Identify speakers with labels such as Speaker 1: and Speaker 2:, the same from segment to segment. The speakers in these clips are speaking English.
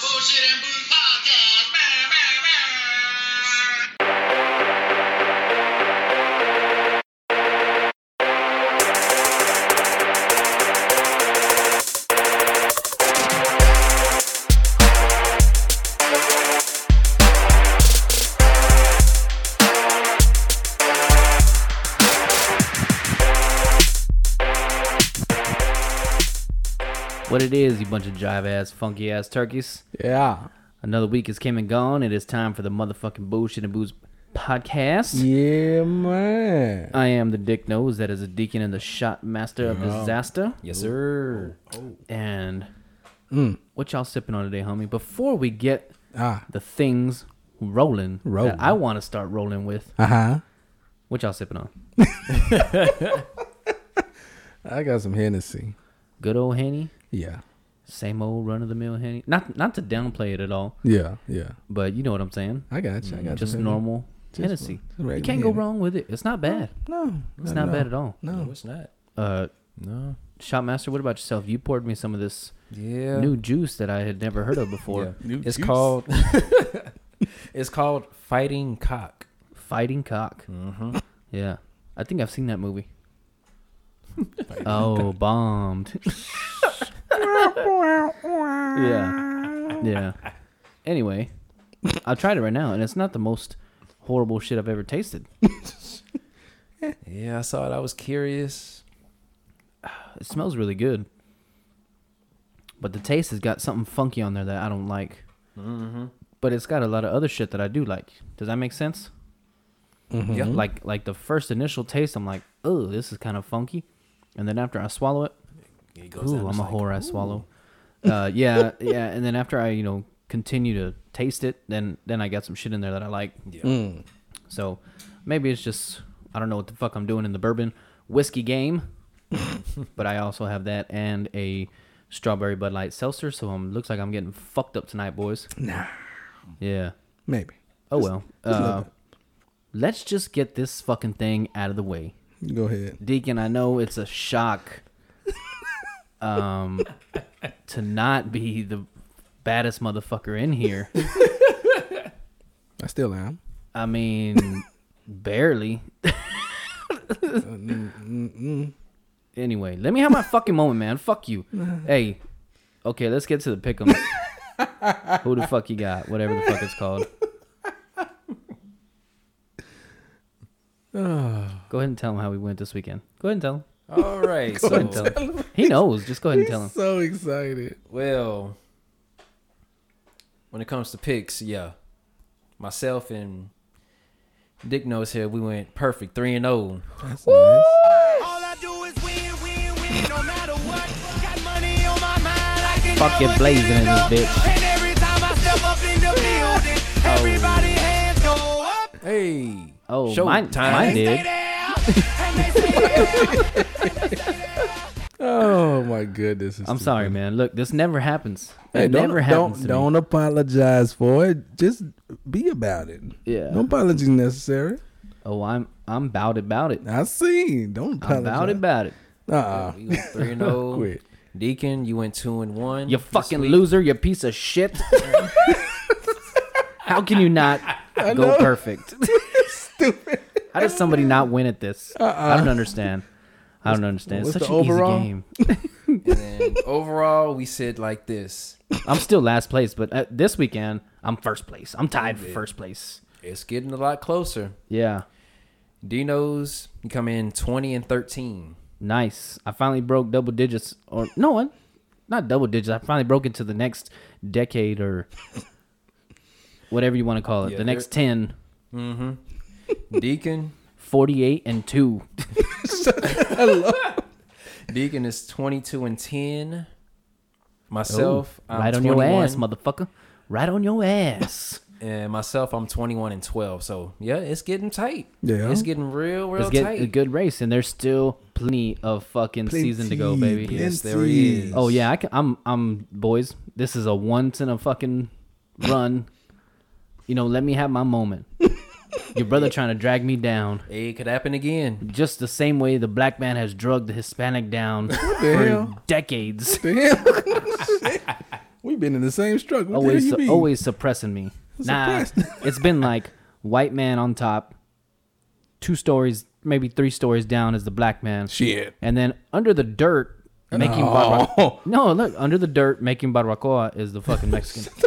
Speaker 1: Bullshit and Brew Podcast. Bah, bah, bah.
Speaker 2: What it is, you bunch of jive ass, funky ass turkeys.
Speaker 3: Yeah.
Speaker 2: Another week has came and gone. It is time for the motherfucking bullshit and booze podcast.
Speaker 3: Yeah, man.
Speaker 2: I am the dick nose that is a deacon and the shot master of disaster.
Speaker 4: Yes, sir.
Speaker 3: Oh,
Speaker 2: And what y'all sipping on today, homie? Before we get
Speaker 3: Mm. Ah.
Speaker 2: the things rolling
Speaker 3: Rolling.
Speaker 2: that I want to start rolling with,
Speaker 3: Uh huh.
Speaker 2: what y'all sipping on?
Speaker 3: I got some Hennessy.
Speaker 2: Good old henny,
Speaker 3: Yeah.
Speaker 2: same old run of the mill henny. Not not to downplay it at all,
Speaker 3: Yeah. Yeah.
Speaker 2: but you know what I'm saying.
Speaker 3: I got you. I got
Speaker 2: Just
Speaker 3: you.
Speaker 2: normal Tennessee.
Speaker 3: regular
Speaker 2: You can't go
Speaker 3: Henny.
Speaker 2: wrong with it. It's not bad.
Speaker 3: No.
Speaker 2: It's not bad at all.
Speaker 4: No, it's not.
Speaker 2: Uh,
Speaker 4: No.
Speaker 2: Shopmaster, what about yourself? You poured me some of this
Speaker 4: Yeah.
Speaker 2: new juice that I had never heard of before.
Speaker 4: Yeah. It's called. it's called fighting cock.
Speaker 2: Fighting Cock. Yeah. I think I've seen that movie. oh, bombed. yeah. Yeah. Anyway, I tried it right now, and it's not the most horrible shit I've ever tasted.
Speaker 4: Yeah, I saw it. I was curious.
Speaker 2: It smells really good. But the taste has got something funky on there that I don't like.
Speaker 4: Mm-hmm.
Speaker 2: But it's got a lot of other shit that I do like. Does that make sense?
Speaker 4: Yeah.
Speaker 2: Like
Speaker 4: Like
Speaker 2: like the first initial taste, I'm like, oh, this is kind of funky. And then after I swallow it,
Speaker 4: it goes
Speaker 2: ooh,
Speaker 4: down,
Speaker 2: I'm
Speaker 4: it's
Speaker 2: a
Speaker 4: like,
Speaker 2: whore I swallow. Uh, yeah, yeah. And then after I, you know, continue to taste it, then then I got some shit in there that I like.
Speaker 4: Yeah.
Speaker 2: So maybe it's just I don't know what the fuck I'm doing in the bourbon whiskey game. but I also have that and a strawberry Bud Light seltzer, so I'm looks like I'm getting fucked up tonight, boys.
Speaker 3: Nah.
Speaker 2: Yeah.
Speaker 3: Maybe.
Speaker 2: Oh well.
Speaker 3: little
Speaker 2: Uh, let's just get this fucking thing out of the way.
Speaker 3: Go ahead.
Speaker 2: Deacon, I know it's a shock um to not be the baddest motherfucker in here.
Speaker 3: I still am.
Speaker 2: I mean, barely. anyway, let me have my fucking moment, man. Fuck you. Hey, okay, let's get to the pick 'em. Who the fuck you got? Whatever the fuck it's called. go ahead and tell him how we went this weekend. Go ahead and tell him.
Speaker 4: All right.
Speaker 2: Go ahead and
Speaker 4: so,
Speaker 2: tell him. He knows. Just go ahead and tell him.
Speaker 3: So excited.
Speaker 4: well, when it comes to picks, yeah, myself and Dick knows here we went perfect three and oh. zero.
Speaker 3: That's nice.
Speaker 5: All I do is win, win, win, no matter what. Got money on my mind, I can
Speaker 2: Fuck
Speaker 5: never
Speaker 2: it, blazing
Speaker 5: get
Speaker 2: in this
Speaker 5: enough.
Speaker 2: bitch. Oh.
Speaker 5: And every time I step up in the building, everybody hands go up.
Speaker 4: Hey.
Speaker 2: Oh,
Speaker 4: Show
Speaker 2: mine,
Speaker 4: time.
Speaker 2: mine
Speaker 5: They stay
Speaker 2: did.
Speaker 5: there, and they stay there.
Speaker 3: Oh my goodness. It's
Speaker 2: I'm
Speaker 3: too
Speaker 2: sorry,
Speaker 3: funny.
Speaker 2: man. Look, this never happens. It
Speaker 3: Hey, don't
Speaker 2: never happens.
Speaker 3: don't
Speaker 2: to me.
Speaker 3: don't apologize for it. Just be about it.
Speaker 2: Yeah.
Speaker 3: No apologies necessary.
Speaker 2: Oh, I'm I'm bout it, bout it.
Speaker 3: I see. Don't apologize.
Speaker 2: I'm bout it, bout it.
Speaker 3: Uh uh
Speaker 4: We went three and zero.
Speaker 3: Quit.
Speaker 4: Deacon, you went two and one.
Speaker 2: You
Speaker 4: this
Speaker 2: fucking
Speaker 4: week.
Speaker 2: loser, you piece of shit. How can you not go perfect? Stupid. How does somebody not win at this? I don't understand. I don't understand. It's
Speaker 3: what's
Speaker 2: such an
Speaker 3: the overall?
Speaker 2: easy game.
Speaker 4: And overall, we said like this.
Speaker 2: I'm still last place, but uh, this weekend I'm first place. I'm tied for first place.
Speaker 4: It's getting a lot closer.
Speaker 2: Yeah,
Speaker 4: Dino's you come in twenty and thirteen.
Speaker 2: nice. I finally broke double digits, or no one, not double digits. I finally broke into the next decade or whatever you want to call it.
Speaker 4: Yeah,
Speaker 2: the next
Speaker 4: there-
Speaker 2: 10,
Speaker 4: Deacon,
Speaker 2: 48 and two.
Speaker 4: Deacon is twenty two and ten. Myself, I'm
Speaker 2: Oh, right on your ass,
Speaker 4: 21,
Speaker 2: motherfucker. Right on your ass.
Speaker 4: And myself, I'm twenty one and twelve. So yeah, it's getting tight.
Speaker 3: Yeah.
Speaker 4: it's getting real, real
Speaker 2: Let's get
Speaker 4: tight.
Speaker 2: a good race, and there's still plenty of fucking season to go, baby.
Speaker 3: Plenty,
Speaker 4: Yes, there
Speaker 3: plenty.
Speaker 4: is.
Speaker 2: Oh yeah, I can, I'm I'm boys. This is a once in a fucking run. You know, let me have my moment. Your brother trying to drag me down,
Speaker 4: Hey, it could happen again.
Speaker 2: just the same way the black man has drugged the Hispanic down
Speaker 3: The hell?
Speaker 2: decades.
Speaker 3: The hell? We've been in the same struggle. What the hell
Speaker 2: always
Speaker 3: you mean?
Speaker 2: always suppressing me. Nah,
Speaker 3: Suppressed.
Speaker 2: it's been like white man on top, two stories, maybe three stories down is the black man.
Speaker 3: Shit.
Speaker 2: And then under the dirt making
Speaker 3: No.
Speaker 2: barbacoa. No, look, under the dirt making barbacoa is the fucking Mexican.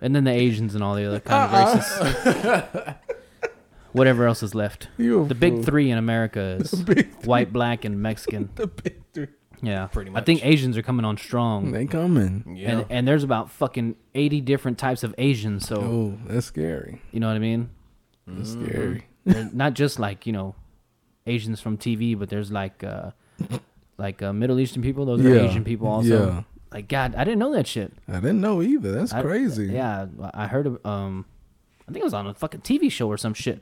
Speaker 2: and then the Asians and all the other kind of races. Whatever else is left.
Speaker 3: You a
Speaker 2: the
Speaker 3: fool.
Speaker 2: big three in America is
Speaker 3: big
Speaker 2: white, black, and Mexican.
Speaker 3: The picture.
Speaker 2: Yeah. Pretty
Speaker 4: much.
Speaker 2: I think Asians are coming on strong.
Speaker 3: They coming.
Speaker 4: Yeah.
Speaker 2: And, and there's about fucking 80 different types of Asians. So,
Speaker 3: Oh, that's scary.
Speaker 2: you know what I mean?
Speaker 3: That's
Speaker 2: Mm-hmm.
Speaker 3: scary.
Speaker 2: There's not just like, you know, Asians from TV, but there's like, uh, like uh, Middle Eastern people. Those are
Speaker 3: Yeah.
Speaker 2: Asian people also.
Speaker 3: Yeah.
Speaker 2: Like, God, I didn't know that shit.
Speaker 3: I didn't know either. That's
Speaker 2: I-
Speaker 3: crazy.
Speaker 2: Yeah. I heard, of, um, I think it was on a fucking TV show or some shit.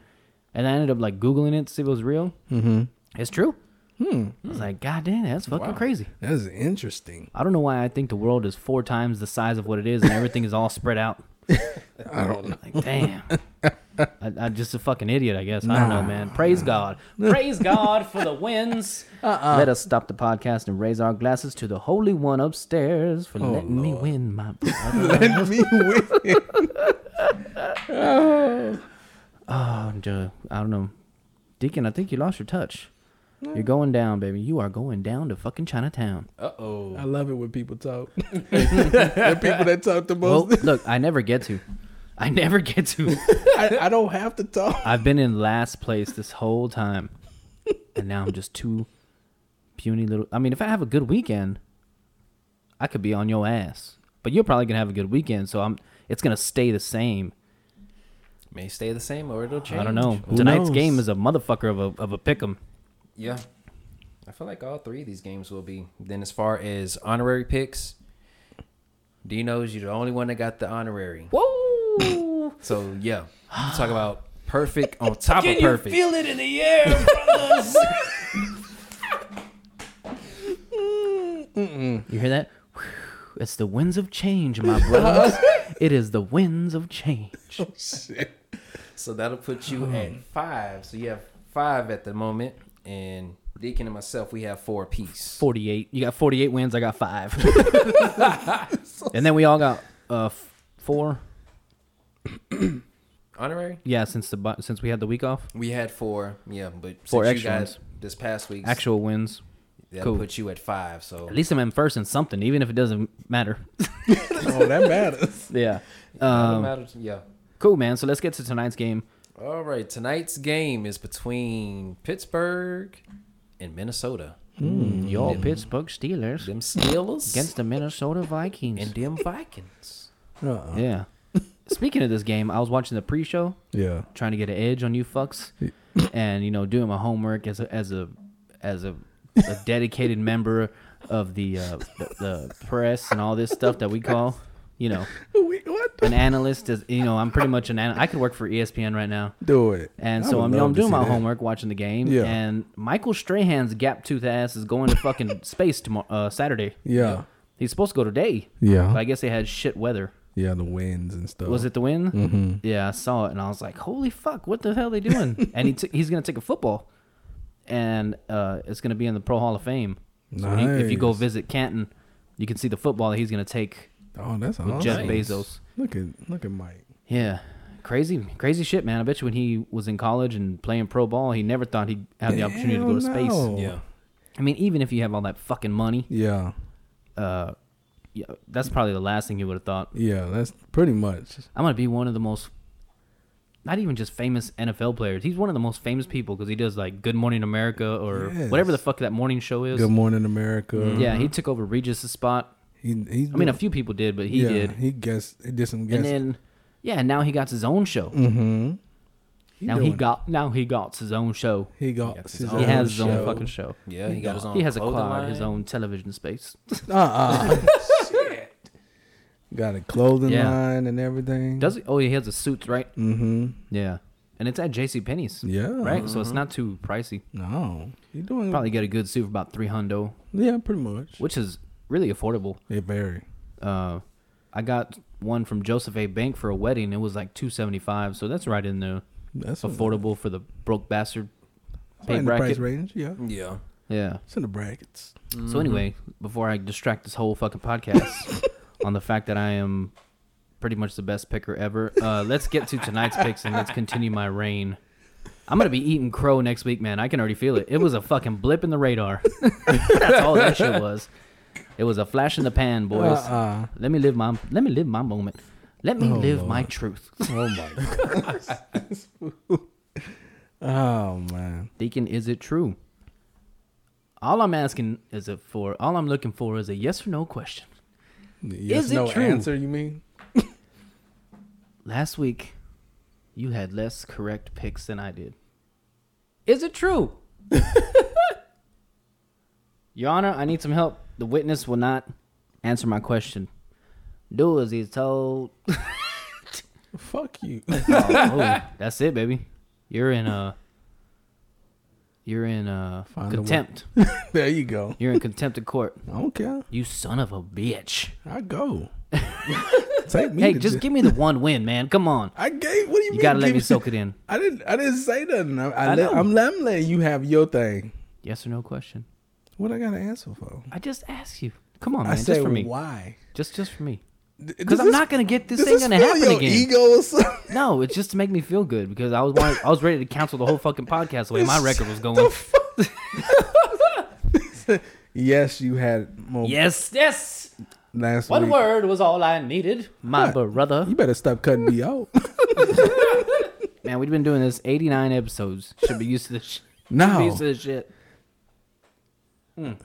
Speaker 2: And I ended up like Googling it to see if it was real. Mm-hmm. It's true. Hmm. I was like, God damn, that's fucking crazy.
Speaker 3: That's interesting.
Speaker 2: I don't know why I think the world is four times the size of what it is and everything is all spread out.
Speaker 3: I don't know.
Speaker 2: Like, damn. I, I'm just a fucking idiot, I guess. I don't know, man. Praise God. Praise God for the wins.
Speaker 3: Uh-uh.
Speaker 2: Let us stop the podcast and raise our glasses to the Holy One upstairs
Speaker 3: Oh,
Speaker 2: for letting me win, my brother.
Speaker 3: Let me win.
Speaker 2: oh, duh. I don't know. Deacon, I think you lost your touch. You're going down, baby. You are going down to fucking Chinatown.
Speaker 4: Uh oh.
Speaker 3: I love it when people talk. the people that talk the
Speaker 2: Well,
Speaker 3: most.
Speaker 2: Oh, look, I never get to. I never get to.
Speaker 3: I, I don't have to talk.
Speaker 2: I've been in last place this whole time, and now I'm just too puny little. I mean, if I have a good weekend, I could be on your ass. But you're probably gonna have a good weekend, so I'm. It's gonna stay the same.
Speaker 4: May stay the same or it'll change.
Speaker 2: I don't know.
Speaker 3: Who
Speaker 2: Tonight's
Speaker 3: knows?
Speaker 2: game is a motherfucker of a of a pick'em.
Speaker 4: Yeah. I feel like all three of these games will be. Then as far as honorary picks, Dino's you're the only one that got the honorary.
Speaker 2: Whoa!
Speaker 4: So yeah. You talk about perfect on top of perfect.
Speaker 2: it in the air. you hear that? Whew, It's the winds of change, my brothers. it is the winds of change.
Speaker 4: so that'll put you at five. So you have five at the moment. And Deacon and myself, we have four apiece.
Speaker 2: 48. You got 48 wins. I got five. and then we all got uh, f- four.
Speaker 4: Honorary?
Speaker 2: Yeah, since the bu- since we had the week off,
Speaker 4: We had four. Yeah, but
Speaker 2: Four
Speaker 4: since
Speaker 2: extra
Speaker 4: you
Speaker 2: ones.
Speaker 4: guys this past week's
Speaker 2: actual wins.
Speaker 4: that'll
Speaker 2: cool.
Speaker 4: put you at five. So
Speaker 2: At least I'm in first in something, even if it doesn't matter.
Speaker 3: Oh, that matters.
Speaker 2: yeah.
Speaker 4: Doesn't matter. yeah.
Speaker 2: Cool, man. So let's get to tonight's game.
Speaker 4: All right, tonight's game is between Pittsburgh and Minnesota.
Speaker 2: Your Pittsburgh Steelers
Speaker 4: Them Steelers
Speaker 2: against the Minnesota Vikings.
Speaker 4: and them Vikings.
Speaker 3: Uh-uh.
Speaker 2: yeah. Speaking of this game, I was watching the pre-show,
Speaker 3: Yeah.
Speaker 2: trying to get an edge on you fucks, and you know, doing my homework as a as a as a, a dedicated member of the, uh, the the press and all this stuff that we call, you know,
Speaker 3: We, what?
Speaker 2: an analyst. Is you know, I'm pretty much an an- I could work for E ESPN right now.
Speaker 3: Do it.
Speaker 2: And
Speaker 3: I
Speaker 2: so
Speaker 3: would
Speaker 2: I'm, you know,
Speaker 3: love
Speaker 2: I'm
Speaker 3: to
Speaker 2: doing
Speaker 3: see
Speaker 2: my
Speaker 3: that.
Speaker 2: homework, watching the game,
Speaker 3: Yeah.
Speaker 2: and Michael Strahan's gap tooth ass is going to fucking space tomorrow uh, Saturday.
Speaker 3: Yeah.
Speaker 2: He's supposed to go today.
Speaker 3: Yeah.
Speaker 2: But I guess they had shit weather.
Speaker 3: Yeah, the winds and stuff.
Speaker 2: Was it the win? Mm-hmm. Yeah, I saw it and I was like, "Holy fuck, what the hell are they doing?" and he t- he's gonna take a football, and uh, it's gonna be in the Pro Hall of Fame. So when you- if you go
Speaker 3: Nice.
Speaker 2: visit Canton, you can see the football that he's gonna take
Speaker 3: Oh, that's
Speaker 2: with
Speaker 3: awesome.
Speaker 2: Jeff
Speaker 4: Nice.
Speaker 2: Bezos.
Speaker 3: Look at look at Mike.
Speaker 2: Yeah, crazy, crazy shit, man. I bet you when he was in college and playing pro ball, he never thought he'd have the opportunity to go
Speaker 3: Hell
Speaker 2: to space.
Speaker 3: no.
Speaker 4: Yeah.
Speaker 2: I mean, even if you have all that fucking money,
Speaker 3: Yeah.
Speaker 2: uh, yeah, that's probably the last thing you would have thought.
Speaker 3: Yeah, that's pretty much.
Speaker 2: I'm gonna be one of the most, not even just famous NFL players. He's one of the most famous people because he does like Good Morning America or
Speaker 3: Yes.
Speaker 2: whatever the fuck that morning show is.
Speaker 3: Good Morning America.
Speaker 2: Yeah, he took over Regis's spot.
Speaker 3: He, he
Speaker 2: I mean, a few people did, but he
Speaker 3: yeah,
Speaker 2: did.
Speaker 3: He guessed. He did some
Speaker 2: and
Speaker 3: guessing.
Speaker 2: then, yeah, now he got his own show. Now he
Speaker 3: Mm. doing-
Speaker 2: got now he got his own show.
Speaker 3: He got
Speaker 4: got
Speaker 3: his,
Speaker 4: his
Speaker 2: he
Speaker 4: own
Speaker 2: has his own fucking show.
Speaker 4: Yeah, he got his own
Speaker 2: He has a
Speaker 4: clothing
Speaker 2: quad, his
Speaker 4: line.
Speaker 2: own television space.
Speaker 3: Uh-uh. got a clothing
Speaker 2: Yeah.
Speaker 3: line and everything.
Speaker 2: Does he? Oh, he has a suit, right? Mm-hmm. Yeah, and it's at J.C. Penney's.
Speaker 3: Yeah.
Speaker 2: right. So
Speaker 4: Mm-hmm.
Speaker 2: it's not too pricey.
Speaker 3: no, he doing
Speaker 2: Probably get a good suit for about three hundo,
Speaker 3: yeah, pretty much.
Speaker 2: which is really affordable.
Speaker 3: It vary.
Speaker 2: Uh, I got one from Joseph A. Bank for a wedding. It was like two seventy five, so that's right in there.
Speaker 3: That's
Speaker 2: affordable for the broke bastard
Speaker 3: It's right
Speaker 2: pay
Speaker 3: in the
Speaker 2: bracket.
Speaker 3: price range. Yeah,
Speaker 4: Yeah.
Speaker 2: Yeah.
Speaker 6: It's in the brackets.
Speaker 2: So anyway, before I distract this whole fucking podcast on the fact that I am pretty much the best picker ever, uh, let's get to tonight's picks and let's continue my reign. I'm gonna be eating crow next week, man. I can already feel it. It was a fucking blip in the radar. That's all that shit was. It was a flash in the pan, boys.
Speaker 3: Ah,
Speaker 6: Uh-uh.
Speaker 2: Let me live my let me live my moment. Let me live my truth.
Speaker 6: Oh my god. oh man.
Speaker 2: Deacon, is it true? All I'm asking is it for all I'm looking for is a yes or no question.
Speaker 6: Yes,
Speaker 2: Is it
Speaker 6: no
Speaker 2: true?
Speaker 6: answer. You mean?
Speaker 2: Last week, you had less correct picks than I did. Is it true? Your Honor, I need some help. The witness will not answer my question. Do as he's told.
Speaker 6: Fuck you.
Speaker 2: Oh, that's it, baby. You're in uh You're in uh
Speaker 6: Find the way.
Speaker 2: contempt.
Speaker 6: there you go.
Speaker 2: You're in contempt of court.
Speaker 6: I don't care.
Speaker 2: You son of a bitch.
Speaker 6: I go. Take me.
Speaker 2: Hey,
Speaker 6: to
Speaker 2: just
Speaker 6: jail.
Speaker 2: give me the one win, man. Come on.
Speaker 6: I gave. What do you, mean?
Speaker 2: You gotta let
Speaker 6: give
Speaker 2: me soak it in.
Speaker 6: I didn't. I didn't say nothing. I, I
Speaker 2: I
Speaker 6: let,
Speaker 2: know.
Speaker 6: I'm, I'm letting you have your thing.
Speaker 2: Yes or no question.
Speaker 6: What I gotta answer for?
Speaker 2: I just asked you. Come on,
Speaker 6: I
Speaker 2: man.
Speaker 6: said
Speaker 2: Just for me.
Speaker 6: why?
Speaker 2: Just just for me.
Speaker 6: Th-
Speaker 2: Because
Speaker 6: does
Speaker 2: I'm
Speaker 6: this-
Speaker 2: not gonna get this
Speaker 6: does
Speaker 2: ain't gonna
Speaker 6: feel
Speaker 2: happen
Speaker 6: your
Speaker 2: again.
Speaker 6: Ego or something.
Speaker 2: No, it's just to make me feel good because I was wanting, I was ready to cancel the whole fucking podcast the way my record was going.
Speaker 6: Yes, you had more
Speaker 2: yes, yes.
Speaker 6: last
Speaker 2: One
Speaker 6: week.
Speaker 2: word was all I needed, my brother.
Speaker 6: You better stop cutting me out.
Speaker 2: Man, we've been doing this 89 episodes. Should be used to this. Sh- should be
Speaker 6: No.
Speaker 2: used to this shit. Mm.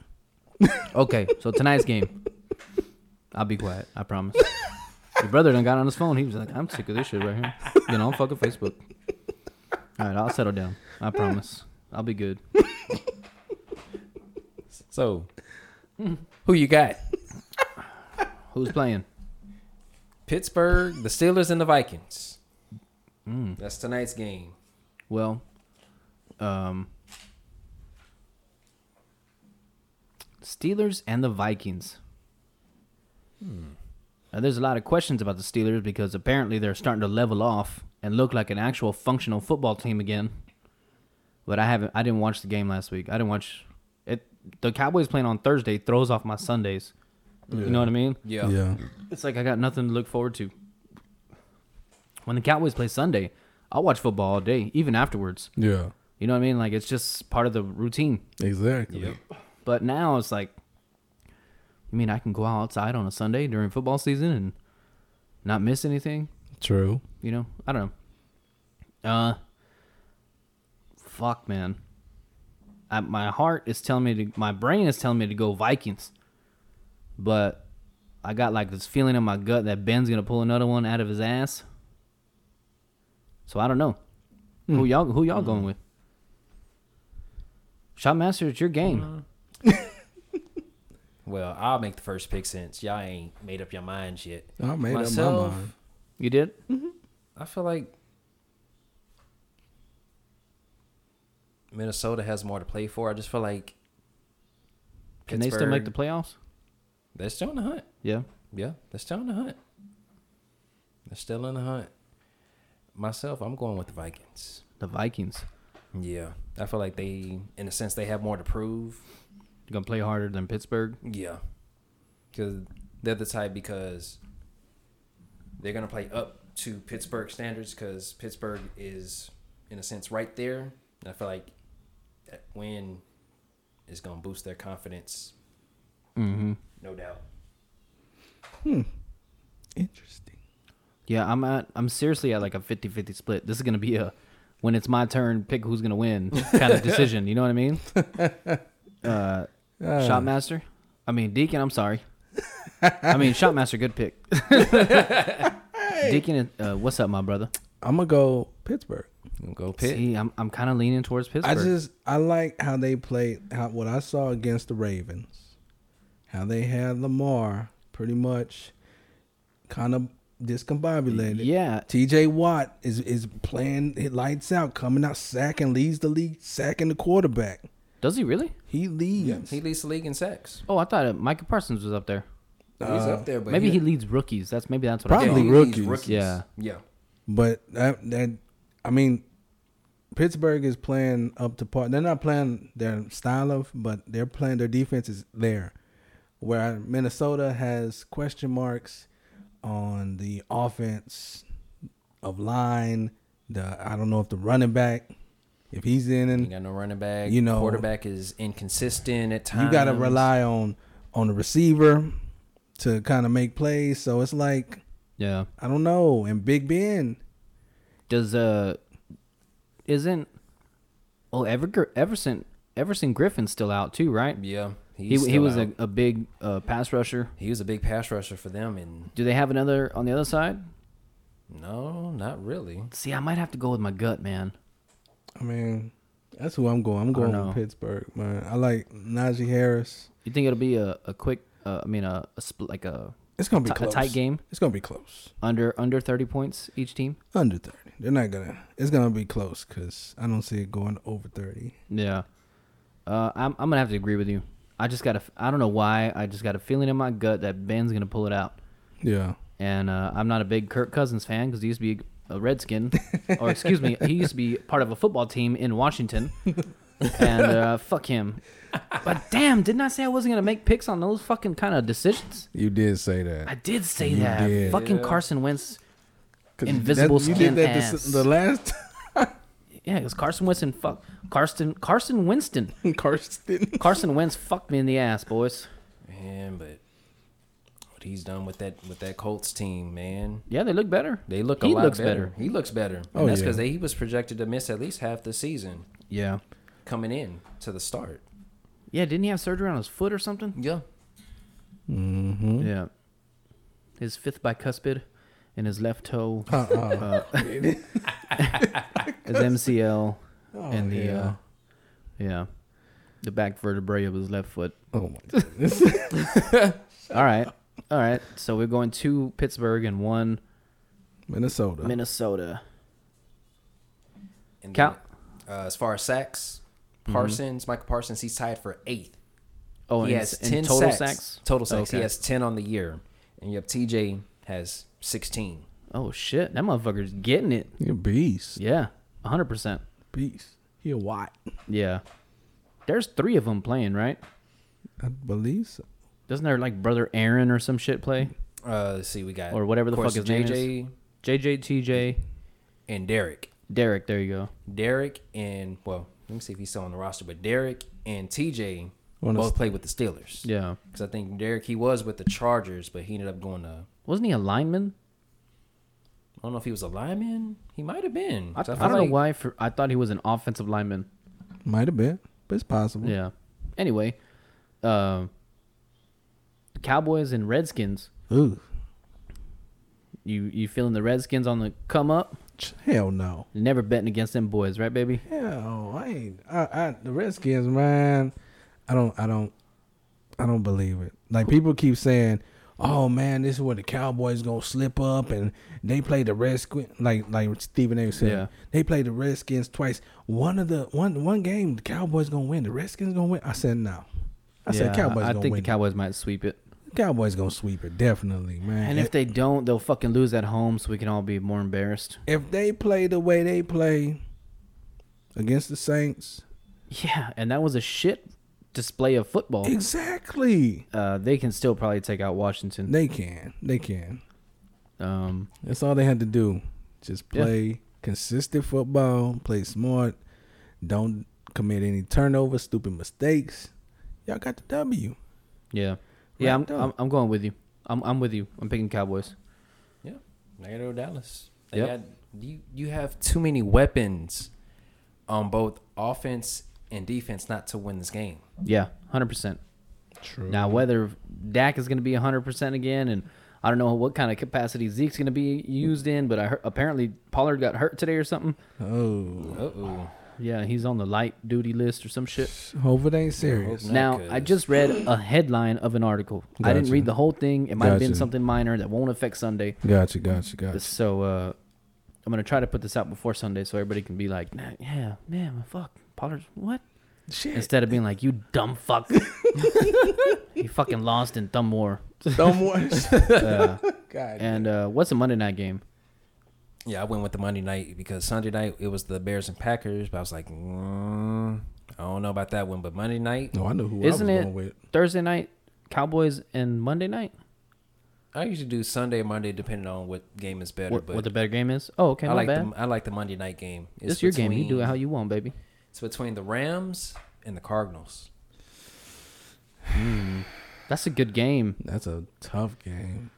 Speaker 2: Okay, so tonight's game. I'll be quiet. I promise. Your brother done got on his phone. He was like, "I'm sick of this shit right here." You know, on fucking Facebook. All right, I'll settle down. I promise. I'll be good.
Speaker 4: So, who you got?
Speaker 2: Who's playing?
Speaker 4: Pittsburgh, the Steelers, and the Vikings. That's tonight's game.
Speaker 2: Well, um, Steelers and the Vikings.
Speaker 4: Hmm.
Speaker 2: Now, there's a lot of questions about the Steelers because apparently they're starting to level off and look like an actual functional football team again. But I haven't. I didn't watch the game last week. I didn't watch it. The Cowboys playing on Thursday throws off my Sundays. You know what I mean?
Speaker 4: Yeah.
Speaker 6: Yeah.
Speaker 2: It's like I got nothing to look forward to. When the Cowboys play Sunday, I'll watch football all day, even afterwards.
Speaker 6: Yeah.
Speaker 2: You know what I mean? Like it's just part of the routine.
Speaker 6: Exactly.
Speaker 2: But now it's like, I mean, I can go outside on a Sunday during football season and not miss anything.
Speaker 6: True.
Speaker 2: You know, I don't know. Uh, fuck, man. I, my heart is telling me to, my brain is telling me to go Vikings, but I got like this feeling in my gut that Ben's gonna pull another one out of his ass. So I don't know. Who y'all? Who y'all going with? Shotmaster, it's your game.
Speaker 4: Well, I'll make the first pick since y'all ain't made up your minds yet.
Speaker 6: I made up
Speaker 4: Myself,
Speaker 6: my mind.
Speaker 2: You did?
Speaker 4: I feel like Minnesota has more to play for. I just feel like
Speaker 2: Can they still make the
Speaker 4: Pittsburgh-
Speaker 2: playoffs?
Speaker 4: They're still in the hunt.
Speaker 2: Yeah.
Speaker 4: Yeah, they're still in the hunt. They're still in the hunt. Myself, I'm going with the Vikings.
Speaker 2: The Vikings.
Speaker 4: Yeah, I feel like they, in a sense, they have more to prove.
Speaker 2: They're gonna play harder than Pittsburgh.
Speaker 4: Yeah, because they're the type because they're gonna play up to Pittsburgh standards because Pittsburgh is, in a sense, right there. And I feel like that win is gonna boost their confidence. Mm-hmm. No doubt.
Speaker 6: Interesting.
Speaker 2: Yeah, I'm at I'm seriously at like a 50-50 split. This is gonna be a when it's my turn, pick who's gonna win kind of decision. You know what I mean? Uh,
Speaker 6: Uh.
Speaker 2: Shotmaster. I mean Deacon. I'm sorry. I mean Shotmaster. Good pick. Deacon, uh, what's up, my brother?
Speaker 6: I'm gonna go Pittsburgh.
Speaker 4: Go Pitt.
Speaker 2: See, I'm I'm kind of leaning towards Pittsburgh.
Speaker 6: I just I like how they played how what I saw against the Ravens. How they had Lamar pretty much kind of discombobulated.
Speaker 2: Yeah.
Speaker 6: TJ Watt is is playing it lights out, coming out sacking, leads the league, sacking the quarterback.
Speaker 2: Does he really?
Speaker 6: He leads.
Speaker 4: He leads the league in sacks.
Speaker 2: Oh, I thought uh, Micah Parsons was up there.
Speaker 4: He's up there, but
Speaker 2: Maybe he leads rookies. That's maybe that's what I
Speaker 6: Probably
Speaker 2: thought.
Speaker 4: leads
Speaker 6: rookies.
Speaker 2: Yeah.
Speaker 4: yeah.
Speaker 6: But that that I mean Pittsburgh is playing up to par. They're not playing their style of, but they're playing their defense is there. Where Minnesota has question marks on the offense of line. The I don't know if the running back, if he's in and
Speaker 4: You got no running back.
Speaker 6: You know-
Speaker 4: quarterback is inconsistent at times.
Speaker 6: you got to rely on on the receiver to kind of make plays. So it's like
Speaker 2: Yeah.
Speaker 6: I don't know. And Big Ben,
Speaker 2: Does uh, isn't well Ever Everson Everson Griffin still out too, right?
Speaker 4: Yeah,
Speaker 2: He he was
Speaker 4: a
Speaker 2: a, a big uh, pass rusher.
Speaker 4: he was a big pass rusher for them, and
Speaker 2: Do they have another on the other side?
Speaker 4: no, not really.
Speaker 2: See, I might have to go with my gut, man.
Speaker 6: I mean, that's who I'm going. I'm
Speaker 2: don't
Speaker 6: going with
Speaker 2: know.
Speaker 6: Pittsburgh, man. I like Najee Harris.
Speaker 2: You think it'll be a, a quick? Uh, I mean, a, a spl- like a
Speaker 6: It's gonna be
Speaker 2: Ti- a
Speaker 6: close.
Speaker 2: tight game?
Speaker 6: It's gonna be close.
Speaker 2: under under thirty points each team.
Speaker 6: Under thirty. They're not gonna. It's gonna be close because I don't see it going over thirty.
Speaker 2: Yeah, uh, I'm I'm gonna have to agree with you. I just got a f- I don't know why I just got a feeling in my gut that Ben's gonna pull it out.
Speaker 6: Yeah.
Speaker 2: And uh, I'm not a big Kirk Cousins fan because he used to be a Redskin, or excuse me, he used to be part of a football team in Washington. and uh, fuck him. But damn, didn't I say I wasn't gonna make picks on those fucking kind of decisions?
Speaker 6: You did say
Speaker 2: I
Speaker 6: that.
Speaker 2: did say
Speaker 6: You
Speaker 2: that.
Speaker 6: did.
Speaker 2: Fucking
Speaker 4: Yeah.
Speaker 2: Carson Wentz.
Speaker 6: 'Cause
Speaker 2: invisible
Speaker 6: you
Speaker 2: skin
Speaker 6: did that this-
Speaker 2: ass.
Speaker 6: the last
Speaker 2: Yeah, because Carson Winston. Fuck Carson. Carson Winston.
Speaker 6: time Karsten.
Speaker 2: Carson Wentz fucked me in the ass, boys.
Speaker 4: Man, but what he's done with that with that Colts team, man.
Speaker 2: Yeah, they look better.
Speaker 4: They look a
Speaker 2: He
Speaker 4: lot
Speaker 2: looks
Speaker 4: better.
Speaker 2: better.
Speaker 4: He looks better. And
Speaker 6: Oh,
Speaker 4: that's
Speaker 6: yeah.
Speaker 4: because he was projected to miss at least half the season
Speaker 2: Yeah.
Speaker 4: coming in to the start.
Speaker 2: Yeah, didn't he have surgery on his foot or something?
Speaker 4: Yeah.
Speaker 2: Yeah. His fifth bicuspid and his left toe, Uh,
Speaker 6: Uh-uh.
Speaker 2: his MCL, and the
Speaker 6: yeah.
Speaker 2: uh, yeah, the back vertebrae of his left foot.
Speaker 6: oh my goodness.
Speaker 2: All right, all right. So we're going two Pittsburgh and one
Speaker 6: Minnesota.
Speaker 2: Minnesota.
Speaker 4: And
Speaker 2: Count-
Speaker 4: then, uh, as far as sacks,
Speaker 2: Mm-hmm.
Speaker 4: Parsons, Michael Parsons, he's tied for eighth.
Speaker 2: Oh,
Speaker 4: he
Speaker 2: and,
Speaker 4: has
Speaker 2: and
Speaker 4: ten
Speaker 2: total sacks.
Speaker 4: sacks. Total sacks.
Speaker 2: Okay.
Speaker 4: He has ten on the year, and yep, TJ has sixteen.
Speaker 2: Oh shit, that motherfucker's getting it.
Speaker 6: He a beast.
Speaker 2: Yeah, hundred percent.
Speaker 6: Beast. He a what?
Speaker 2: Yeah. There's three of them playing, right?
Speaker 6: I believe so.
Speaker 2: Doesn't their like brother Aaron or some shit play
Speaker 4: Uh, let's see, we got
Speaker 2: or whatever the
Speaker 4: of course,
Speaker 2: fuck his
Speaker 4: JJ
Speaker 2: name is? JJ, TJ,
Speaker 4: and Derek.
Speaker 2: Derek. There you go.
Speaker 4: Derek and well, let me see if he's still on the roster, but Derek and TJ
Speaker 6: On the
Speaker 4: both
Speaker 6: st-
Speaker 4: played with the Steelers.
Speaker 2: Yeah.
Speaker 4: because I think Derek he was with the Chargers, but he ended up going to.
Speaker 2: Wasn't he a lineman?
Speaker 4: I don't know if he was a lineman. He might have been.
Speaker 2: I, I
Speaker 4: 'Cause feel
Speaker 2: don't know
Speaker 4: like-
Speaker 2: why. For, I thought he was an offensive lineman.
Speaker 6: Might have been, but it's possible.
Speaker 2: Yeah. Anyway, uh, Cowboys and Redskins.
Speaker 6: Ooh.
Speaker 2: You you feeling the Redskins on the come up?
Speaker 6: Ch- Hell no.
Speaker 2: You're never betting against them boys, right, baby?
Speaker 6: Hell, I ain't. I, I the Redskins, man. I don't. I don't. I don't believe it. Like people keep saying, "Oh man, this is where the Cowboys gonna slip up," and they play the Redskins. Like like Stephen A. said,
Speaker 2: Yeah.
Speaker 6: they played the Redskins twice. One of the one one game, the Cowboys gonna win. The Redskins gonna win. I said no. I said Cowboys
Speaker 2: I
Speaker 6: gonna
Speaker 2: think
Speaker 6: win.
Speaker 2: the Cowboys might sweep it.
Speaker 6: Cowboys gonna sweep it definitely, man.
Speaker 2: And if they don't, they'll fucking lose at home, so we can all be more embarrassed.
Speaker 6: if they play the way they play against the Saints,
Speaker 2: Yeah, and that was a shit display of football.
Speaker 6: exactly,
Speaker 2: Uh, they can still probably take out Washington.
Speaker 6: they can. They can.
Speaker 2: Um,
Speaker 6: That's all they had to do. Just
Speaker 2: Yeah.
Speaker 6: play consistent football, play smart, don't commit any turnovers, stupid mistakes. Y'all got the W.
Speaker 2: yeah, yeah. I'm,
Speaker 6: Wrapped up.
Speaker 2: I'm I'm going with you. I'm I'm with you. I'm picking Cowboys.
Speaker 4: Yeah, Laredo Dallas. They
Speaker 2: Yep.
Speaker 4: got you. You have too many weapons on both offense and defense not to win this game.
Speaker 2: Yeah, hundred percent.
Speaker 6: True.
Speaker 2: Now whether Dak is going to be hundred percent again, and I don't know what kind of capacity Zeke's going to be used in, but I heard, apparently Pollard got hurt today or something.
Speaker 6: Oh.
Speaker 4: Uh oh.
Speaker 2: Yeah, he's on the light duty list or some shit.
Speaker 6: Hope it ain't serious.
Speaker 4: not,
Speaker 2: Now I
Speaker 4: 'cause-
Speaker 2: just read a headline of an article. I didn't
Speaker 6: Gotcha.
Speaker 2: read the whole thing. It might have been
Speaker 6: Gotcha.
Speaker 2: something minor that won't affect Sunday.
Speaker 6: Gotcha, gotcha, gotcha.
Speaker 2: So uh, I'm going to try to put this out before Sunday so everybody can be like, nah, yeah, man, fuck Pollard, what?
Speaker 6: Shit.
Speaker 2: Instead of being like, you dumb fuck, you fucking lost in thumb war.
Speaker 6: Don't worry. God.
Speaker 2: And uh, what's a Monday night game?
Speaker 4: Yeah, I went with the Monday night because Sunday night it was the Bears and Packers, but I was like, mm, I don't know about that one. But Monday night,
Speaker 6: No, I know who
Speaker 2: Isn't
Speaker 6: I was
Speaker 2: it
Speaker 6: going with.
Speaker 2: Thursday night Cowboys and Monday night?
Speaker 4: I usually do Sunday, Monday, depending on what game is better.
Speaker 2: What,
Speaker 4: but
Speaker 2: what the better game is? Oh, okay,
Speaker 4: I
Speaker 2: my
Speaker 4: like
Speaker 2: bad.
Speaker 4: the I like the Monday night game.
Speaker 2: This your game. You
Speaker 4: between-
Speaker 2: do it how you want, baby.
Speaker 4: It's between the Rams and the Cardinals.
Speaker 2: That's a good game.
Speaker 6: That's a tough game.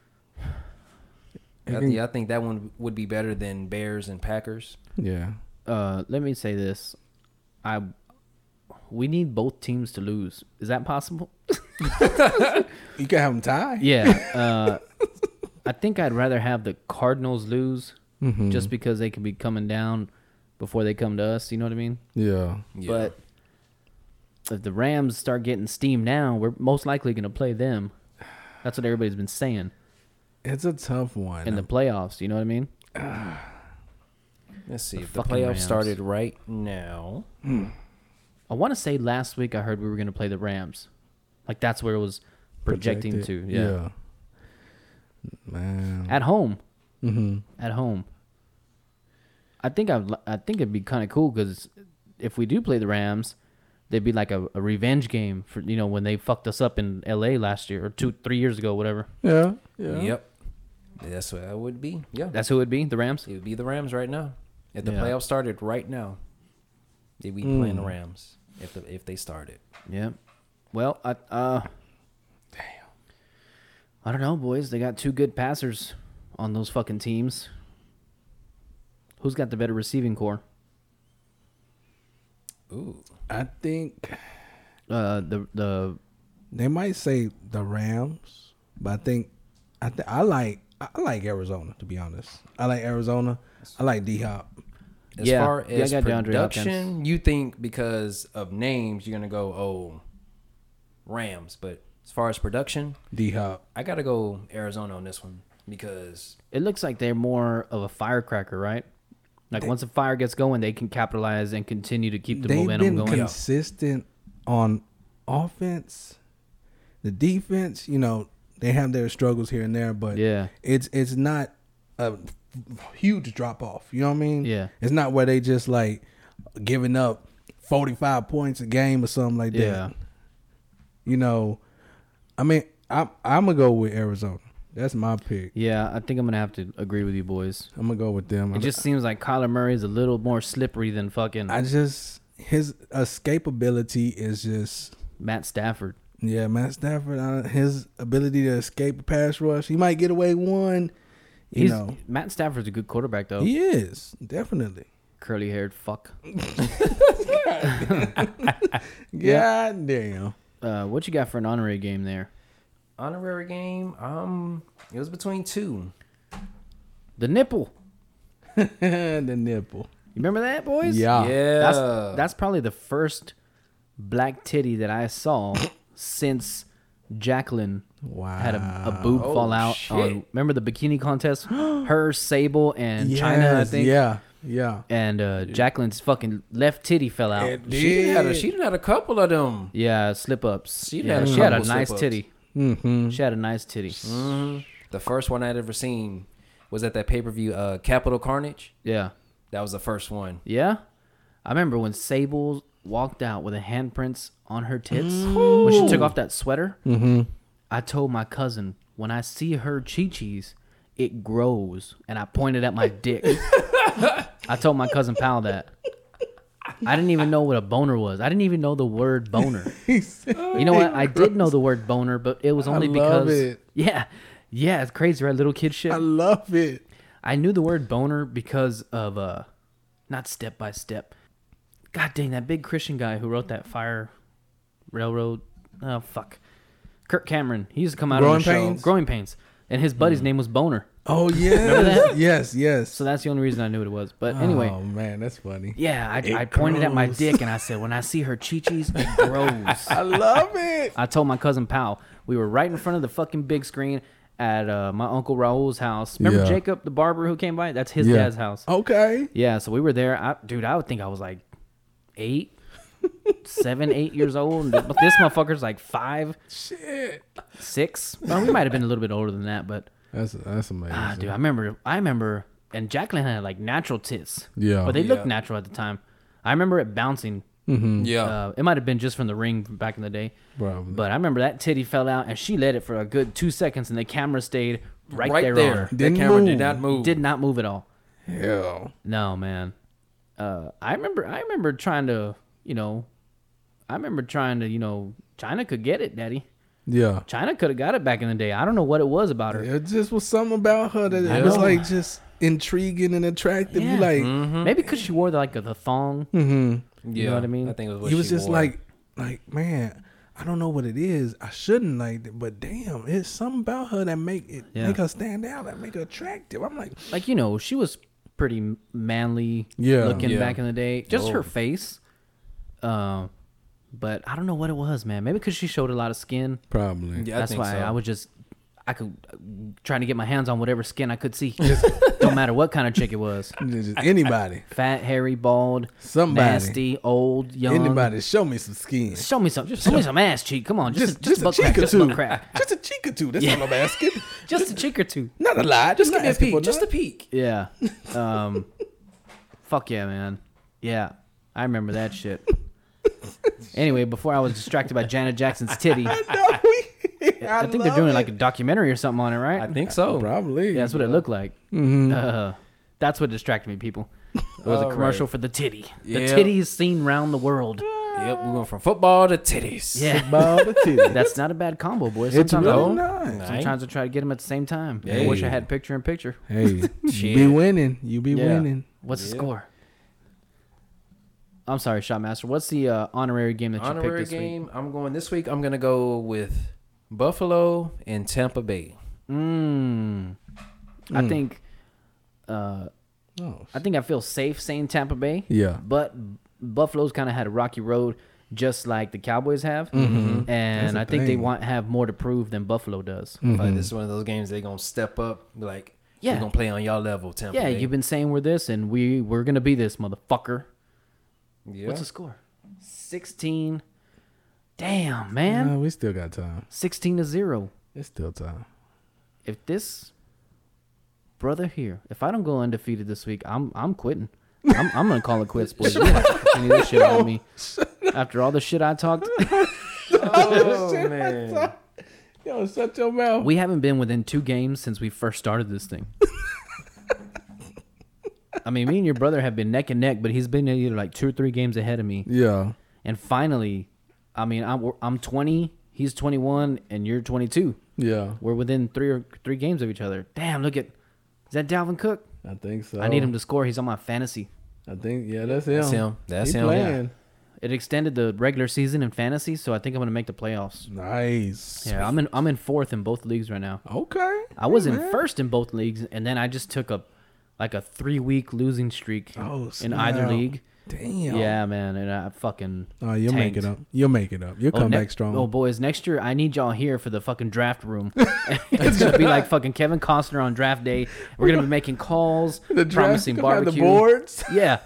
Speaker 4: I,
Speaker 6: can-
Speaker 4: thi- I think that one would be better than Bears and Packers.
Speaker 6: Yeah.
Speaker 2: Uh, let me say this. I we need both teams to lose. Is that possible?
Speaker 6: You can have them tie.
Speaker 2: Yeah. Uh, I think I'd rather have the Cardinals lose
Speaker 4: Mm-hmm.
Speaker 2: just because they could be coming down before they come to us. You know what I mean?
Speaker 6: Yeah.
Speaker 2: But if the Rams start getting steam now, we're most likely going to play them. That's what everybody's been saying
Speaker 6: It's a tough one.
Speaker 2: in the playoffs. You know what I mean?
Speaker 4: Let's see if the
Speaker 2: fucking
Speaker 4: playoffs
Speaker 2: Rams.
Speaker 4: started right now.
Speaker 2: I want to say last week I heard we were going to play the Rams. Like that's where it was projecting
Speaker 6: Projected.
Speaker 2: to. Yeah.
Speaker 6: Man.
Speaker 2: At home. Mm-hmm. At home. I think I I think it'd be kind of cool because if we do play the Rams, they'd be like a, a revenge game for you know when they fucked us up in L.A. last year or two three years ago whatever.
Speaker 6: Yeah. Yeah.
Speaker 4: Yep, that's what I would be. Yeah,
Speaker 2: That's who it'd be the Rams.
Speaker 4: it would be the Rams right now. If the
Speaker 2: Yeah. Hmm.
Speaker 4: playoffs started right now, they'd be playing the Rams. If the if they started,
Speaker 2: Yeah. Well, I uh damn. I don't know, boys. They got two good passers on those fucking teams. Who's got the better receiving core?
Speaker 4: ooh,
Speaker 6: I think
Speaker 2: Uh the the
Speaker 6: they might say the Rams, but I think I th- I like I like Arizona to be honest. I like Arizona. I like D Hop.
Speaker 4: as
Speaker 2: Yeah.
Speaker 4: far
Speaker 2: Yeah, I
Speaker 4: as
Speaker 2: got DeAndre
Speaker 4: production,
Speaker 2: Hopkins.
Speaker 4: you think because of names you're gonna go oh Rams, but as far as production,
Speaker 6: D Hop.
Speaker 4: I gotta go Arizona on this one because
Speaker 2: it looks like they're more of a firecracker, right? Like once a fire gets going, they can capitalize and continue to keep the
Speaker 6: They've
Speaker 2: momentum
Speaker 6: been
Speaker 2: going.
Speaker 6: consistent on offense. The defense, you know, they have their struggles here and there, but
Speaker 2: Yeah.
Speaker 6: it's it's not a huge drop off. You know what I mean?
Speaker 2: Yeah.
Speaker 6: it's not where they just like giving up forty five points a game or something like that.
Speaker 2: Yeah.
Speaker 6: you know, I mean, I'm I'm gonna go with Arizona. That's my pick.
Speaker 2: Yeah, I think I'm gonna have to agree with you boys.
Speaker 6: I'm gonna go with them.
Speaker 2: It just seems like Kyler Murray is a little more slippery than fucking
Speaker 6: I just his escapability is just
Speaker 2: Matt Stafford.
Speaker 6: yeah. Matt Stafford, uh, his ability to escape a pass rush, he might get away one. You
Speaker 2: He's Oh.
Speaker 6: know,
Speaker 2: Matt Stafford's a good quarterback though.
Speaker 6: he is definitely.
Speaker 2: Curly haired fuck.
Speaker 6: God damn.
Speaker 2: Uh, what you got for an honorary game there?
Speaker 4: honorary game. Um, it was between two.
Speaker 2: The nipple.
Speaker 6: the nipple.
Speaker 2: You remember that, boys?
Speaker 6: Yeah.
Speaker 4: yeah,
Speaker 2: That's that's probably the first black titty that I saw since Jacqueline
Speaker 6: Wow.
Speaker 2: had a, a boob
Speaker 4: Oh,
Speaker 2: fall out. On,
Speaker 4: shit.
Speaker 2: remember the bikini contest? Her, Sable, and China, I
Speaker 6: Yes,
Speaker 2: think.
Speaker 6: Yeah. Yeah.
Speaker 2: And uh, Jacqueline's fucking left titty fell out.
Speaker 6: It
Speaker 4: she done had a,
Speaker 6: did.
Speaker 4: she done had a couple of them.
Speaker 2: yeah, slip ups.
Speaker 4: She
Speaker 2: yeah,
Speaker 4: had a
Speaker 2: she had a
Speaker 4: couple
Speaker 2: nice
Speaker 4: slip-ups. Mm.
Speaker 2: titty.
Speaker 6: Mm-hmm.
Speaker 2: She had a nice titty.
Speaker 4: The first one I'd ever seen was at that pay per view, uh, Capital Carnage.
Speaker 2: Yeah.
Speaker 4: That was the first one.
Speaker 2: Yeah. I remember when Sable walked out with the handprints on her tits when she took off that sweater. Mm-hmm. I told my cousin when I see her chi chis, it grows, and I pointed at my dick. I told my cousin Pal that. I didn't even know what a boner was. I didn't even know the word boner. You know what? I did know the word boner, but it was only
Speaker 6: love
Speaker 2: because
Speaker 6: it.
Speaker 2: yeah, yeah, it's crazy, right? Little kid shit.
Speaker 6: I love it.
Speaker 2: I knew the word boner because of uh not step by step. God dang that big Christian guy who wrote that fire railroad oh fuck. Kirk Cameron. He used to come out on
Speaker 6: Growing
Speaker 2: the show
Speaker 6: Pains? Hmm.
Speaker 2: Growing Pains. And his buddy's name was Boner.
Speaker 6: Oh yes,
Speaker 2: that?
Speaker 6: yes, yes.
Speaker 2: So that's the only reason I knew what it was. But anyway,
Speaker 6: oh man, that's funny.
Speaker 2: yeah, I, I pointed at my dick and I said, when I see her chichis, it grows.
Speaker 6: I love it.
Speaker 2: I told my cousin Pal, we were right in front of the fucking big screen at uh, my uncle Raul's house. Remember
Speaker 6: Yeah.
Speaker 2: Jacob, the barber who came by? That's his dad's house.
Speaker 6: Okay.
Speaker 2: Yeah, so we were there. I, dude, I would think I was like eight, seven, eight years old. And th- this motherfucker's like five,
Speaker 6: Shit.
Speaker 2: six. Well, we might have been a little bit older than that, but
Speaker 6: That's that's amazing.
Speaker 2: ah, dude, I remember. I remember. and Jacqueline had like natural tits.
Speaker 6: Yeah.
Speaker 2: but they looked
Speaker 4: Yeah.
Speaker 2: natural at the time. I remember it bouncing.
Speaker 4: Yeah.
Speaker 2: Uh, it might have been just from the ring from back in the day.
Speaker 6: Probably.
Speaker 2: But I remember that titty fell out and she let it for a good two seconds and the camera stayed right, there, on her.
Speaker 4: That
Speaker 3: Didn't
Speaker 4: camera
Speaker 3: move.
Speaker 4: did not move.
Speaker 2: Did not move at all.
Speaker 3: Hell.
Speaker 2: No, man. Uh, I remember. I remember trying to. You know, I remember trying to. You know, China could get it, Daddy.
Speaker 6: yeah.
Speaker 2: China could have got it back in the day. I don't know what it was about her.
Speaker 3: It just was something about her that it was
Speaker 2: know.
Speaker 3: like just intriguing and attractive.
Speaker 2: Yeah.
Speaker 3: You like
Speaker 4: Mm-hmm.
Speaker 2: Mm-hmm. Maybe because she wore the, like the thong.
Speaker 4: yeah.
Speaker 2: know what I mean?
Speaker 4: I think it was what
Speaker 3: you was
Speaker 4: she
Speaker 3: just
Speaker 4: wore.
Speaker 3: like like man, I don't know what it is. I shouldn't like it, but damn, it's something about her that make it
Speaker 2: Yeah.
Speaker 3: make her stand out, that make her attractive. I'm like,
Speaker 2: Like you know, she was pretty manly.
Speaker 6: Yeah.
Speaker 2: looking
Speaker 4: Yeah. Oh.
Speaker 2: back in the day. Just her face. Um, but I don't know what it was, man. Maybe because she showed a lot of skin.
Speaker 6: Probably.
Speaker 4: Yeah,
Speaker 2: That's
Speaker 4: I think
Speaker 2: why
Speaker 4: so.
Speaker 2: I was just I could uh, trying to get my hands on whatever skin I could see. Don't matter what kind of chick it was.
Speaker 3: just anybody,
Speaker 2: Fat, hairy, bald,
Speaker 3: Somebody.
Speaker 2: nasty, old, young.
Speaker 3: anybody, show me some skin.
Speaker 2: Show me some. Show me some ass cheek. Come on,
Speaker 3: Just,
Speaker 2: just just,
Speaker 3: just,
Speaker 2: a butt
Speaker 3: a
Speaker 2: crack,
Speaker 3: cheek or
Speaker 2: just a butt
Speaker 3: two.
Speaker 2: crack.
Speaker 3: Just a cheek or two. That's all I'm asking.
Speaker 2: Just a cheek or two.
Speaker 3: Not a lot. Just
Speaker 4: Give me a peek, just a peek.
Speaker 2: Yeah. Um. fuck yeah, man. Yeah, I remember that shit. Anyway, before I was distracted by Janet Jackson's titty, I,
Speaker 3: I,
Speaker 2: think they're doing like a documentary or something on it, right?
Speaker 4: I think so.
Speaker 3: probably.
Speaker 2: Yeah, that's what it looked like. Uh, that's what distracted me, people. It was a
Speaker 4: All
Speaker 2: commercial for the titty. The
Speaker 4: Yeah.
Speaker 2: titty is seen round the world.
Speaker 4: Yep, we went from football to titties.
Speaker 2: Yeah,
Speaker 3: Ball to titty.
Speaker 2: that's not a bad combo, boy. Sometimes,
Speaker 3: really
Speaker 2: I,
Speaker 3: not.
Speaker 2: sometimes I try to get them at the same time. I wish I had picture in picture.
Speaker 3: Hey, you be winning. You be winning.
Speaker 2: What's the score? I'm sorry, Shotmaster. What's the uh, honorary game that you
Speaker 4: Honorary
Speaker 2: picked this week?
Speaker 4: game. I'm going this week. I'm gonna go with Buffalo and Tampa Bay.
Speaker 2: Mm.
Speaker 3: Hmm.
Speaker 2: I think. Uh,
Speaker 3: Oh,
Speaker 2: I think I feel safe saying Tampa Bay.
Speaker 6: Yeah.
Speaker 2: But Buffalo's kind of had a rocky road, just like the Cowboys have,
Speaker 4: Mm-hmm.
Speaker 2: and
Speaker 3: Mm-hmm. the
Speaker 2: I think they
Speaker 3: thing. Mm.
Speaker 2: want have more to prove than Buffalo does.
Speaker 4: Like, this is one of those games they're gonna step up. Be like,
Speaker 2: Mm-hmm. Yeah.
Speaker 4: we're gonna play on y'all level, Tampa.
Speaker 2: Yeah,
Speaker 4: Bay.
Speaker 2: you've been saying we're this, and we we're gonna be this, motherfucker.
Speaker 4: Yeah.
Speaker 2: What's the score? Sixteen. Damn, man.
Speaker 6: Nah, we still got time.
Speaker 2: Sixteen to zero.
Speaker 6: It's still time.
Speaker 2: If this brother here, if I don't go undefeated this week, I'm I'm quitting. I'm, I'm gonna call it quits, boys. You don't have to continue this shit on me. After all the shit I talked,
Speaker 4: oh man,
Speaker 3: Yo, shut your mouth.
Speaker 2: We haven't been within two games since we first started this thing. I mean, me and your brother have been neck and neck, but he's been either like two or three games ahead of me.
Speaker 6: Yeah.
Speaker 2: And finally, I mean, I'm I'm 20, he's 21, and you're 22.
Speaker 6: Yeah.
Speaker 2: We're within three or three games of each other. Damn, look at is that Dalvin Cook?
Speaker 6: I think so.
Speaker 2: I
Speaker 3: Oh.
Speaker 2: need him to score. He's on my fantasy.
Speaker 6: I think yeah, that's him.
Speaker 4: that's him. That's
Speaker 6: he
Speaker 4: him.
Speaker 6: Playing.
Speaker 2: It extended the regular season in fantasy, so I think I'm gonna make the playoffs.
Speaker 6: Nice.
Speaker 2: Yeah, I'm in I'm in fourth in both leagues right now.
Speaker 6: Okay.
Speaker 2: I was in first in both leagues, and then I just took a like a three week losing streak
Speaker 3: Oh,
Speaker 2: in either
Speaker 3: snap.
Speaker 2: league.
Speaker 3: Damn.
Speaker 2: Yeah, man, and I fucking.
Speaker 3: Oh, you'll make it
Speaker 2: tanked.
Speaker 3: up. You'll make it up. You'll
Speaker 2: Oh,
Speaker 3: come
Speaker 2: ne-
Speaker 3: back strong.
Speaker 2: Oh, boys, next year I need y'all here for the fucking draft room. it's gonna be like fucking Kevin Costner on draft day. We're gonna be making calls,
Speaker 3: the draft,
Speaker 2: promising
Speaker 3: come out
Speaker 2: barbecue.
Speaker 3: The boards.
Speaker 2: Yeah.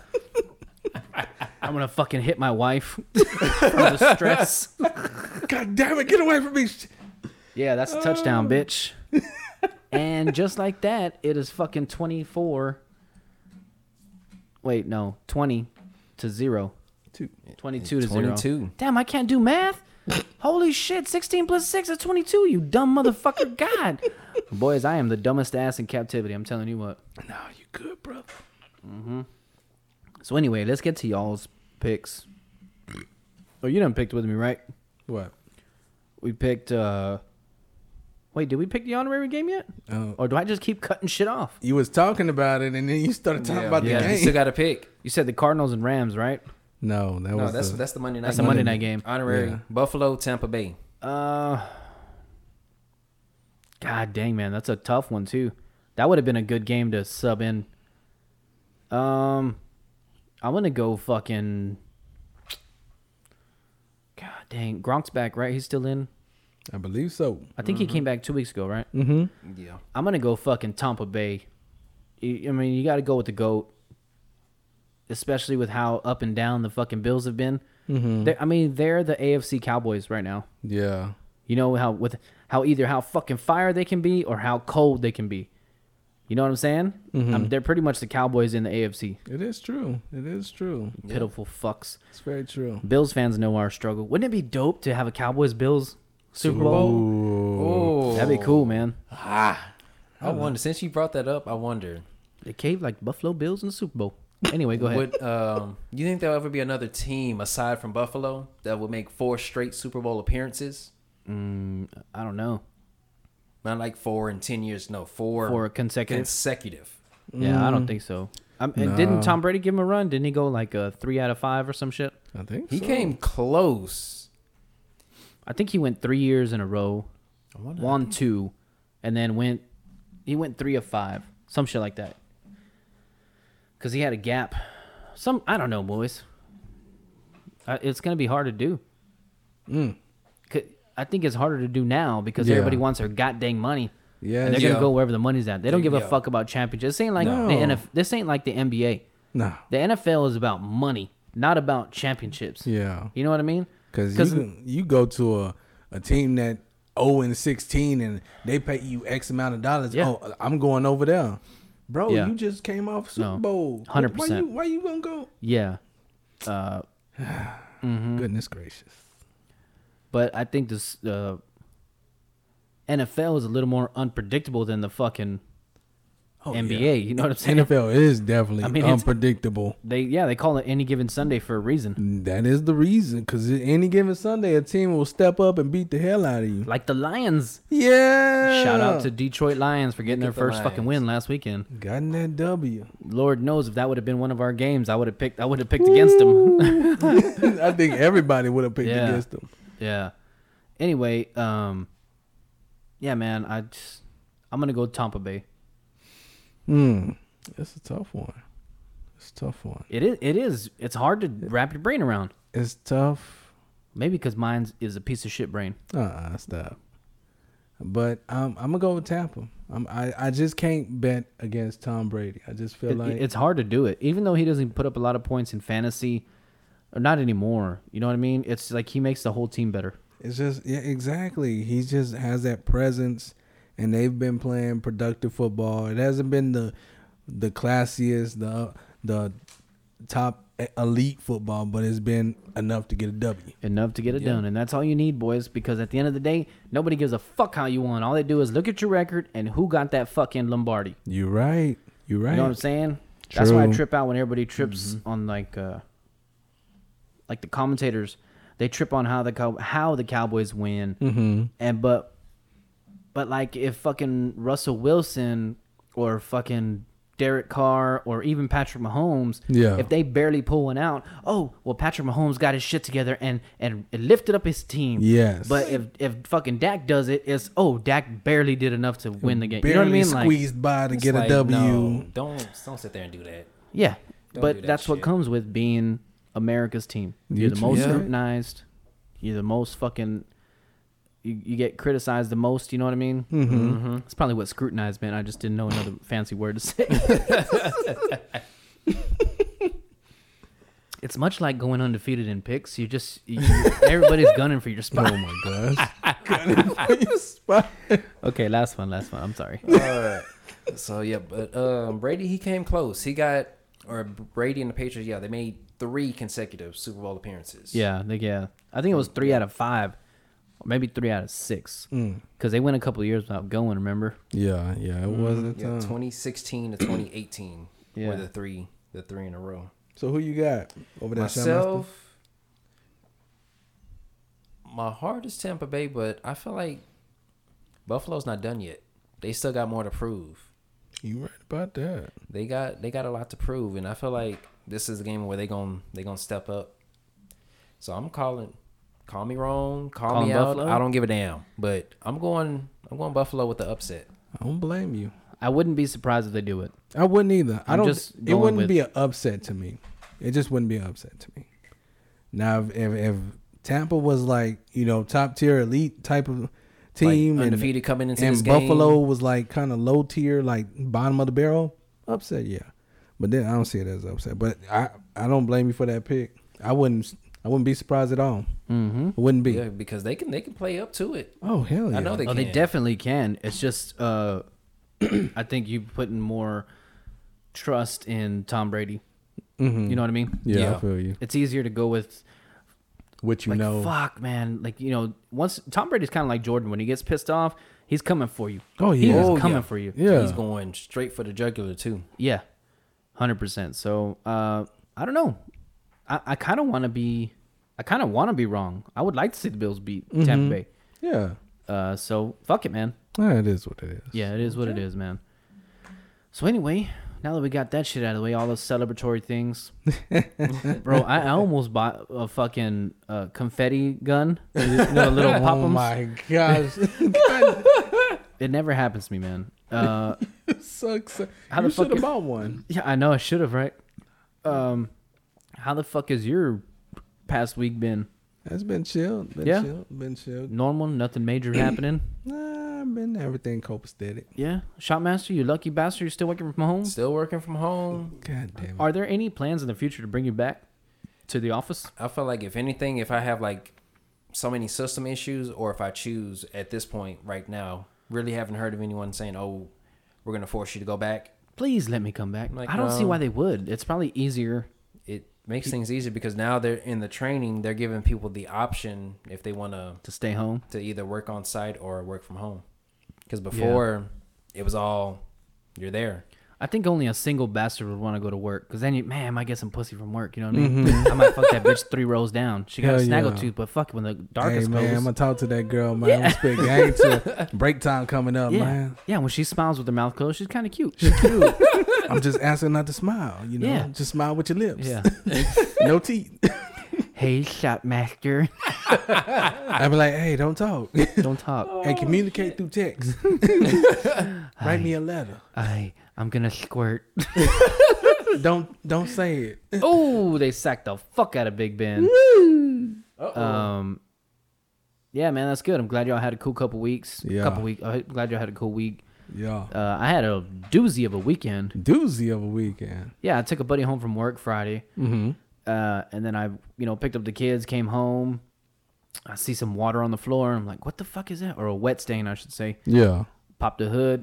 Speaker 2: I'm gonna fucking hit my wife from the stress.
Speaker 3: God damn it! Get away from me.
Speaker 2: Yeah, that's a touchdown, bitch. and just like that, it is fucking 24. Wait, no, 20 to 0.
Speaker 3: Two.
Speaker 2: 22 to 0.
Speaker 4: 22.
Speaker 2: Damn, I can't do math. Holy shit, 16 plus 6 is 22, you dumb motherfucker. God. Boys, I am the dumbest ass in captivity. I'm telling you what.
Speaker 3: No, you good, brother.
Speaker 2: So, anyway, let's get to y'all's picks. Oh, you done picked with me, right?
Speaker 3: What?
Speaker 2: We picked, uh. Wait, did we pick the honorary game yet?
Speaker 3: Oh.
Speaker 2: Or do I just keep cutting shit off?
Speaker 3: You was talking about it, and then you started talking about the
Speaker 4: Yeah, you
Speaker 3: game.
Speaker 4: still got to pick.
Speaker 2: You said the Cardinals and Rams, right?
Speaker 3: no, that
Speaker 4: No,
Speaker 3: was
Speaker 4: that's
Speaker 3: the-
Speaker 4: that's the Monday night.
Speaker 2: That's a Monday night game.
Speaker 4: Honorary
Speaker 3: Yeah.
Speaker 4: Buffalo, Tampa Bay.
Speaker 2: Uh, God dang, man, that's a tough one too. That would have been a good game to sub in. Um, I'm gonna go fucking. God dang, Gronk's back, right? He's still in.
Speaker 3: I believe so.
Speaker 2: I think he came back two weeks ago, right?
Speaker 4: Yeah.
Speaker 2: I'm gonna go fucking Tampa Bay. You- I mean, you got to go with the goat, especially with how up and down the fucking Bills have been. They're- I mean, they're the AFC Cowboys right now.
Speaker 6: Yeah.
Speaker 2: You know how with how either how fucking fire they can be or how cold they can be. You know what I'm saying? Um, they're pretty much the Cowboys in the AFC.
Speaker 6: It is true. It is true.
Speaker 2: Pitiful fucks.
Speaker 6: It's very true.
Speaker 2: Bills fans know our struggle. Wouldn't it be dope to have a Cowboys Bills Super Bowl?
Speaker 4: Oh,
Speaker 2: That'd be cool, man.
Speaker 4: I wonder. Since you brought that up, I wonder.
Speaker 2: They caved like Buffalo Bills in the Super Bowl. Anyway, go ahead.
Speaker 4: Would um, you think there'll ever be another team aside from Buffalo that would make four straight Super Bowl appearances?
Speaker 2: I don't know.
Speaker 4: Not like four in ten years. No, four
Speaker 2: For consecutive.
Speaker 4: consecutive.
Speaker 2: Yeah, I don't think so. Um, and Didn't Tom Brady give him a run? Didn't he go like a three out of five or some shit?
Speaker 6: I think
Speaker 4: He
Speaker 6: so.
Speaker 4: came close.
Speaker 2: I think he went three years in a row, won two, and then went he went three of five, some shit like that. Cause he had a gap. Some I don't know, boys. I, it's gonna be hard to do. Mm. I think it's harder to do now because
Speaker 6: Yeah.
Speaker 2: everybody wants their goddamn money.
Speaker 6: Yeah,
Speaker 2: and they're
Speaker 4: yeah.
Speaker 2: gonna go wherever the money's at. They don't give
Speaker 4: Yeah.
Speaker 2: a fuck about championships. This ain't like the
Speaker 6: No.
Speaker 2: NF, this ain't like the NBA.
Speaker 6: Nah.
Speaker 2: The NFL is about money, not about championships.
Speaker 6: Yeah.
Speaker 2: You know what I mean?
Speaker 6: Because you, can- you go to a, a team that 0 and 16 and they pay you X amount of dollars.
Speaker 2: Yeah.
Speaker 6: Oh, I'm going over there. Bro,
Speaker 2: Yeah.
Speaker 6: you just came off Super
Speaker 2: No.
Speaker 6: Bowl.
Speaker 2: 100%.
Speaker 6: Why you, why you going to go?
Speaker 2: yeah. Uh,
Speaker 6: Goodness gracious.
Speaker 2: but I think this uh, NFL is a little more unpredictable than the fucking
Speaker 6: Oh,
Speaker 4: Oh,
Speaker 2: NBA. You know what I'm saying?
Speaker 6: NFL is definitely
Speaker 2: I mean, it's-
Speaker 6: unpredictable.
Speaker 2: They yeah they call it any given Sunday for a reason.
Speaker 6: That is the reason. Because any given Sunday, a team will step up and beat the hell out of you.
Speaker 2: Like the Lions.
Speaker 6: Yeah.
Speaker 2: Shout out to Detroit Lions for getting their
Speaker 4: at the
Speaker 2: first fucking
Speaker 4: Lions.
Speaker 2: win last weekend.
Speaker 6: Gotten that W.
Speaker 2: Lord knows if that would have been one of our games, I would have picked. I would have picked against them.
Speaker 6: I think everybody would have picked
Speaker 2: Yeah.
Speaker 6: against them.
Speaker 2: yeah. Anyway, um, yeah, man, I just, I'm gonna go Tampa Bay.
Speaker 6: Hmm. That's a tough one. It's a tough one.
Speaker 2: It is. It is. It's hard to wrap your brain around.
Speaker 6: It's tough.
Speaker 2: Maybe because mine is a piece of shit brain.
Speaker 6: Uh-uh, stop. But um, I'm gonna go with Tampa. I'm, I I just can't bet against Tom Brady. I just feel
Speaker 2: It-
Speaker 6: like
Speaker 2: it's hard to do it, even though he doesn't put up a lot of points in fantasy, or not anymore. You know what I mean? It's like he makes the whole team better.
Speaker 6: it's just yeah exactly. He just has that presence, and they've been playing productive football. It hasn't been the the classiest, the the top e, elite football, but it's been enough to get a W.
Speaker 2: Enough to get it done, and that's all you need, boys. Because at the end of the day, nobody gives a fuck how you won. All they do is look at your record and who got that fucking Lombardi.
Speaker 6: You're right. You're right.
Speaker 2: You know what I'm saying? That's why I
Speaker 6: True. Mm-hmm.
Speaker 2: trip out when everybody trips on like, uh, like the commentators. They trip on how the cow- how the Cowboys win, mm-hmm. and but, but like if fucking Russell Wilson or fucking Derek Carr or even Patrick Mahomes,
Speaker 6: Yeah.
Speaker 2: if they barely pull one out, oh well, Patrick Mahomes got his shit together and and lifted up his team.
Speaker 6: Yes.
Speaker 2: but if if fucking Dak does it, it's oh Dak barely did enough to win the game.
Speaker 6: Barely
Speaker 2: you know what I mean? Like,
Speaker 6: squeezed by to
Speaker 4: It's
Speaker 6: get a
Speaker 4: like,
Speaker 6: W.
Speaker 4: no, don't don't sit there and do that.
Speaker 2: Yeah,
Speaker 4: Don't do
Speaker 2: but
Speaker 4: that
Speaker 2: that's what
Speaker 4: shit.
Speaker 2: comes with being America's team. You're the
Speaker 6: too.
Speaker 2: most
Speaker 6: Yeah.
Speaker 2: scrutinized. You're the most fucking. You, you get criticized the most. You know what I mean? Mm-hmm. That's probably what scrutinized meant. I just didn't know another fancy word to say. it's much like going undefeated in picks. You just you, everybody's gunning for your spot.
Speaker 6: Oh my gosh.
Speaker 2: Okay, last one, last one. I'm sorry.
Speaker 4: So yeah, but um, Brady he came close. He got or Brady and the Patriots. Yeah, they made three consecutive Super Bowl appearances.
Speaker 2: Yeah, they, yeah. I think it was three out of five, or maybe three out of six,
Speaker 6: Mm.
Speaker 2: because they went a couple of years without going. Remember?
Speaker 6: Yeah, yeah, it
Speaker 2: Mm,
Speaker 6: wasn't.
Speaker 4: yeah. 2016 to 2018
Speaker 2: Yeah.
Speaker 4: were the three the three in a row.
Speaker 6: So who you got over there? Sean Astin?
Speaker 4: Myself, my heart is Tampa Bay, but I feel like Buffalo's not done yet. They still got more to prove.
Speaker 6: You right about that.
Speaker 4: They got they got a lot to prove, and I feel like this is a game where they gon' they gonna step up. So I'm calling, call me wrong, call
Speaker 2: Calling
Speaker 4: me out.
Speaker 2: Buffalo?
Speaker 4: I don't give a damn, but I'm going I'm going Buffalo with the upset.
Speaker 6: I don't blame you.
Speaker 2: I wouldn't be surprised if they do it.
Speaker 6: I wouldn't either. I
Speaker 2: I'm
Speaker 6: don't.
Speaker 2: just
Speaker 6: it
Speaker 2: going
Speaker 6: wouldn't
Speaker 2: with-
Speaker 6: be an upset to me. It just wouldn't be an upset to me. Now, if if, if Tampa was like you know top tier elite type of team and-
Speaker 4: undefeated coming into
Speaker 6: and
Speaker 4: this game.
Speaker 6: Buffalo was like kind of low tier, like bottom of the barrel, upset, yeah. But then I don't see it as upset. But I I don't blame you for that pick. I wouldn't I wouldn't be surprised at all. Mm-hmm. I wouldn't be.
Speaker 4: Yeah, because they can they can play up to it.
Speaker 6: Oh hell yeah!
Speaker 4: I know they
Speaker 2: Oh,
Speaker 4: can.
Speaker 2: they definitely can. It's just uh, I think you putting more trust in Tom Brady. You know what I mean?
Speaker 6: Yeah, I
Speaker 4: Mm-hmm. Yeah.
Speaker 6: feel you.
Speaker 2: It's easier to go with
Speaker 6: What you
Speaker 2: like
Speaker 6: know?
Speaker 2: fuck, man. Like you know, once Tom Brady's kind of like Jordan. When he gets pissed off, he's coming for you.
Speaker 6: Oh,
Speaker 2: He
Speaker 6: yeah.
Speaker 2: is
Speaker 6: Oh,
Speaker 2: coming
Speaker 4: yeah.
Speaker 2: for you.
Speaker 6: Yeah.
Speaker 4: He's going straight for the jugular too.
Speaker 2: Yeah, hundred percent. So uh, I don't know. I, I kind of want to be. I kind of want to be wrong. I would like to see the Bills beat
Speaker 4: Mm-hmm.
Speaker 2: Tampa Bay.
Speaker 6: yeah.
Speaker 2: Uh, so fuck it, man.
Speaker 6: Ah, it is what it is.
Speaker 2: Yeah, it is what it is, man. So anyway, now that we got that shit out of the way, all those celebratory things, bro. I, I almost bought a fucking uh, confetti gun, you know, little pop
Speaker 6: Oh my gosh,
Speaker 2: It never happens to me, man. Uh,
Speaker 6: sucks.
Speaker 2: How
Speaker 6: you
Speaker 2: the fuck
Speaker 6: should have
Speaker 2: is-
Speaker 6: bought one.
Speaker 2: yeah, I know I should have, right? Um, how the fuck has your past week been?
Speaker 6: That's been chilled. Been
Speaker 2: Yeah.
Speaker 6: chilled. Been chilled.
Speaker 2: normal, nothing major happening.
Speaker 6: Nah, been everything copacetic.
Speaker 2: Yeah. Shotmaster, you lucky bastard, you're still working from home.
Speaker 4: Still working from home.
Speaker 6: God damn it.
Speaker 2: Are there any plans in the future to bring you back to the office?
Speaker 4: I feel like if anything, if I have like so many system issues, or if I choose at this point right now, really haven't heard of anyone saying, "Oh, we're gonna force you to go back."
Speaker 2: Please let me come back.
Speaker 4: Like,
Speaker 2: I don't see
Speaker 4: um,
Speaker 2: why they would. It's probably easier.
Speaker 4: It makes things easier because now they're in the training. They're giving people the option if they want to
Speaker 2: To stay home,
Speaker 4: to either work on site or work from home. Because before it was all you're there.
Speaker 2: I think only a single bastard would want to go to work. Cause then, you, man, I might get some pussy from work. You know what I mean? I might fuck that bitch three rows down. She got a
Speaker 6: Mm-hmm. Hell yeah.
Speaker 2: snaggle tooth, but fuck it, when the
Speaker 6: Hey
Speaker 2: darkest
Speaker 6: man, I'm
Speaker 2: goes.
Speaker 6: gonna talk to that girl, man. I'm gonna spit gang to break time coming up,
Speaker 2: yeah,
Speaker 6: man.
Speaker 2: yeah. When she smiles with her mouth closed, she's kind of cute.
Speaker 6: Dude, I'm just asking not to smile, you know.
Speaker 2: Yeah.
Speaker 6: Just smile with your lips.
Speaker 2: yeah.
Speaker 6: no teeth.
Speaker 2: hey, shotmaster,
Speaker 6: I'd be like, hey, don't talk.
Speaker 2: don't talk.
Speaker 6: and communicate through text. Write me a letter.
Speaker 2: I, I'm gonna squirt.
Speaker 6: Don't don't say it.
Speaker 2: oh, they sacked the fuck out of Big Ben. Um, yeah, man, that's good. I'm glad y'all had a cool couple weeks.
Speaker 6: Yeah.
Speaker 2: Couple week. I'm glad y'all had a cool week.
Speaker 6: Yeah.
Speaker 2: Uh, I had a doozy of a weekend.
Speaker 6: Doozy of a weekend.
Speaker 2: Yeah, I took a buddy home from work Friday, mm-hmm. uh, and then I, you know, picked up the kids, came home. I see some water on the floor. I'm like, what the fuck is that? Or a wet stain, I should say.
Speaker 6: Yeah.
Speaker 2: Popped the hood,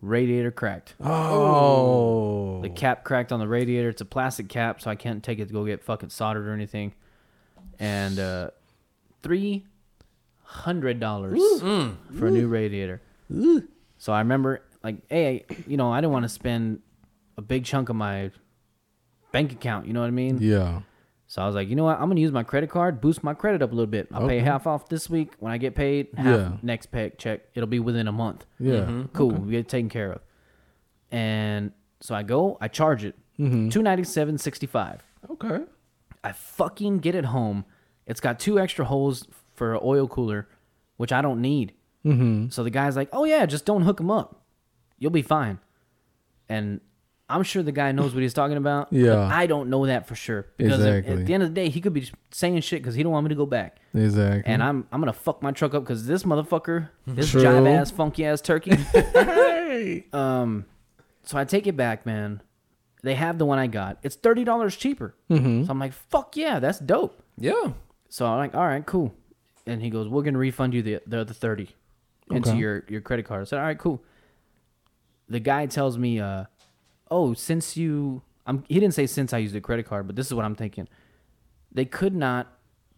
Speaker 2: radiator cracked.
Speaker 6: Oh.
Speaker 2: The cap cracked on the radiator. It's a plastic cap, so I can't take it to go get fucking soldered or anything. And uh, three hundred dollars for a new radiator. So I remember, like, hey, you know, I didn't want to spend a big chunk of my bank account. You know what I mean?
Speaker 6: Yeah.
Speaker 2: So I was like, you know what? I'm gonna use my credit card, boost my credit up a little bit. I'll pay half off this week when I get paid. Half
Speaker 6: Yeah.
Speaker 2: next pay check. It'll be within a month.
Speaker 6: Yeah.
Speaker 2: Cool. We get taken care of. And so I go, I charge it.
Speaker 6: Mm-hmm.
Speaker 2: Two ninety seven sixty five.
Speaker 6: Okay.
Speaker 2: I fucking get it home. It's got two extra holes for an oil cooler, which I don't need. Mm-hmm. So the guy's like, "Oh yeah, just don't hook them up. You'll be fine." And I'm sure the guy knows what he's talking about. but
Speaker 6: Yeah.
Speaker 2: I don't know that for sure because at- at,
Speaker 6: Exactly.
Speaker 2: the end of the day, he could be just saying shit because he don't want me to go back.
Speaker 6: Exactly.
Speaker 2: And I'm I'm gonna fuck my truck up because this motherfucker, this
Speaker 6: Mm-hmm. True.
Speaker 2: jive ass funky ass turkey.
Speaker 6: hey.
Speaker 2: Um, so I take it back, man. They have the one I got. It's thirty dollars cheaper. So I'm like, fuck yeah, that's dope.
Speaker 4: Yeah.
Speaker 2: So I'm like, all right, cool. And he goes, we're gonna refund you the the other thirty into your your credit card. I said, all right, cool. The guy tells me, uh, oh, since you, I'm he didn't say since I used a credit card, but this is what I'm thinking. They could not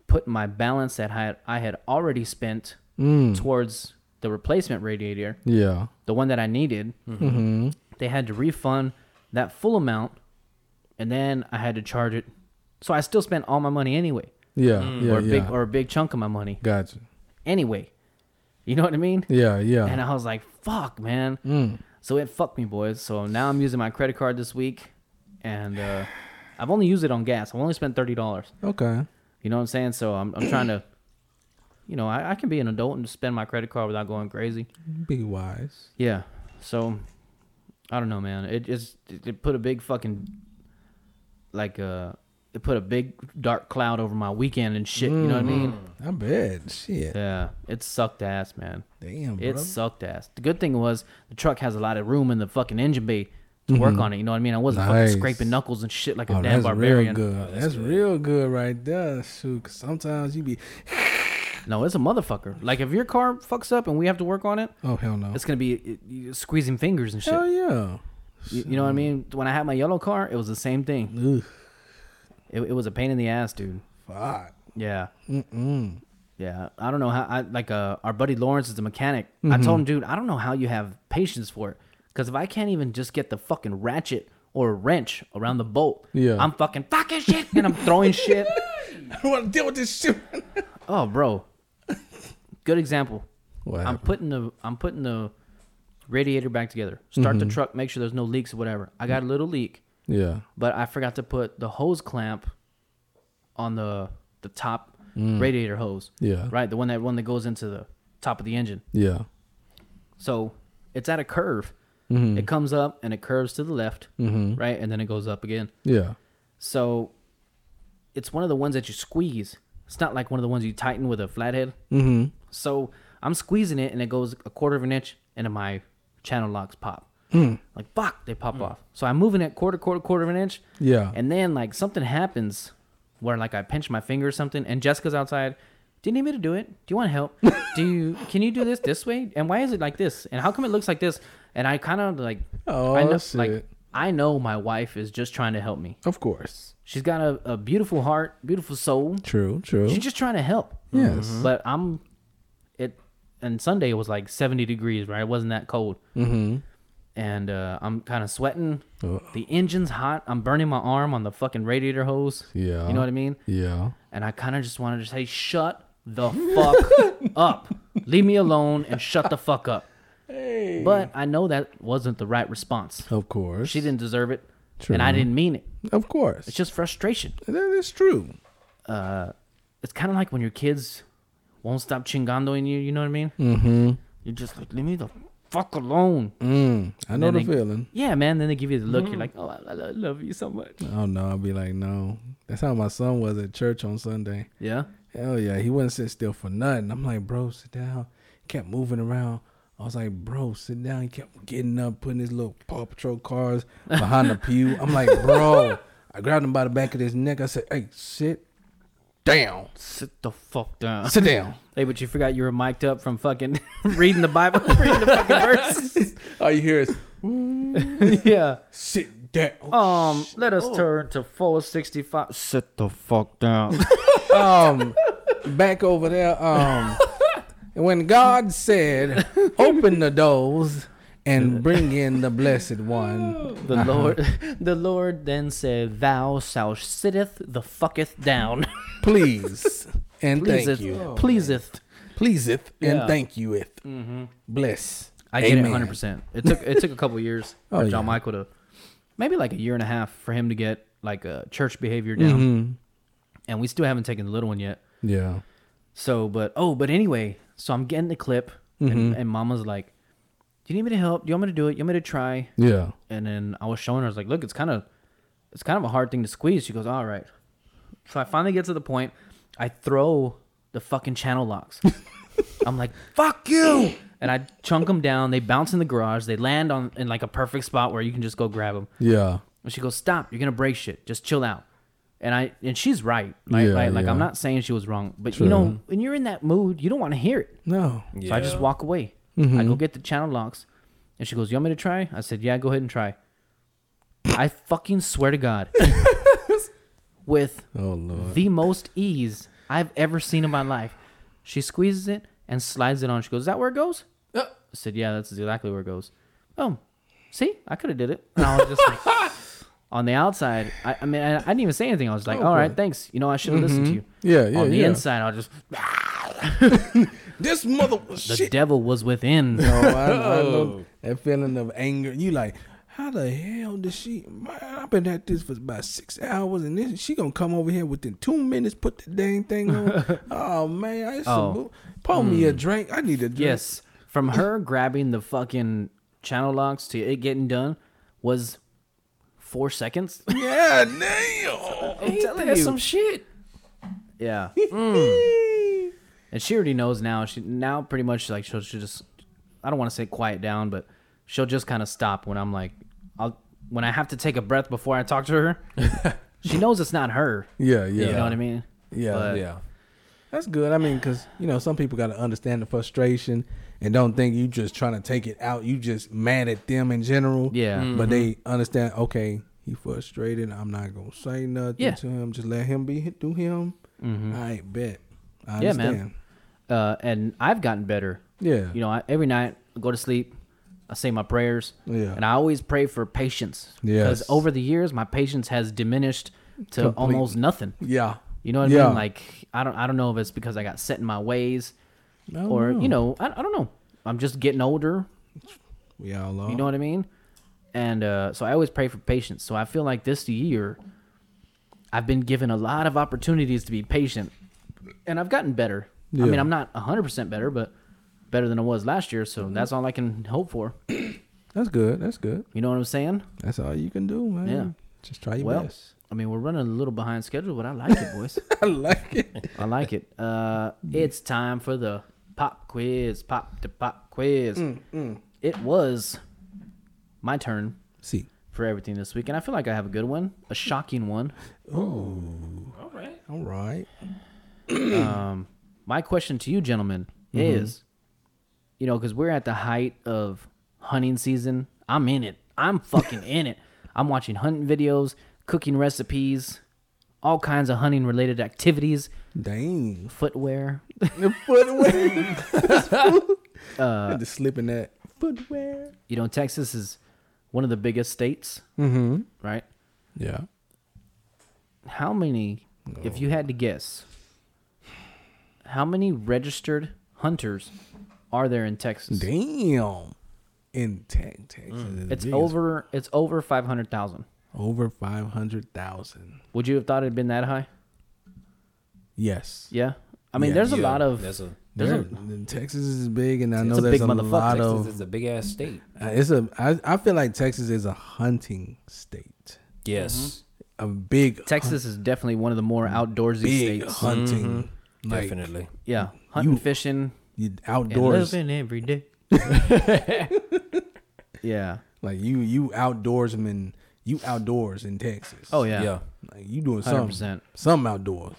Speaker 2: put my balance that I had, I had already spent towards the replacement radiator
Speaker 6: Yeah.
Speaker 2: the one that I needed, they had to refund that full amount, and then I had to charge it. So I still spent all my money anyway,
Speaker 6: Yeah. Yeah.
Speaker 2: Mm. or a
Speaker 6: yeah.
Speaker 2: big or a big chunk of my money
Speaker 6: gotcha.
Speaker 2: anyway. You know what I mean?
Speaker 6: Yeah. Mm. Yeah.
Speaker 2: And I was like, "Fuck, man!" So it fucked me, boys. So now I'm using my credit card this week, and uh, I've only used it on gas. I've only spent thirty dollars.
Speaker 6: okay.
Speaker 2: You know what I'm saying? So I'm I'm trying to, you know, I, I can be an adult and spend my credit card without going crazy.
Speaker 6: Be wise.
Speaker 2: Yeah. So I don't know, man. It just it, it put a big fucking like uh it put a big dark cloud over my weekend and shit, you know what I mean?
Speaker 6: I bet. Shit.
Speaker 2: Yeah. It sucked ass, man.
Speaker 6: Damn, bro.
Speaker 2: It sucked ass. The good thing was the truck has a lot of room in the fucking engine bay to work on it, you know what I mean? I wasn't
Speaker 6: Mm-hmm. Nice.
Speaker 2: fucking scraping knuckles and shit like a
Speaker 6: Oh,
Speaker 2: damn
Speaker 6: that's real
Speaker 2: barbarian.
Speaker 6: good. that's real good right there. Shoot, 'cause sometimes you be
Speaker 2: No, it's a motherfucker. Like if your car fucks up and we have to work on it,
Speaker 6: Oh hell no.
Speaker 2: it's gonna be it, you- squeezing fingers and shit.
Speaker 6: Hell yeah.
Speaker 2: You, you know what I mean? When I had my yellow car, it was the same thing.
Speaker 6: Ugh,
Speaker 2: It, it was a pain in the ass, dude.
Speaker 6: fuck.
Speaker 2: Yeah. Mm-mm. Yeah. I don't know how. I like uh, our buddy Lawrence is a mechanic. I
Speaker 6: Mm-hmm.
Speaker 2: told him, dude, I don't know how you have patience for it. Because if I can't even just get the fucking ratchet or a wrench around the bolt,
Speaker 6: Yeah.
Speaker 2: I'm fucking fucking shit and I'm throwing shit.
Speaker 6: I don't want to deal with this shit.
Speaker 2: Oh, bro. Good example.
Speaker 6: What
Speaker 2: I'm
Speaker 6: happened?
Speaker 2: putting the I'm putting the radiator back together. Start
Speaker 6: Mm-hmm.
Speaker 2: the truck, make sure there's no leaks or whatever. I got a little leak,
Speaker 6: yeah.
Speaker 2: but I forgot to put the hose clamp on the the top radiator hose.
Speaker 6: Yeah.
Speaker 2: Right, the one that one that goes into the top of the engine.
Speaker 6: Yeah.
Speaker 2: So it's at a curve. It comes up and it curves to the left, right, and then it goes up again.
Speaker 6: Yeah.
Speaker 2: So it's one of the ones that you squeeze. It's not like one of the ones you tighten with a flathead. Mm-hmm. So I'm squeezing it and it goes a quarter of an inch and then my channel locks pop.
Speaker 6: Hmm.
Speaker 2: Like fuck, they pop off. So I'm moving it quarter, quarter, quarter of an inch.
Speaker 6: Yeah.
Speaker 2: And then like something happens where like I pinch my finger or something and Jessica's outside. Do you need me to do it? Do you want help? do you can you do this this way? And why is it like this? And how come it looks like this? And I kind of like
Speaker 6: Oh,
Speaker 2: I know, like
Speaker 6: shit.
Speaker 2: I know my wife is just trying to help me.
Speaker 6: Of course.
Speaker 2: She's got a, a beautiful heart, beautiful soul.
Speaker 6: True. True.
Speaker 2: She's just trying to help.
Speaker 6: Yes.
Speaker 2: But I'm it and Sunday it was like 70 degrees, right? It wasn't that cold. Mm-hmm. And uh, I'm kind of sweating.
Speaker 6: Uh.
Speaker 2: The engine's hot. I'm burning my arm on the fucking radiator hose.
Speaker 6: Yeah.
Speaker 2: You know what I mean?
Speaker 6: yeah.
Speaker 2: And I kind of just wanted to say, shut the fuck up. Leave me alone and shut the fuck up. But I know that wasn't the right response.
Speaker 6: Of course.
Speaker 2: She didn't deserve it.
Speaker 6: True.
Speaker 2: And I didn't mean it.
Speaker 6: Of course.
Speaker 2: It's just frustration.
Speaker 6: that is true.
Speaker 2: it's kind of like when your kids won't stop chingandoing you. You know what I mean? Mm-hmm. You're just like, leave me the fuck alone.
Speaker 6: Mm. I know
Speaker 2: then
Speaker 6: the
Speaker 2: they-
Speaker 6: feeling.
Speaker 2: Yeah, man. Then they give you the look. You're like, oh, I, I lo- love you so much.
Speaker 6: Oh no, I'll be like, no. That's how my son was at church on Sunday.
Speaker 2: Yeah.
Speaker 6: Hell yeah, he wouldn't sit still for nothing. I'm like, bro, sit down. He kept moving around. I was like, bro, sit down. He kept getting up, putting his little Paw Patrol cars behind the pew. I'm like, bro. I grabbed him by the back of his neck. I said, hey, sit down.
Speaker 2: Sit the fuck down.
Speaker 6: Sit down.
Speaker 2: Hey, but you forgot you were mic'd up from fucking reading the Bible, reading the fucking
Speaker 6: All you hear is
Speaker 2: verse. yeah.
Speaker 6: sit down.
Speaker 2: Um, let us turn to 465. Sit the fuck down.
Speaker 6: um back over there um when god said open the doors and bring in the blessed one
Speaker 2: The Lord, the Lord then said, "Thou shalt sitteth the fucketh down."
Speaker 6: please and
Speaker 2: pleaseth,
Speaker 6: thank you
Speaker 2: pleaseth.
Speaker 6: pleaseth
Speaker 2: Oh. Yeah. Mm-hmm.
Speaker 6: and thank you it bless
Speaker 2: I get it
Speaker 6: Amen.
Speaker 2: 100. percent It took it took a couple years for
Speaker 6: Oh,
Speaker 2: John
Speaker 6: yeah.
Speaker 2: Michael to maybe like a year and a half for him to get like a church behavior down,
Speaker 6: Mm-hmm.
Speaker 2: and we still haven't taken the little one yet.
Speaker 6: yeah
Speaker 2: So, but oh, but anyway, so I'm getting the clip,
Speaker 6: Mm-hmm.
Speaker 2: and, and Mama's like, "Do you need me to help? Do you want me to do it? You want me to try?"
Speaker 6: yeah
Speaker 2: And then I was showing her, I was like, "Look, it's kind of it's kind of a hard thing to squeeze." She goes, "All right." So I finally get to the point. I throw the fucking channel locks. I'm like, fuck you. And I chunk them down. They bounce in the garage. They land on in like a perfect spot where you can just go grab them.
Speaker 6: yeah
Speaker 2: And she goes, stop. You're gonna break shit. Just chill out. And I and she's right. Like,
Speaker 6: Yeah,
Speaker 2: right? like I'm
Speaker 6: yeah.
Speaker 2: not saying she was wrong, but you know, when you're in that mood, you don't want to hear it.
Speaker 6: no
Speaker 2: So I just walk away. I
Speaker 6: Mm-hmm.
Speaker 2: go get the channel locks, and she goes, "You want me to try?" I said, "Yeah, go ahead and try." I fucking swear to God, with
Speaker 6: oh lord
Speaker 2: the most ease I've ever seen in my life. She squeezes it and slides it on. She goes, "Is that where it goes?" I said, "Yeah, that's exactly where it goes." Oh, see, I could have did it. And I was just like, on the outside. I, I mean, I, I didn't even say anything. I was like, "All right, thanks. You know, I should have listened to you."
Speaker 6: Oh, Mm-hmm. yeah yeah
Speaker 2: on the
Speaker 6: yeah
Speaker 2: inside, I was just
Speaker 6: this mother
Speaker 2: the
Speaker 6: shit
Speaker 2: devil was within.
Speaker 6: oh, I, I
Speaker 2: Oh.
Speaker 6: know that feeling of anger you like how the hell did she man i've been at this for about six hours and this she gonna come over here within two minutes put the dang thing on oh man i used
Speaker 2: Oh. Mm.
Speaker 6: to move. pour me a drink i need a drink
Speaker 2: Yes, from her grabbing the fucking channel locks to it getting done was four seconds.
Speaker 6: yeah damn
Speaker 2: I'm telling
Speaker 4: That's
Speaker 2: you.
Speaker 4: some shit.
Speaker 2: yeah, and she already knows now. She now pretty much like she'll, she'll just I don't want to say quiet down, but she'll just kind of stop when I'm like I'll when I have to take a breath before I talk to her. she knows it's not her.
Speaker 6: yeah yeah
Speaker 2: You know what I mean?
Speaker 6: yeah
Speaker 2: But-
Speaker 4: Yeah.
Speaker 6: That's good. I mean, because you know, some people got to understand the frustration and don't think you just trying to take it out. You just mad at them in general.
Speaker 2: Yeah.
Speaker 6: But they understand. Okay, he frustrated. I'm not gonna say nothing
Speaker 2: Yeah. Mm-hmm.
Speaker 6: to him. Just let him be. Do him. I bet. I
Speaker 2: Yeah,
Speaker 6: understand.
Speaker 2: man. Uh, and I've gotten better.
Speaker 6: Yeah.
Speaker 2: You know, I, every night I go to sleep, I say my prayers.
Speaker 6: Yeah.
Speaker 2: And I always pray for patience. Because
Speaker 6: Yes.
Speaker 2: over the years, my patience has diminished to almost nothing.
Speaker 6: Yeah.
Speaker 2: You know what I
Speaker 6: Yeah.
Speaker 2: mean? Like I don't I don't know if it's because I got set in my ways,
Speaker 6: don't
Speaker 2: or you know I, I don't know. I'm just getting older.
Speaker 6: We all are.
Speaker 2: You know what I mean? And uh, so I always pray for patience. So I feel like this year, I've been given a lot of opportunities to be patient, and I've gotten better. I mean,
Speaker 6: Yeah.
Speaker 2: I'm not 100 percent better, but better than I was last year. So that's all I can hope for.
Speaker 6: That's good. That's good.
Speaker 2: You know what I'm saying?
Speaker 6: That's all you can do, man.
Speaker 2: Yeah.
Speaker 6: Just try your
Speaker 2: Well,
Speaker 6: best.
Speaker 2: I mean, we're running a little behind schedule, but I like it, boys.
Speaker 6: I like it.
Speaker 2: I like it. Uh, it's time for the pop quiz. Pop the pop quiz. It was my turn
Speaker 6: See.
Speaker 2: for everything this week, and I feel like I have a good one, a shocking one.
Speaker 4: All right.
Speaker 6: All right.
Speaker 2: My question to you, gentlemen, is you know, because we're at the height of hunting season. I'm in it. I'm fucking in it. I'm watching hunting videos, cooking recipes, all kinds of hunting related activities,
Speaker 6: Dang.
Speaker 2: footwear.
Speaker 6: Footwear. uh, just slipping that footwear.
Speaker 2: you know, Texas is one of the biggest states, mm-hmm. right?
Speaker 6: Yeah.
Speaker 2: How many, if you had to guess, how many registered hunters are there in Texas?
Speaker 6: Damn. In Tex- Texas, is
Speaker 2: Mm. It's
Speaker 6: big as-
Speaker 2: over. It's over five hundred thousand.
Speaker 6: over five hundred thousand.
Speaker 2: Would you have thought it'd been that high?
Speaker 6: Yes.
Speaker 2: Yeah. I mean,
Speaker 6: Yeah,
Speaker 2: there's a
Speaker 4: yeah,
Speaker 2: lot of
Speaker 4: that's a-
Speaker 2: there's
Speaker 6: Yeah,
Speaker 2: a,
Speaker 6: and Texas is big, and I know
Speaker 2: a
Speaker 6: there's
Speaker 2: big
Speaker 6: a
Speaker 2: motherfucker.
Speaker 6: lot
Speaker 4: Texas
Speaker 6: of.
Speaker 4: is a big ass state.
Speaker 6: uh, It's a. I, I feel like Texas is a hunting state.
Speaker 4: Yes,
Speaker 6: A big,
Speaker 2: Texas is definitely one of the more outdoorsy
Speaker 6: big
Speaker 2: states.
Speaker 6: hunting. Like,
Speaker 4: Mm-hmm. definitely.
Speaker 2: yeah, hunting, fishing,
Speaker 6: you
Speaker 2: and
Speaker 6: outdoors.
Speaker 2: living every day. yeah.
Speaker 6: Like you, you outdoorsman. You outdoors in Texas.
Speaker 2: Oh
Speaker 4: Yeah.
Speaker 2: yeah. Yeah.
Speaker 6: Like you doing something.
Speaker 2: 100%.
Speaker 6: Some outdoors.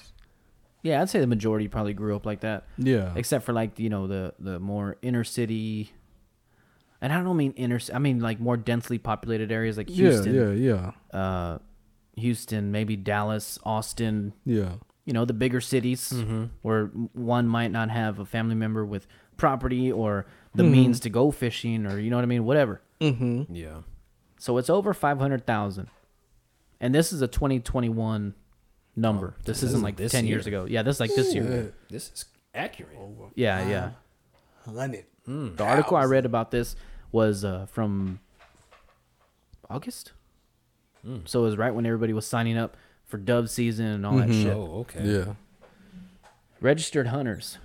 Speaker 2: Yeah, I'd say the majority probably grew up like that.
Speaker 6: Yeah.
Speaker 2: Except for like you know the the more inner city, and I don't mean inner. ci- I mean like more densely populated areas like Houston,
Speaker 6: Yeah, yeah,
Speaker 2: uh, Houston, maybe Dallas, Austin.
Speaker 6: yeah, yeah.
Speaker 2: You know the bigger cities where one might not have a family member with property or the means to go fishing or you know what I mean, whatever.
Speaker 4: Yeah,
Speaker 2: So it's over five hundred thousand, and this is a twenty twenty one number. this isn't like
Speaker 4: this
Speaker 2: ten years
Speaker 4: year.
Speaker 2: ago. Yeah, this is like this year.
Speaker 4: this is accurate.
Speaker 2: Yeah, yeah.
Speaker 6: Hundred.
Speaker 2: The article I read about this was uh, from August.
Speaker 4: Hmm.
Speaker 2: So it was right when everybody was signing up for dove season and all that shit.
Speaker 4: Oh, okay.
Speaker 6: Yeah.
Speaker 2: Registered hunters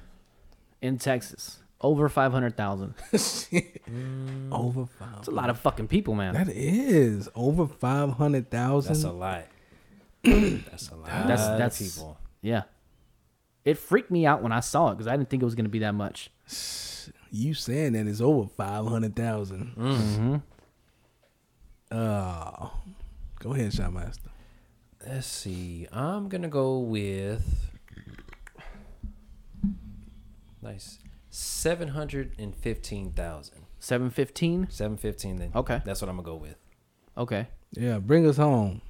Speaker 2: in Texas, over 500,000.
Speaker 6: Over five.
Speaker 2: That's a lot of fucking people, man.
Speaker 6: That is over five hundred
Speaker 4: That's a
Speaker 6: thousand.
Speaker 4: lot. that's a lot.
Speaker 2: that's
Speaker 4: of
Speaker 2: that's
Speaker 4: people.
Speaker 2: Yeah. It freaked me out when I saw it because I didn't think it was going to be that much.
Speaker 6: You saying that it's over five hundred thousand? Mm-hmm. Uh, go ahead, Shotmaster.
Speaker 4: Let's see. I'm gonna go with nice seven hundred and fifteen thousand.
Speaker 2: 715?
Speaker 4: Seven fifteen. Then
Speaker 2: Okay.
Speaker 4: that's what I'm gonna go with.
Speaker 2: Okay.
Speaker 6: Yeah, bring us home.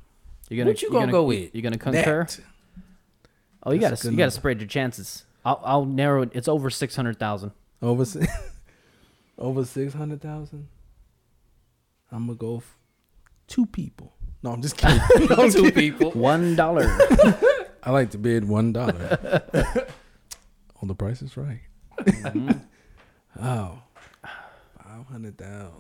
Speaker 2: You're gonna,
Speaker 4: What you gonna go with?
Speaker 2: You're gonna concur.
Speaker 6: That.
Speaker 2: Oh, you
Speaker 6: That's
Speaker 2: gotta
Speaker 6: a good
Speaker 2: you gotta
Speaker 6: number.
Speaker 2: spread your chances. I'll, I'll narrow it. It's over six hundred thousand.
Speaker 6: Over si- over six hundred thousand. I'm gonna go f- two people. No, I'm just kidding.
Speaker 4: Two people.
Speaker 2: One dollar.
Speaker 6: I like to bid one dollar on the Price is Right. oh, five hundred thousand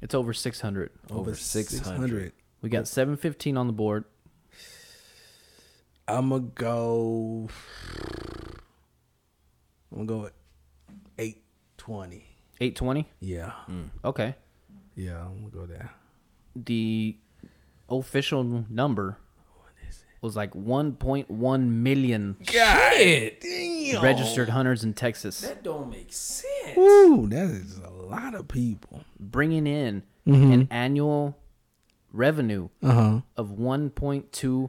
Speaker 2: it's over six hundred.
Speaker 4: Over 600.
Speaker 2: We got seven fifteen on the board.
Speaker 6: I'm gonna go. I'm gonna go with eight twenty.
Speaker 2: Eight twenty.
Speaker 6: Yeah,
Speaker 2: Okay.
Speaker 6: yeah, I'm gonna go there.
Speaker 2: The official number was like one point one million registered hunters in Texas,
Speaker 4: That don't make sense.
Speaker 6: Ooh, that is a lot of people.
Speaker 2: bringing in
Speaker 6: Mm-hmm.
Speaker 2: an annual revenue
Speaker 6: Uh huh.
Speaker 2: of one point two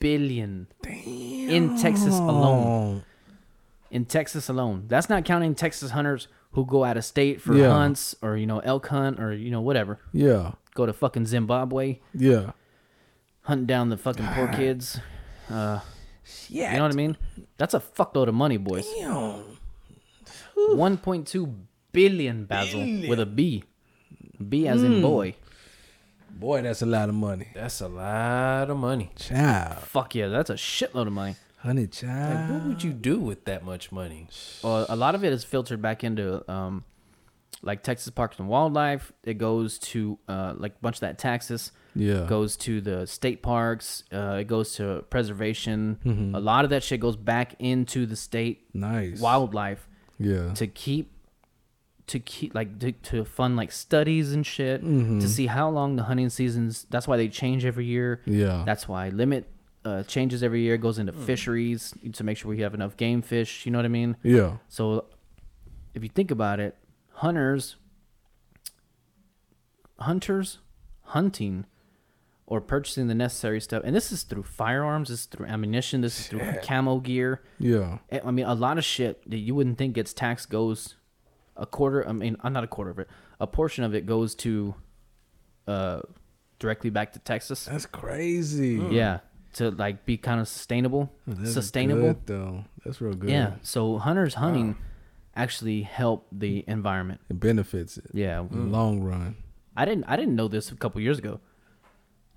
Speaker 2: billion.
Speaker 6: Damn.
Speaker 2: in Texas alone. In Texas alone. That's not counting Texas hunters who go out of state for
Speaker 6: Yeah.
Speaker 2: hunts or, you know, elk hunt or, you know, whatever.
Speaker 6: Yeah.
Speaker 2: Go to fucking Zimbabwe,
Speaker 6: Yeah.
Speaker 2: hunt down the fucking poor kids. Uh, yeah. You know what I mean? That's a fuckload of money, boys. 1.2 billion, Basil, with a B. B as
Speaker 6: Hmm.
Speaker 2: in boy.
Speaker 6: Boy, that's a lot of money.
Speaker 4: That's a lot of money.
Speaker 6: Child.
Speaker 2: Fuck yeah, that's a shitload of money.
Speaker 6: Honey,
Speaker 4: Like,
Speaker 6: child.
Speaker 4: what would you do with that much money?
Speaker 2: Well, a lot of it is filtered back into um, like Texas Parks and Wildlife. It goes to uh, like a bunch of that taxes.
Speaker 6: Yeah.
Speaker 2: Goes to the state parks. Uh, it goes to preservation. A lot of that shit goes back into the state
Speaker 6: Mm-hmm. Nice.
Speaker 2: wildlife
Speaker 6: Yeah.
Speaker 2: to keep to keep like to, to fund like studies and shit to see how long the hunting seasons that's why they change every year
Speaker 6: Yeah.
Speaker 2: that's why limit uh, changes every year goes into fisheries to make sure we have enough game fish you know what i mean
Speaker 6: Yeah.
Speaker 2: so if you think about it hunters hunters hunting or purchasing the necessary stuff and this is through firearms this is through ammunition this is through camo gear
Speaker 6: Yeah.
Speaker 2: Eh, I I mean, a lot of shit that you wouldn't think gets taxed goes a quarter. I mean, uh, not a quarter of it. A portion of it goes to uh, directly back to Texas.
Speaker 6: That's crazy.
Speaker 2: Yeah, to like be kind of sustainable.
Speaker 6: That's
Speaker 2: sustainable.
Speaker 6: good, though. That's real good.
Speaker 2: Yeah. So hunters hunting actually help the environment.
Speaker 6: It benefits it.
Speaker 2: Yeah.
Speaker 6: in the Long run.
Speaker 2: I didn't. I didn't know this a couple years ago.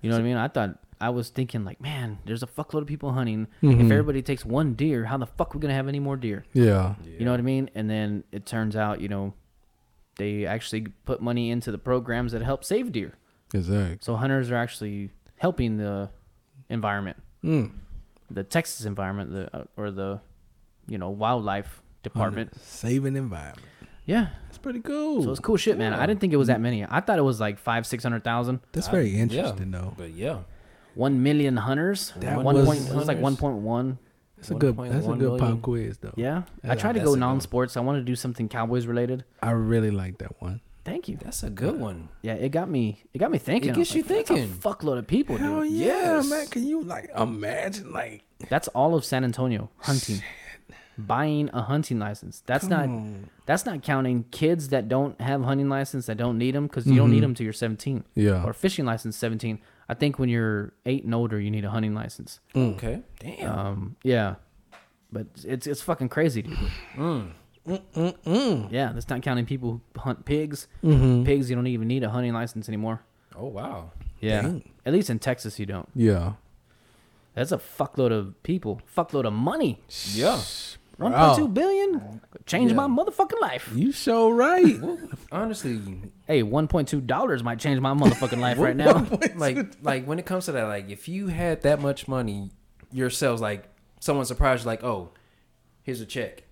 Speaker 2: You know what I mean? I thought I was thinking like, man, there's a fuckload of people hunting. If everybody takes one deer, how the fuck we gonna have any more deer?
Speaker 6: Yeah.
Speaker 2: You know what I mean? And then it turns out, you know, they actually put money into the programs that help save deer.
Speaker 6: Exactly.
Speaker 2: So hunters are actually helping the environment, the Texas environment, the uh, or the, you know, wildlife department.
Speaker 6: Saving environment.
Speaker 2: Yeah,
Speaker 6: That's pretty cool.
Speaker 2: so it's cool shit, man. I didn't think it was that many. I thought it was like five, six hundred thousand,
Speaker 6: That's very
Speaker 4: Yeah.
Speaker 6: interesting, though.
Speaker 4: But yeah.
Speaker 2: one million hunters.
Speaker 6: That
Speaker 2: one
Speaker 6: was-
Speaker 2: point, it was like one point one.
Speaker 6: That's a good. That's a good
Speaker 4: 1.1 million.
Speaker 6: pop quiz, though.
Speaker 2: Yeah, I
Speaker 6: Yeah,
Speaker 2: tried to
Speaker 4: that's
Speaker 2: go
Speaker 4: a good one.
Speaker 2: non-sports. I wanted to do something Cowboys related.
Speaker 6: I really like that one.
Speaker 2: Thank you.
Speaker 4: That's a good one.
Speaker 2: Yeah, it got me. It got me thinking. I
Speaker 4: gets
Speaker 2: was
Speaker 4: you
Speaker 2: "That's a
Speaker 4: thinking."
Speaker 2: fuckload of people, dude.
Speaker 6: Oh yeah,
Speaker 4: Yes.
Speaker 6: man! Can you like imagine like
Speaker 2: That's all of San Antonio hunting, buying a hunting license. That's not that's not counting kids that don't have hunting license that don't need them because you don't need them till you're 17.
Speaker 6: Yeah.
Speaker 2: or fishing license 17. I think when you're eight and older, you need a hunting license.
Speaker 4: Okay. Damn.
Speaker 2: Mm. Um, yeah, but it's it's fucking crazy, dude. Yeah, that's not counting people who hunt pigs. Pigs, you don't even need a hunting license anymore.
Speaker 4: Oh wow.
Speaker 2: Yeah, at least in Texas, you don't.
Speaker 6: yeah,
Speaker 2: That's a fuckload of people, fuckload of money.
Speaker 4: Yeah.
Speaker 2: One point two billion change my motherfucking life.
Speaker 6: you so right.
Speaker 4: Honestly,
Speaker 2: Hey, one point two dollars might change my motherfucking life right now.
Speaker 4: like like when it comes to that, like if you had that much money yourselves, like someone surprised you, like, oh, here's a check.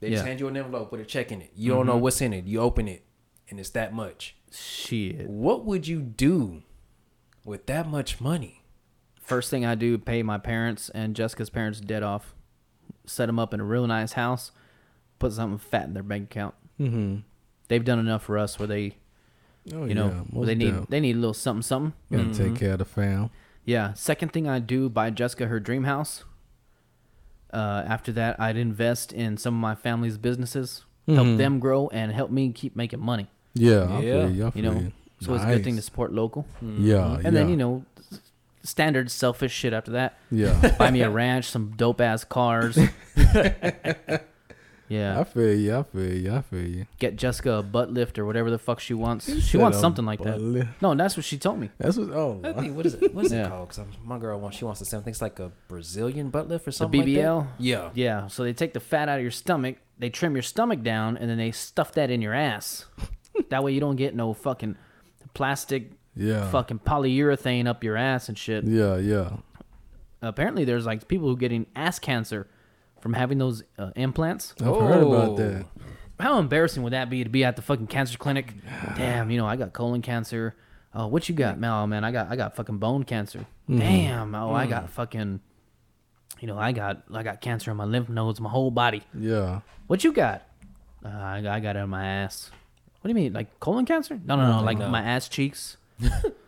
Speaker 4: They just
Speaker 2: Yeah.
Speaker 4: hand you an envelope with a check in it. You don't know what's in it. You open it, and it's that much.
Speaker 2: Shit.
Speaker 4: What would you do with that much money?
Speaker 2: First thing I do, pay my parents and Jessica's parents dead off. Set them up in a real nice house. Put something fat in their bank account. Mm-hmm. They've done enough for us where they,
Speaker 6: Oh,
Speaker 2: you know,
Speaker 6: most
Speaker 2: they need Mm-hmm.
Speaker 6: definitely.
Speaker 2: they need a little something something.
Speaker 6: gotta take care of the fam.
Speaker 2: Yeah. Second thing I do, buy Jessica her dream house. Uh, after that, I'd invest in some of my family's businesses,
Speaker 6: Mm-hmm.
Speaker 2: help them grow, and help me keep making money.
Speaker 6: Yeah, I
Speaker 4: Yeah.
Speaker 6: feel you, I
Speaker 2: You
Speaker 6: feel
Speaker 2: know,
Speaker 6: you.
Speaker 2: so it's a good thing to
Speaker 6: Nice. Mm.
Speaker 2: support local.
Speaker 6: Yeah,
Speaker 2: And then you know, s- standard selfish shit after that.
Speaker 6: Yeah,
Speaker 2: Buy me a ranch, some dope ass cars. yeah,
Speaker 6: I feel you. I feel you. I feel you.
Speaker 2: get Jessica a butt lift or whatever the fuck she wants. She
Speaker 6: said
Speaker 2: wants
Speaker 6: a
Speaker 2: something like that.
Speaker 6: butt lift.
Speaker 2: No, that's what she told me.
Speaker 6: That's what. Oh,
Speaker 4: I think what is it? What is
Speaker 2: Yeah.
Speaker 4: it called? Because my girl wants she wants the same thing. It's like a Brazilian butt lift or something.
Speaker 2: BBL?
Speaker 4: Like that. Yeah.
Speaker 2: Yeah, so they take the fat out of your stomach, they trim your stomach down, and then they stuff that in your ass. that way you don't get no fucking plastic,
Speaker 6: Yeah.
Speaker 2: fucking polyurethane up your ass and shit.
Speaker 6: yeah, yeah.
Speaker 2: Apparently, there's like people who getting ass cancer from having those uh, implants.
Speaker 6: I've heard about
Speaker 4: Oh.
Speaker 6: that.
Speaker 2: How embarrassing would that be to be at the fucking cancer clinic? Damn, you know, I got colon cancer. Oh, what you got, man? Oh man, I got I got fucking bone cancer. Damn, oh I got fucking you know, I got I got cancer in my lymph nodes, my whole body.
Speaker 6: Yeah,
Speaker 2: What you got? Uh, I, got- I got it in my ass. What do you mean? Like colon cancer? No, no, no, like my ass cheeks.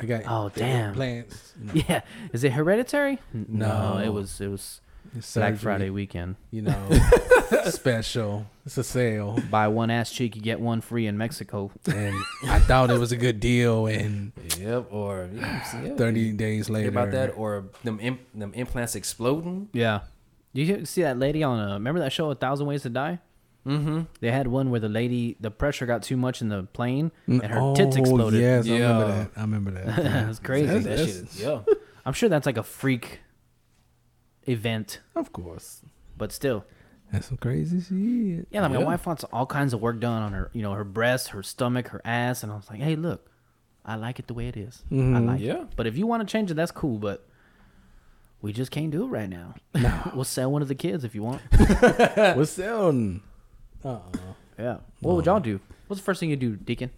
Speaker 6: I got
Speaker 2: Oh damn.
Speaker 6: plants.
Speaker 2: Yeah. Is it hereditary? No, it was it was Black
Speaker 6: surgery,
Speaker 2: Friday weekend.
Speaker 6: you know, special. It's a sale,
Speaker 2: Buy one ass cheek, you get one free in Mexico.
Speaker 6: and I thought it was a good deal. And
Speaker 4: Yep. Or yeah, yeah.
Speaker 6: thirty days
Speaker 4: Hear
Speaker 6: later,
Speaker 4: about that or them imp- them implants exploding.
Speaker 2: Yeah. You hear- see that lady on a remember that show A Thousand Ways to Die? Mm-hmm. They had one where the lady the pressure got too much in the plane and her tits
Speaker 6: Oh,
Speaker 2: exploded.
Speaker 6: Yes, I
Speaker 4: Mm, Yeah.
Speaker 6: remember that. I remember that.
Speaker 2: That's crazy.
Speaker 4: That shit is yeah.
Speaker 2: I'm sure that's like a freak event,
Speaker 6: of course,
Speaker 2: but still.
Speaker 6: that's some crazy shit.
Speaker 2: Yeah, like my
Speaker 4: Yeah.
Speaker 2: wife wants all kinds of work done on her, you know, her breasts, her stomach, her ass, and I was like, hey, look, I like it the way it is. I like
Speaker 4: Mm-hmm. Yeah.
Speaker 2: it. But if you want to change it, that's cool. But we just can't do it right now. we'll sell one of the kids if you want.
Speaker 6: What's selling?
Speaker 2: yeah. What would y'all do? What's the first thing you do, Deacon?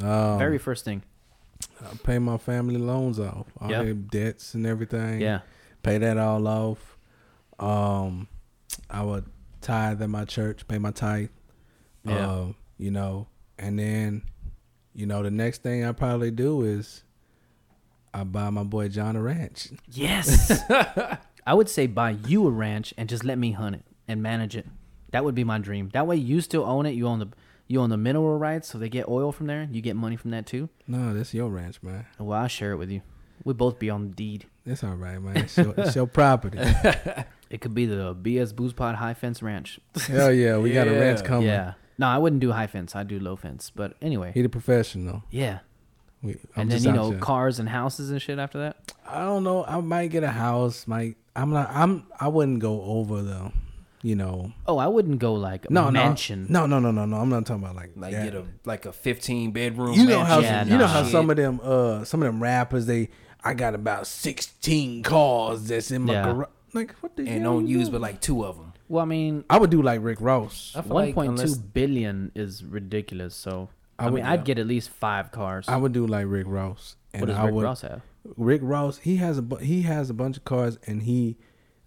Speaker 6: Um,
Speaker 2: Very first thing.
Speaker 6: I pay my family loans off, all
Speaker 2: Yeah.
Speaker 6: their debts and everything.
Speaker 2: Yeah.
Speaker 6: pay that all off. Um, I would tithe at my church, pay my tithe.
Speaker 2: Yeah.
Speaker 6: Uh, you know, and then, you know, the next thing I probably do is I buy my boy John a ranch.
Speaker 2: Yes. I would say buy you a ranch and just let me hunt it and manage it. That would be my dream. That way you still own it. You own the you own the mineral rights, so they get oil from there. You get money from that too.
Speaker 6: No, that's your ranch, man.
Speaker 2: Well, I'll share it with you. We both be on the deed.
Speaker 6: That's all right, man. It's your, it's your property.
Speaker 2: It could be the BS Booze Pod High Fence Ranch.
Speaker 6: Hell yeah, we got a ranch
Speaker 4: Yeah.
Speaker 6: coming.
Speaker 2: yeah. No, I wouldn't do high fence. I'd do low fence. But anyway,
Speaker 6: He the professional.
Speaker 2: yeah.
Speaker 6: We, I'm
Speaker 2: And then
Speaker 6: just
Speaker 2: you
Speaker 6: out
Speaker 2: know
Speaker 6: here.
Speaker 2: cars and houses and shit after that.
Speaker 6: I don't know. I might get a house. Might I'm not. I'm. I wouldn't go over the, you know.
Speaker 2: Oh, I wouldn't go like a
Speaker 6: No,
Speaker 2: mansion.
Speaker 6: no, no, no, no, no, no. I'm not talking about like
Speaker 4: Like
Speaker 6: that.
Speaker 4: get a like a fifteen bedroom.
Speaker 6: You know how
Speaker 4: mansion.
Speaker 2: Yeah,
Speaker 6: you know
Speaker 2: nah.
Speaker 6: how
Speaker 4: Shit.
Speaker 6: some of them uh some of them rappers they I got about sixteen cars that's in my
Speaker 2: Yeah.
Speaker 6: garage. Like what the
Speaker 4: and
Speaker 6: hell
Speaker 4: don't
Speaker 6: you
Speaker 4: use
Speaker 6: doing?
Speaker 4: but like two of them.
Speaker 2: Well, I mean,
Speaker 6: I would do like Rick Ross. I
Speaker 4: I feel
Speaker 2: one
Speaker 4: like
Speaker 2: point two
Speaker 4: unless-
Speaker 2: billion is ridiculous. So I,
Speaker 6: would-
Speaker 2: mean, I'd get at least five cars.
Speaker 6: would do like Rick Ross. And
Speaker 2: what does
Speaker 6: I
Speaker 2: Rick
Speaker 6: would,
Speaker 2: Ross have?
Speaker 6: Rick Ross he has a bu- he has a bunch of cars and he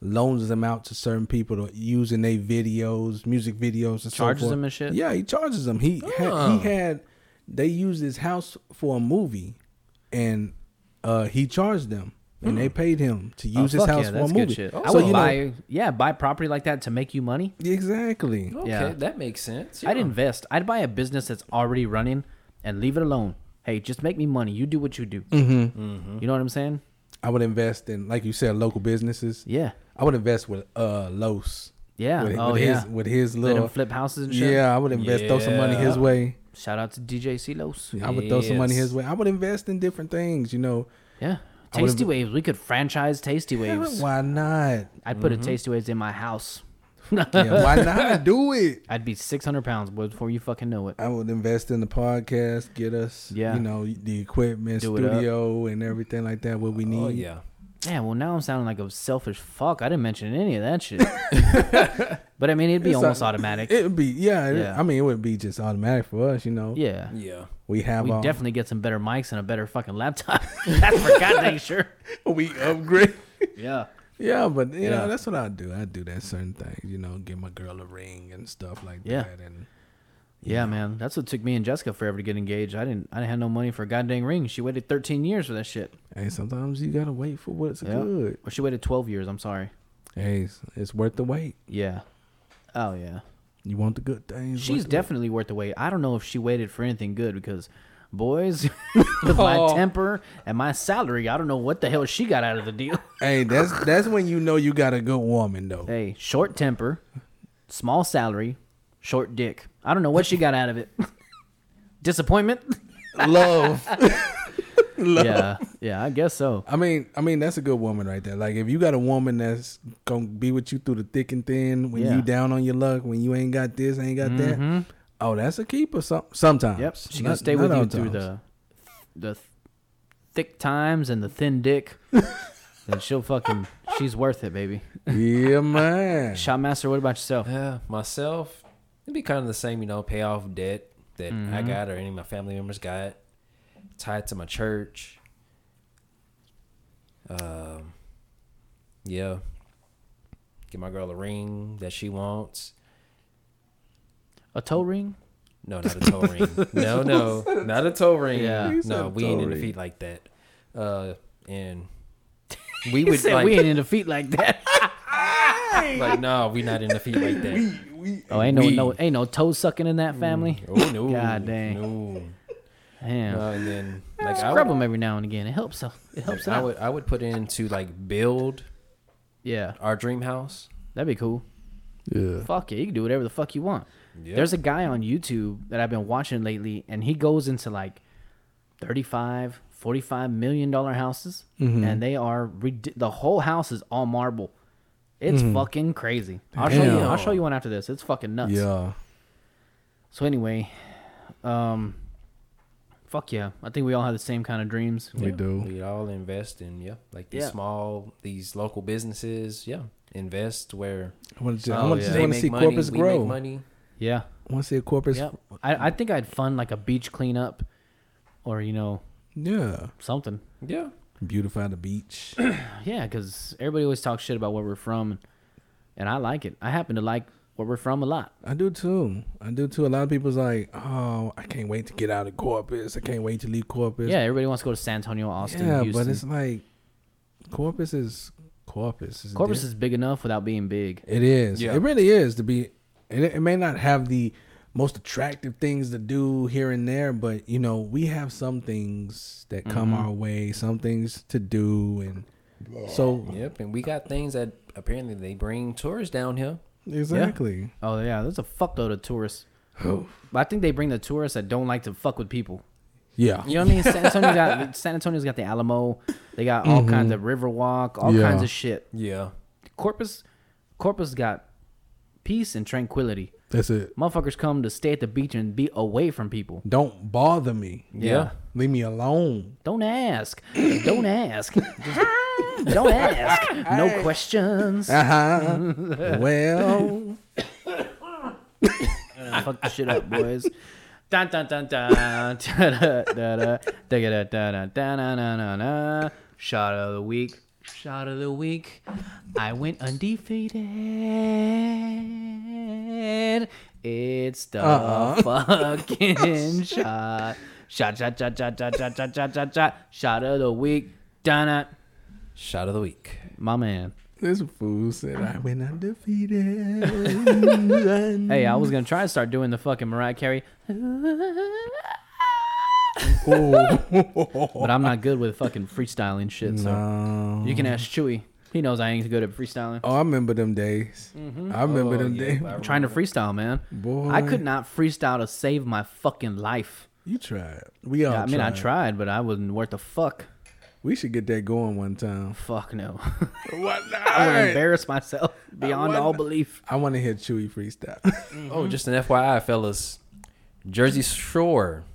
Speaker 6: loans them out to certain people to use in their videos, music videos, and
Speaker 2: Charges
Speaker 6: so forth.
Speaker 2: them and shit?
Speaker 6: Yeah, he charges them. He ha- he had they used his house for a movie, and uh he charged them. And they paid him to use his
Speaker 2: Hmm. Oh, fuck
Speaker 6: house
Speaker 2: yeah,
Speaker 6: for a
Speaker 2: that's
Speaker 6: movie.
Speaker 2: good shit. I
Speaker 6: So,
Speaker 2: would
Speaker 6: you know-
Speaker 2: buy, yeah, buy property like that to make you money.
Speaker 6: Exactly.
Speaker 4: Okay,
Speaker 2: Yeah.
Speaker 4: that makes sense.
Speaker 2: I'd
Speaker 4: yeah.
Speaker 2: invest. I'd buy a business that's already running and leave it alone. Hey, just make me money. You do what you do. Mm-hmm. You know what I'm saying?
Speaker 6: I would invest in, like you said, local businesses.
Speaker 2: Yeah.
Speaker 6: I would invest with uh Los.
Speaker 2: Yeah.
Speaker 6: With,
Speaker 2: oh
Speaker 6: with
Speaker 2: yeah.
Speaker 6: his with his
Speaker 2: Let
Speaker 6: little
Speaker 2: him flip houses and shit.
Speaker 6: Yeah, I would invest throw some money his
Speaker 4: Yeah.
Speaker 6: way.
Speaker 2: Shout out to DJ Silos.
Speaker 6: I would throw some money
Speaker 4: Yes.
Speaker 6: his way. I would invest in different things, you know.
Speaker 2: Yeah.
Speaker 6: would've
Speaker 2: Tasty
Speaker 6: been-
Speaker 2: Waves. We could franchise Tasty Waves.
Speaker 6: Why not? Mm-hmm.
Speaker 2: I'd put a Tasty Waves in my house.
Speaker 6: Yeah, why not do it?
Speaker 2: I'd be 600 pounds, boy, before you fucking know it.
Speaker 6: I would invest in the podcast, get us,
Speaker 2: Yeah.
Speaker 6: you know, the equipment,
Speaker 2: Do it up.
Speaker 6: studio, and everything like that. What we need.
Speaker 4: Oh yeah.
Speaker 2: Man, well, now I'm sounding like a selfish fuck. I didn't mention any of that shit. but I mean, it'd be
Speaker 6: It's
Speaker 2: almost
Speaker 6: a-
Speaker 2: automatic.
Speaker 6: It'd be yeah, it-
Speaker 2: Yeah.
Speaker 6: I mean, it would be just automatic for us, you know.
Speaker 2: yeah.
Speaker 4: Yeah.
Speaker 6: We have
Speaker 2: We
Speaker 6: all,
Speaker 2: definitely get some better mics and a better fucking laptop. That's for goddamn sure.
Speaker 6: we upgrade.
Speaker 2: Yeah.
Speaker 6: Yeah, but you
Speaker 2: Yeah.
Speaker 6: know that's what I do. I do that certain things, you know, give my girl a ring and stuff like
Speaker 2: Yeah.
Speaker 6: that. And
Speaker 2: Yeah, man. That's what took me and Jessica forever to get engaged. I didn't I didn't have no money for a goddamn ring. She waited 13 years for that shit.
Speaker 6: hey, sometimes you gotta wait for what's
Speaker 2: Yeah.
Speaker 6: good.
Speaker 2: Or she waited 12 years, I'm sorry.
Speaker 6: Hey, it's, it's worth the wait.
Speaker 2: Yeah. Oh, yeah.
Speaker 6: You want the good things.
Speaker 2: She's
Speaker 6: worth the wait.
Speaker 2: definitely worth the wait. I don't know if she waited for anything good because, boys, with
Speaker 6: Oh.
Speaker 2: my temper and my salary, I don't know what the hell she got out of the deal.
Speaker 6: Hey, that's that's when you know you got a good woman though.
Speaker 2: Hey, short temper, small salary, short dick. I don't know what she got out of it. Disappointment?
Speaker 6: Love.
Speaker 2: Yeah, yeah, I guess so.
Speaker 6: I mean, I mean that's a good woman right there. Like if you got a woman that's gonna be with you through the thick and thin, when
Speaker 2: Yeah. Mm-hmm.
Speaker 6: you down on your luck, when you ain't got this, ain't got that. Oh, that's a keeper. Some sometimes.
Speaker 2: Yep, she's
Speaker 6: Not-
Speaker 2: gonna stay
Speaker 6: not
Speaker 2: with you
Speaker 6: all
Speaker 2: through
Speaker 6: times.
Speaker 2: the the th- thick times and the thin dick. then she'll fucking. She's worth it, baby.
Speaker 6: yeah man.
Speaker 2: Shotmaster, what about yourself?
Speaker 4: Yeah. Myself, it'd be kind of the same. You know, pay off debt that I got or any of my family members got, tied to my church. Um. Yeah. Get my girl a ring that she wants.
Speaker 2: A toe ring?
Speaker 4: No, not a toe ring. No, no, not a toe ring.
Speaker 2: Yeah. He
Speaker 4: No, we ain't in defeat like that. Uh, and we
Speaker 2: He
Speaker 4: would
Speaker 2: said
Speaker 4: like
Speaker 2: we ain't in defeat like that.
Speaker 4: Like, no, we not in the feet like that.
Speaker 2: Oh, ain't no
Speaker 4: We-
Speaker 2: no ain't no toe sucking in that family.
Speaker 4: Oh no.
Speaker 2: God dang.
Speaker 4: No.
Speaker 2: Damn.
Speaker 4: Uh, and then like I
Speaker 2: Scrub
Speaker 4: would,
Speaker 2: them every now and again. It helps. out- It helps
Speaker 4: like, I
Speaker 2: out.
Speaker 4: would I would put in to like build
Speaker 2: Yeah,
Speaker 4: our dream house.
Speaker 2: that'd be cool.
Speaker 6: Yeah.
Speaker 2: Fuck it, you can do whatever the fuck you want. There's a guy on YouTube that I've been watching lately, and he goes into like 35, 45 million dollar houses, and they are rid- the whole house is all marble. It's fucking crazy. I'll show you. I'll show you one after this. It's fucking nuts.
Speaker 6: Yeah.
Speaker 2: So anyway, um, fuck yeah. I think we all have the same kind of dreams.
Speaker 6: We do.
Speaker 4: We all invest in yeah, like these
Speaker 2: Yeah.
Speaker 4: small these local businesses. Yeah, invest where
Speaker 6: I want to
Speaker 2: Oh, yeah.
Speaker 6: just
Speaker 4: they
Speaker 6: want to
Speaker 4: make
Speaker 6: see
Speaker 4: money,
Speaker 6: corpus
Speaker 4: we
Speaker 6: grow.
Speaker 4: Make money.
Speaker 2: Yeah.
Speaker 6: I want to see a corpus.
Speaker 2: Yep. I, I think I'd fund like a beach cleanup, or you know
Speaker 6: Yeah.
Speaker 2: something.
Speaker 4: Yeah,
Speaker 6: Beautify the beach.
Speaker 2: Yeah, because everybody always talks shit about where we're from, and I like it. I happen to like where we're from a lot.
Speaker 6: I do too. I do too. A lot of people's like, oh, I can't wait to get out of Corpus. I can't wait to leave Corpus.
Speaker 2: Yeah, everybody wants to go to San Antonio, Austin,
Speaker 6: yeah,
Speaker 2: Houston.
Speaker 6: but it's like Corpus is Corpus. Is
Speaker 2: Corpus is big enough without being big.
Speaker 6: It is.
Speaker 4: Yeah.
Speaker 6: It really is to be. It, it may not have the most attractive things to do here and there, but you know we have some things that come
Speaker 2: Mm-hmm.
Speaker 6: our way, some things to do, and so
Speaker 4: yep. And we got things that apparently they bring tourists down here.
Speaker 6: exactly.
Speaker 2: Oh yeah, there's a fuckload of tourists. But I think they bring the tourists that don't like to fuck with people.
Speaker 6: Yeah.
Speaker 2: You know what I mean? San Antonio got San Antonio's got the Alamo. They got all kinds of Riverwalk, all
Speaker 6: Mm-hmm. Yeah.
Speaker 2: kinds of shit.
Speaker 4: Yeah,
Speaker 2: Corpus, Corpus got peace and tranquility.
Speaker 6: That's it.
Speaker 2: Motherfuckers come to stay at the beach and be away from people.
Speaker 6: Don't bother me.
Speaker 4: yeah.
Speaker 6: Leave me alone.
Speaker 2: Don't ask. Don't ask. Don't ask. No questions.
Speaker 6: Well,
Speaker 2: Fuck the shit up, boys. Dun dun dun dun. Da-da, da-da, da-da, da-da, da-na-na-na-na. Shot of the week. Shot of the week. I went undefeated. It's the fucking shot. Shot, shot, shot, shot, shot, shot, shot, shot, shot, shot. Shot of the week. Dun
Speaker 4: Shot of the week.
Speaker 2: My man.
Speaker 6: this fool said I went undefeated.
Speaker 2: Hey, I was gonna try to start doing the fucking Mariah Carey, but I'm not good with fucking freestyling shit. So you can ask Chewy. He knows I ain't good at freestyling.
Speaker 6: Oh, I remember them days.
Speaker 2: Mm-hmm.
Speaker 6: I
Speaker 2: Oh,
Speaker 6: remember them days.
Speaker 2: I'm trying to freestyle, man.
Speaker 6: Boy.
Speaker 2: I could not freestyle to save my fucking life.
Speaker 6: You tried. We all.
Speaker 2: I mean, I
Speaker 6: tried.
Speaker 2: tried, but I wasn't worth a fuck.
Speaker 6: We should get that going one time.
Speaker 2: Fuck no.
Speaker 6: What?
Speaker 2: I would embarrass myself beyond all belief.
Speaker 6: I want to hear Chewy freestyle.
Speaker 4: Oh, just an FYI, fellas. Jersey Shore.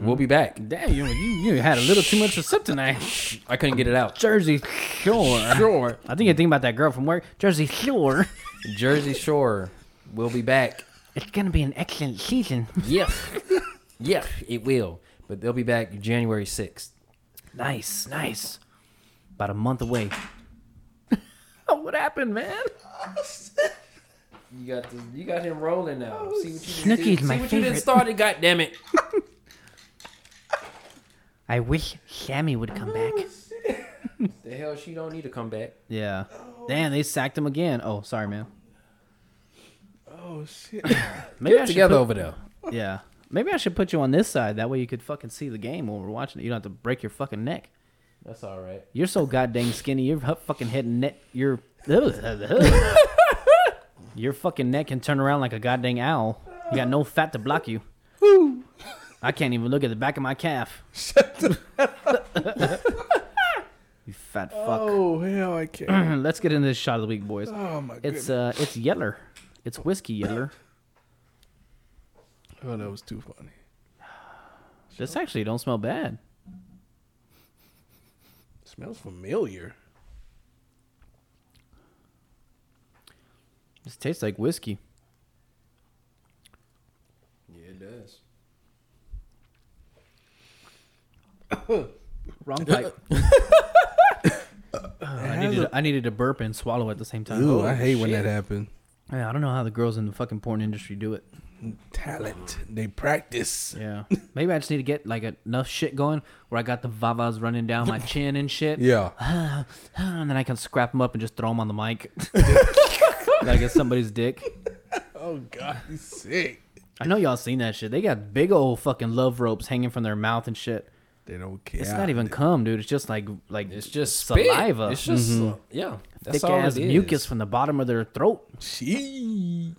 Speaker 4: We'll be back.
Speaker 2: Damn, you, you you had a little too much to sip tonight.
Speaker 4: I couldn't get it out.
Speaker 2: Jersey Shore.
Speaker 4: Shore.
Speaker 2: I think you're thinking about that girl from work. Jersey Shore.
Speaker 4: Jersey Shore. We'll be back.
Speaker 2: It's gonna be an excellent season.
Speaker 4: Yeah. yeah, it will. But they'll be back January 6th.
Speaker 2: Nice, nice. About a month away. what happened, man?
Speaker 4: You got this, you got him rolling now. See what you
Speaker 2: Snooki is my favorite.
Speaker 4: started, goddammit.
Speaker 2: I wish Sammy would come back.
Speaker 4: The hell she don't need to come back.
Speaker 2: Yeah. Damn, they sacked him again. Oh, sorry, man.
Speaker 6: oh shit!
Speaker 2: Maybe I
Speaker 4: Get
Speaker 2: should
Speaker 4: together over there.
Speaker 2: put- yeah. Maybe I should put you on this side. That way you could fucking see the game while we're watching it. You don't have to break your fucking neck.
Speaker 4: That's all right.
Speaker 2: You're so goddamn skinny. Your hu- fucking head and neck. Your your fucking neck can turn around like a goddamn owl. You got no fat to block you. I can't even look at the back of my calf. Shut the. you fat fuck.
Speaker 6: Oh hell, I can't.
Speaker 2: Let's get into this shot of the week, boys.
Speaker 6: Oh my god!
Speaker 2: Mm-hmm. It's uh, it's Yeller. It's whiskey Yeller.
Speaker 6: Oh, that was too funny.
Speaker 2: This actually don't smell bad.
Speaker 6: Smells familiar.
Speaker 2: This tastes like whiskey.
Speaker 4: Yeah, it does.
Speaker 2: Wrong pipe. Oh,
Speaker 4: Uh,
Speaker 2: I needed Oh, I needed to burp and swallow at the same time.
Speaker 6: Ooh, I hate when that happens.
Speaker 2: Yeah, I don't know how the girls in the fucking porn industry do it.
Speaker 6: Talent. They practice.
Speaker 2: Yeah. Maybe I just need to get like enough shit going where I got the vavas running down my chin and shit.
Speaker 6: Yeah.
Speaker 2: And then I can scrap them up and just throw them on the mic. like it's somebody's dick.
Speaker 6: Oh God, he's sick.
Speaker 2: I know y'all seen that shit. They got big old fucking love ropes hanging from their mouth and shit.
Speaker 6: They don't care.
Speaker 2: It's not even cum, dude. It's just like like
Speaker 4: It's just Mm-hmm. spit.
Speaker 2: saliva, Mm-hmm.
Speaker 4: It's just yeah. That's
Speaker 2: thick
Speaker 4: all
Speaker 2: ass
Speaker 4: it is.
Speaker 2: mucus from the bottom of their throat.
Speaker 6: She.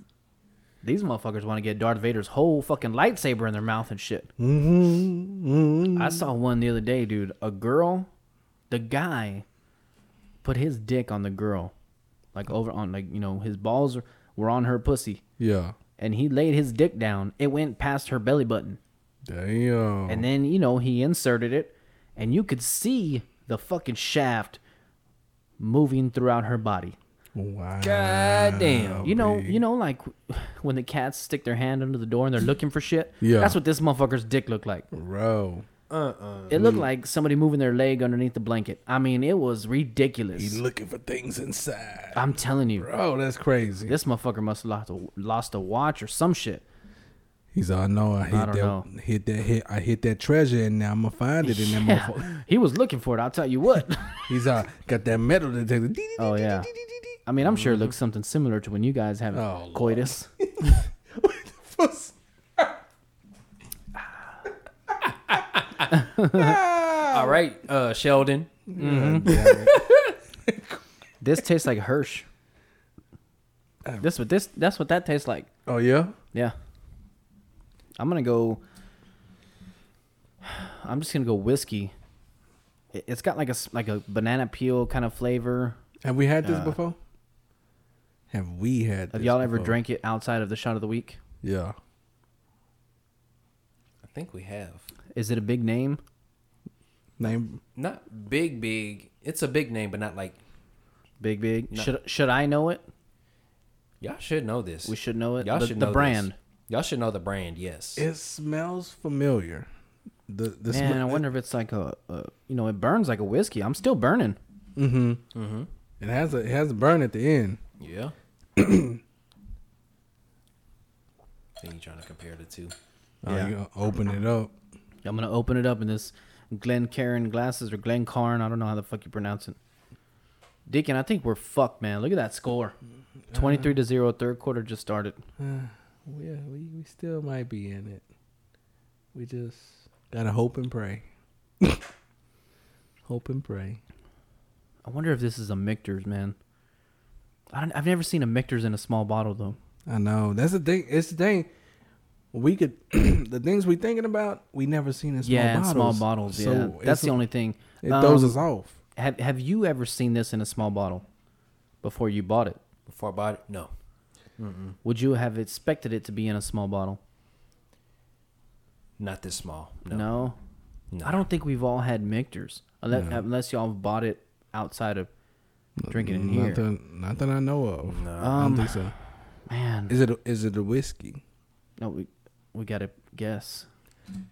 Speaker 2: These motherfuckers want to get Darth Vader's whole fucking lightsaber in their mouth and shit. I saw one the other day, dude. A girl, the guy, put his dick on the girl, like over on like you know his balls were on her pussy,
Speaker 6: Yeah.
Speaker 2: and he laid his dick down. It went past her belly button.
Speaker 6: Damn.
Speaker 2: And then, you know, he inserted it, and you could see the fucking shaft moving throughout her body.
Speaker 6: wow.
Speaker 4: God damn.
Speaker 2: You know, you know, like when the cats stick their hand under the door and they're looking for shit.
Speaker 6: Yeah.
Speaker 2: That's what this motherfucker's dick looked like.
Speaker 6: Bro.
Speaker 2: It
Speaker 6: Mm-hmm.
Speaker 2: looked like somebody moving their leg underneath the blanket. I mean, it was ridiculous.
Speaker 6: He's looking for things inside.
Speaker 2: I'm telling you,
Speaker 6: Bro, that's crazy.
Speaker 2: this motherfucker must have lost a, lost a watch or some shit.
Speaker 6: He's all, no, I hit
Speaker 2: I don't
Speaker 6: that,
Speaker 2: know.
Speaker 6: hit that, hit, I hit that treasure, and now I'm gonna find it in that
Speaker 2: Yeah.
Speaker 6: motherfucker.
Speaker 2: He was looking for it, I'll tell you what.
Speaker 6: He's all, got that metal detector. Dee, dee, dee,
Speaker 2: oh,
Speaker 6: dee,
Speaker 2: yeah.
Speaker 6: dee, dee, dee, dee.
Speaker 2: I mean, I'm sure it looks something similar to when you guys have
Speaker 6: Mm-hmm. Oh, Lord.
Speaker 2: coitus.
Speaker 6: Puss.
Speaker 4: All right, uh, Sheldon.
Speaker 2: Mm-hmm. This tastes like Hirsch. This what this that's what that tastes like.
Speaker 6: Oh yeah.
Speaker 2: Yeah. I'm gonna go. I'm just gonna go whiskey. It- It's got like a s- like a banana peel kind of flavor.
Speaker 6: Have we had this before? Have we had?
Speaker 2: Have
Speaker 6: this
Speaker 2: y'all ever
Speaker 6: before?
Speaker 2: drank it outside of the shot of the week?
Speaker 6: Yeah.
Speaker 4: I think we have
Speaker 2: Is it a big name?
Speaker 6: Name.
Speaker 4: not big, big. It's a big name, but not like
Speaker 2: Big big. Should should I know it?
Speaker 4: y'all should know this.
Speaker 2: We should know it.
Speaker 4: Y'all
Speaker 2: the,
Speaker 4: should
Speaker 2: the
Speaker 4: know this.
Speaker 2: brand.
Speaker 4: Y'all should know the brand. Yes.
Speaker 6: It smells familiar. The the
Speaker 2: Man, I
Speaker 6: smell.
Speaker 2: wonder if it's like a, a you know it burns like a whiskey. I'm still burning.
Speaker 6: It has a it has a burn at the end.
Speaker 4: yeah. I think you're trying to compare the two.
Speaker 6: Oh, you gonna open it up.
Speaker 2: I'm gonna open it up in this Glen Karen glasses or Glen Cairn. I don't know how the fuck you pronounce it. Deacon, I think we're fucked, man. Look at that score. 23 to 0, third quarter just started.
Speaker 6: Yeah, we, we still might be in it. We just gotta hope and pray. hope and pray.
Speaker 2: I wonder if this is a Michter's, man. I don't, I've never seen a Michter's in a small bottle, though.
Speaker 6: I know. That's the thing. It's the thing. We could the things we thinking about. We never seen in small
Speaker 2: yeah, in
Speaker 6: bottles.
Speaker 2: small bottles.
Speaker 6: So
Speaker 2: yeah, that's
Speaker 6: it's-
Speaker 2: the only thing.
Speaker 6: It throws
Speaker 2: Um,
Speaker 6: us off.
Speaker 2: Have, have you ever seen this in a small bottle before you bought it?
Speaker 4: Before I bought it, no.
Speaker 2: Would you have expected it to be in a small bottle?
Speaker 4: Not this small. No.
Speaker 2: No. I don't think we've all had Michter's unless, unless y'all bought it outside of drinking in here.
Speaker 6: Nothing, not that I know of. No, I
Speaker 2: Um,
Speaker 6: don't think so.
Speaker 2: Man,
Speaker 6: Is it a, is it a whiskey?
Speaker 2: no, we we gotta guess.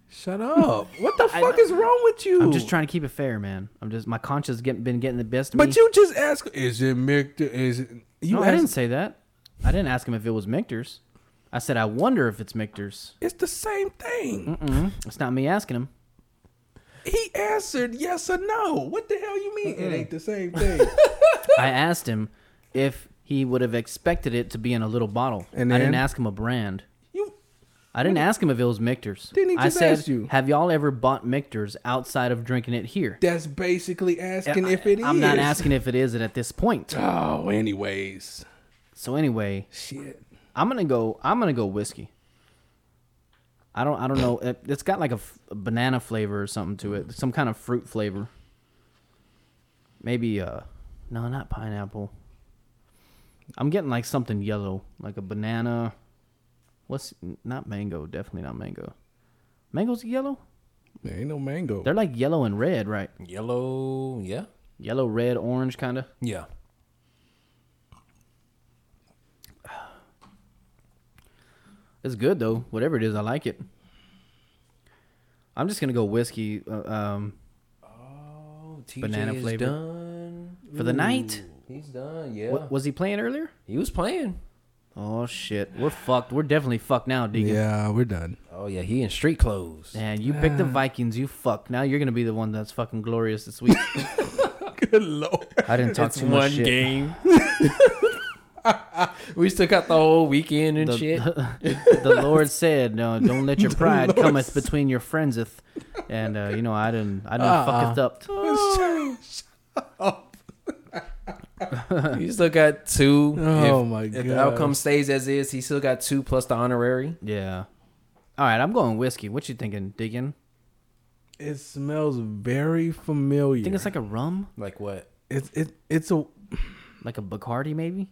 Speaker 6: Shut up! what the fuck is wrong with you?
Speaker 2: I'm just trying to keep it fair, man. I'm just my conscience get, been getting the best of me.
Speaker 6: But you just asked. Is it Mick? Is it you?
Speaker 2: no, I
Speaker 6: asked-
Speaker 2: didn't say that. I didn't ask him if it was Michter's. I said I wonder if it's Michter's.
Speaker 6: It's the same thing.
Speaker 2: Mm-mm, it's not me asking him.
Speaker 6: He answered yes or no. What the hell you mean? It ain't the same thing.
Speaker 2: I asked him if he would have expected it to be in a little bottle.
Speaker 6: And
Speaker 2: I didn't
Speaker 6: then?
Speaker 2: ask him a brand.
Speaker 6: you
Speaker 2: I didn't ask him if it was Michter's.
Speaker 6: Didn't he
Speaker 2: I
Speaker 6: just
Speaker 2: said,
Speaker 6: ask you?
Speaker 2: Have y'all ever bought Michter's outside of drinking it here?
Speaker 6: that's basically asking if it is.
Speaker 2: I'm not asking if it is it at this point.
Speaker 6: Oh, anyways,
Speaker 2: So anyway,
Speaker 6: shit.
Speaker 2: I'm gonna go. I'm gonna go whiskey. I don't. I don't know. It, it's got like a, f- a banana flavor or something to it. Some kind of fruit flavor. Maybe uh, no, not pineapple. I'm getting like something yellow, like a banana. What's not mango? Definitely not mango. Mango's yellow.
Speaker 6: There ain't no mango.
Speaker 2: They're like yellow and red, right?
Speaker 4: Yellow. Yeah.
Speaker 2: Yellow, red, orange, kind of.
Speaker 4: Yeah.
Speaker 2: It's good though. Whatever it is, I like it. I'm just gonna go whiskey uh, um,
Speaker 4: Oh, TJ
Speaker 2: Banana
Speaker 4: is
Speaker 2: flavor.
Speaker 4: done.
Speaker 2: for the night.
Speaker 4: He's done. Yeah.
Speaker 2: What, was he playing earlier?
Speaker 4: He was playing.
Speaker 2: Oh shit, we're fucked. We're definitely fucked now, Deacon.
Speaker 6: yeah, we're done.
Speaker 4: Oh yeah, he in street clothes.
Speaker 2: Man, you picked the Vikings. You fucked. Now you're gonna be the one that's fucking glorious this week.
Speaker 6: Good lord.
Speaker 2: I didn't talk too much shit.
Speaker 4: game. we still got the whole weekend and
Speaker 2: The,
Speaker 4: shit.
Speaker 2: the Lord said, "No, don't let your pride cometh between your friendseth." And uh, you know, I didn't, I didn't fucketh up.
Speaker 4: He still got two.
Speaker 6: Oh,
Speaker 4: If-
Speaker 6: my
Speaker 4: If
Speaker 6: God.
Speaker 4: the outcome stays as is, he still got two plus the honorary.
Speaker 2: Yeah. All right, I'm going whiskey. What you thinking, Deacon?
Speaker 6: It smells very
Speaker 2: I
Speaker 6: familiar.
Speaker 2: think it's like a rum,
Speaker 4: Like what?
Speaker 6: it's it it's a
Speaker 2: like a Bacardi, maybe.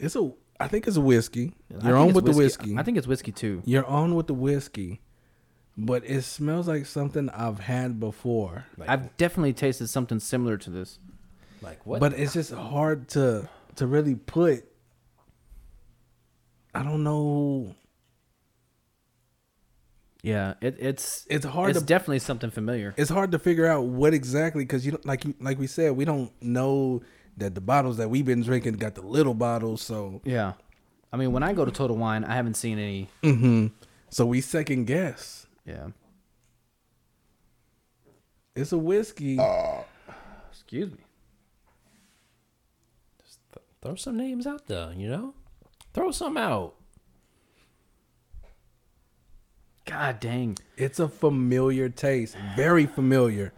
Speaker 6: it's a I think it's a whiskey.
Speaker 2: I
Speaker 6: You're
Speaker 2: think
Speaker 6: on
Speaker 2: it's
Speaker 6: with the whiskey.
Speaker 2: I think it's whiskey too.
Speaker 6: You're on with the whiskey, but it smells like something I've had before.
Speaker 2: I've definitely tasted something similar to this.
Speaker 4: Like what?
Speaker 6: But it's just hard to to really put. I don't know.
Speaker 2: Yeah, it, it's
Speaker 6: It's hard
Speaker 2: It's
Speaker 6: to-
Speaker 2: definitely something familiar.
Speaker 6: It's hard to figure out what exactly because you don't- like you like we said we don't know that the bottles that we've been drinking got the little bottles, so
Speaker 2: yeah, I mean, when I go to Total Wine, I haven't seen any.
Speaker 6: so we second guess.
Speaker 2: Yeah,
Speaker 6: It's a whiskey.
Speaker 2: excuse me.
Speaker 4: Throw some names out there, you know? Throw some out.
Speaker 2: God dang.
Speaker 6: It's a familiar taste, very familiar.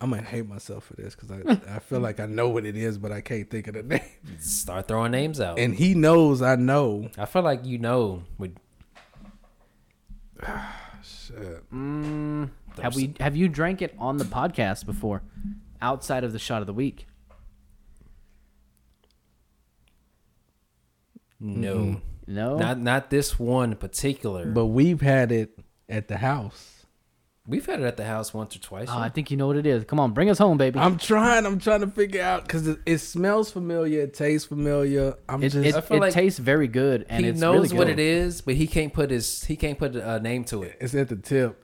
Speaker 6: I'm gonna hate myself for this because I, I feel like I know what it is, but I can't think of the name.
Speaker 4: Start throwing names out.
Speaker 6: And he knows I know.
Speaker 4: I feel like you know with
Speaker 2: Have we have you drank it on the podcast before? Outside of the shot of the week.
Speaker 4: no.
Speaker 2: No.
Speaker 4: Not not this one in particular. But
Speaker 6: Mm-hmm. But we've had it at the house.
Speaker 4: we've had it at the house once or twice.
Speaker 2: Oh, I think you know what it is. Come on, bring us home, baby.
Speaker 6: I'm trying. I'm trying to figure out because it, it smells familiar. It tastes familiar. I'm
Speaker 2: it
Speaker 6: just.
Speaker 2: it,
Speaker 4: I feel
Speaker 2: it
Speaker 4: like
Speaker 2: tastes very good and
Speaker 4: he
Speaker 2: it's
Speaker 4: knows
Speaker 2: really
Speaker 4: what
Speaker 2: good.
Speaker 4: it is, but he can't put his he can't put a name to it.
Speaker 6: it's at the tip.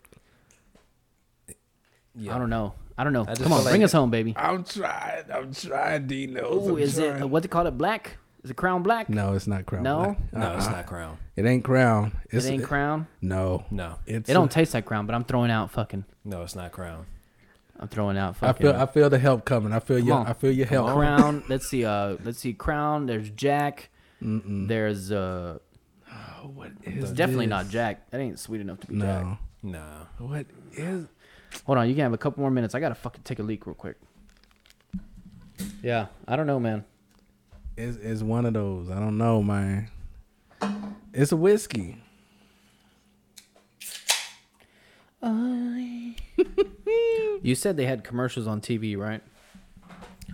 Speaker 4: Yeah.
Speaker 2: I don't know. I don't know.
Speaker 4: just
Speaker 2: Come on,
Speaker 4: feel
Speaker 2: bring
Speaker 4: like-
Speaker 2: us home, baby.
Speaker 6: I'm trying. I'm trying. D knows.
Speaker 2: Ooh,
Speaker 6: I'm
Speaker 2: is it
Speaker 6: trying.
Speaker 2: what's it called? It black? Is it crown black?
Speaker 6: No, it's not crown.
Speaker 2: No?
Speaker 6: Black. Uh-uh.
Speaker 4: No, it's not crown.
Speaker 6: It ain't crown.
Speaker 2: It
Speaker 6: It's,
Speaker 2: ain't crown.
Speaker 6: No.
Speaker 4: No.
Speaker 6: It's.
Speaker 2: It don't taste like crown, but I'm throwing out fucking.
Speaker 4: No, it's not crown.
Speaker 2: I'm throwing out
Speaker 6: I
Speaker 2: fucking.
Speaker 6: feel. I feel the help coming. I feel your.
Speaker 2: on.
Speaker 6: I feel your help.
Speaker 2: crown. let's see. Uh, let's see. Crown. There's Jack. There's uh. It's definitely not Jack. That ain't sweet enough to be Jack.
Speaker 6: No.
Speaker 4: No.
Speaker 6: What is?
Speaker 2: Hold on, you can have a couple more minutes. I gotta fucking take a leak real quick. Yeah, I don't know, man.
Speaker 6: It's, it's one of those. I don't know, man. It's a whiskey.
Speaker 2: You said they had commercials on TV, right?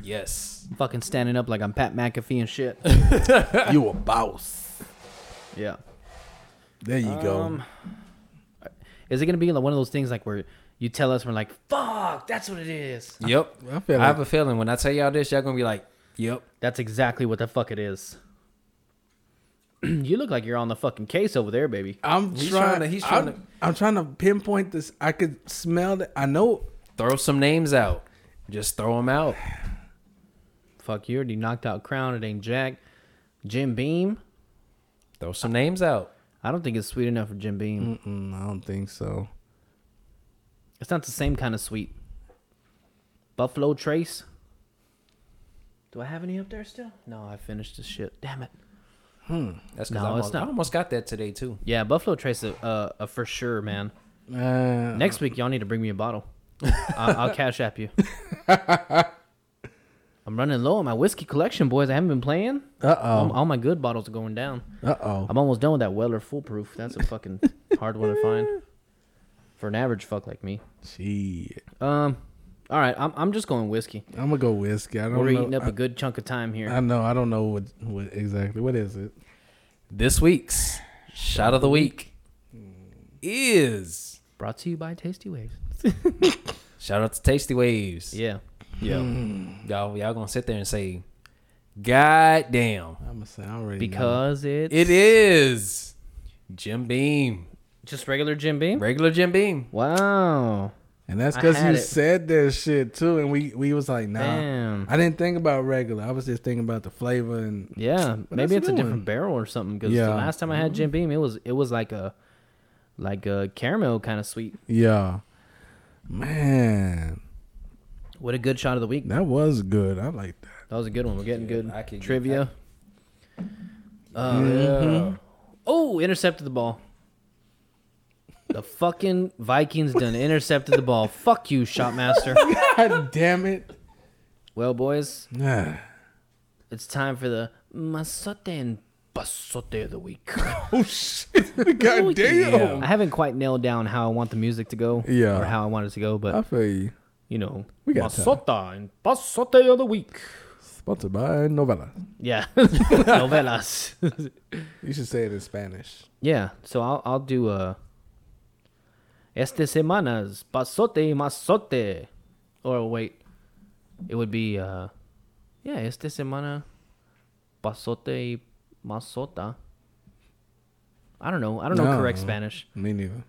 Speaker 4: Yes.
Speaker 2: I'm fucking standing up like I'm Pat McAfee and shit.
Speaker 6: you a boss.
Speaker 2: yeah.
Speaker 6: There you
Speaker 2: Um,
Speaker 6: go.
Speaker 2: Is it gonna be like one of those things like where you tell us we're like, fuck, that's what it is.
Speaker 4: Yep.
Speaker 6: I feel
Speaker 4: I have a feeling when I tell y'all this, y'all gonna be like, Yep.
Speaker 2: That's exactly what the fuck it is. you look like you're on the fucking case over there, baby.
Speaker 6: I'm
Speaker 4: He's
Speaker 6: trying,
Speaker 4: trying to- he's
Speaker 6: I'm,
Speaker 4: trying to-
Speaker 6: I'm trying to pinpoint this. I could smell that. I know.
Speaker 4: Throw some names out. Just throw them out.
Speaker 2: Fuck, you already knocked out Crown. It ain't Jack. Jim Beam.
Speaker 4: Throw some names out.
Speaker 2: I don't think it's sweet enough for Jim Beam.
Speaker 6: Mm, I don't think so.
Speaker 2: It's not the same kind of sweet. Buffalo Trace. Do I have any up there still? No, I finished this shit. Damn it.
Speaker 4: That's
Speaker 2: No,
Speaker 4: because I,
Speaker 2: it's
Speaker 4: almost- I
Speaker 2: not.
Speaker 4: almost got that today too.
Speaker 2: Yeah, Buffalo Trace, uh, uh, uh, for sure, man.
Speaker 6: Uh,
Speaker 2: Next week, y'all need to bring me a bottle. I- I'll cash app you. I'm running low on my whiskey collection, boys. I haven't been playing.
Speaker 6: uh
Speaker 2: All,
Speaker 6: oh.
Speaker 2: all my good bottles are going down.
Speaker 6: Uh oh.
Speaker 2: Um, I'm almost done with that Weller Foolproof. That's a fucking hard one to find for an average fuck like me.
Speaker 6: Shit.
Speaker 2: Um, all right, I'm, I'm just going whiskey.
Speaker 6: I'm gonna go whiskey. I don't
Speaker 2: We're
Speaker 6: know. uh,
Speaker 2: eating up
Speaker 6: I,
Speaker 2: a good chunk of time here.
Speaker 6: I know. I don't know what what exactly. What is it?
Speaker 4: This week's shot of the week is
Speaker 2: Brought to you by Tasty Waves.
Speaker 4: shout out to Tasty Waves.
Speaker 2: Yeah. Mm.
Speaker 4: Y'all, y'all gonna sit there and say, "God damn,
Speaker 6: I'm gonna say. I already know.
Speaker 2: Because it's
Speaker 4: it is Jim Beam,
Speaker 2: just regular Jim Beam.
Speaker 4: regular Jim Beam."
Speaker 2: Wow.
Speaker 6: And that's
Speaker 2: I
Speaker 6: because
Speaker 2: had
Speaker 6: you
Speaker 2: it.
Speaker 6: said that shit too, and we we was like, nah.
Speaker 2: Damn.
Speaker 6: I didn't think about regular. I was just thinking about the flavor and
Speaker 2: Yeah, maybe it's
Speaker 6: that's a
Speaker 2: a
Speaker 6: good
Speaker 2: different
Speaker 6: one.
Speaker 2: barrel or something. Because
Speaker 6: Yeah.
Speaker 2: the last time I had Jim Beam, it was it was like a like a caramel kind of sweet.
Speaker 6: yeah. Man,
Speaker 2: What a good shot of the week.
Speaker 6: that was good. I like that.
Speaker 2: That was a good one. We're getting
Speaker 4: Yeah,
Speaker 2: good
Speaker 4: I could-
Speaker 2: trivia.
Speaker 6: Mm-hmm.
Speaker 2: Oh, intercepted the ball. The fucking Vikings done intercepted the ball. Fuck you, Shotmaster.
Speaker 6: God damn it.
Speaker 2: Well, boys, it's time for the masote and basote of the week.
Speaker 6: Oh shit. God
Speaker 2: Oh,
Speaker 6: damn.
Speaker 2: I haven't quite nailed down how I want the music to go,
Speaker 6: Yeah.
Speaker 2: or how I want it to go, but
Speaker 6: I feel you.
Speaker 2: you know,
Speaker 6: We got time.
Speaker 2: masota and basote of the week.
Speaker 6: Sponsored by Novella.
Speaker 2: Yeah, novelas.
Speaker 6: You should say it in Spanish.
Speaker 2: Yeah, so I'll I'll do uh Este semanas pasote masote. Or wait. It would be uh yeah, este semana pasote masota. I don't know. I don't know
Speaker 6: No.
Speaker 2: correct Spanish.
Speaker 6: Me neither.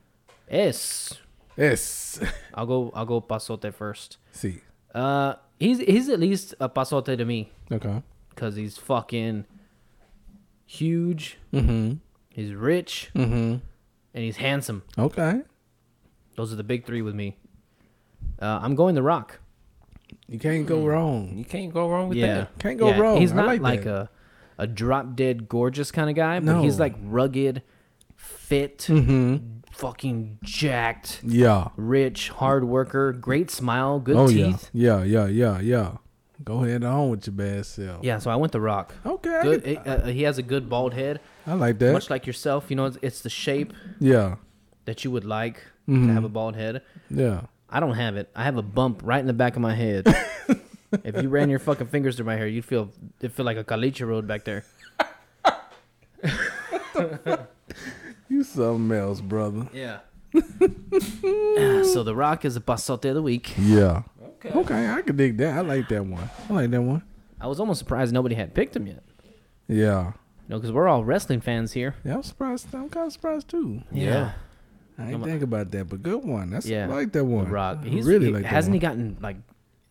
Speaker 2: Es.
Speaker 6: Yes.
Speaker 2: I'll go I'll go pasote first.
Speaker 6: See.
Speaker 2: Uh he's he's at least a pasote to me
Speaker 6: Okay.
Speaker 2: cuz he's fucking huge.
Speaker 6: Mm-hmm.
Speaker 2: He's rich
Speaker 6: Mm-hmm.
Speaker 2: and he's handsome.
Speaker 6: Okay.
Speaker 2: Those are the big three with me. Uh, I'm going The Rock.
Speaker 6: You can't go wrong.
Speaker 4: You can't go wrong with that.
Speaker 6: Can't go wrong.
Speaker 2: He's
Speaker 6: I
Speaker 2: not
Speaker 6: like
Speaker 2: like,
Speaker 6: that.
Speaker 2: a a drop dead gorgeous kind of guy, but he's
Speaker 6: No. Mm-hmm.
Speaker 2: like rugged, fit, fucking jacked,
Speaker 6: Yeah.
Speaker 2: rich, hard worker, great smile, good
Speaker 6: Oh
Speaker 2: teeth.
Speaker 6: yeah. Yeah. Yeah. Yeah. Yeah. Go ahead on with your bad self.
Speaker 2: Yeah. so I went The Rock.
Speaker 6: Okay. I
Speaker 2: Good.
Speaker 6: can-
Speaker 2: uh, uh, he has a good bald head,
Speaker 6: I like that.
Speaker 2: much like yourself. You know, it's, it's the shape
Speaker 6: yeah.
Speaker 2: that you would like
Speaker 6: Mm-hmm.
Speaker 2: to have a bald head.
Speaker 6: Yeah.
Speaker 2: I don't have it. I have a bump right in the back of my head. if you ran your fucking fingers through my hair, you'd feel it feel like a caliche road back there.
Speaker 6: You something else, brother.
Speaker 2: Yeah. so the Rock is a pasote of the week.
Speaker 6: Yeah. Okay. Okay. I can dig that. I like that one. I like that one.
Speaker 2: I was almost surprised nobody had picked him yet.
Speaker 6: Yeah.
Speaker 2: No, because we're all wrestling fans here.
Speaker 6: Yeah. I'm surprised. I'm kind of surprised too.
Speaker 2: Yeah,
Speaker 6: I didn't think about that, but good one. That's
Speaker 2: yeah.
Speaker 6: I like that one.
Speaker 2: The Rock.
Speaker 6: I
Speaker 2: He's
Speaker 6: really
Speaker 2: he-
Speaker 6: like that
Speaker 2: hasn't
Speaker 6: one.
Speaker 2: he gotten like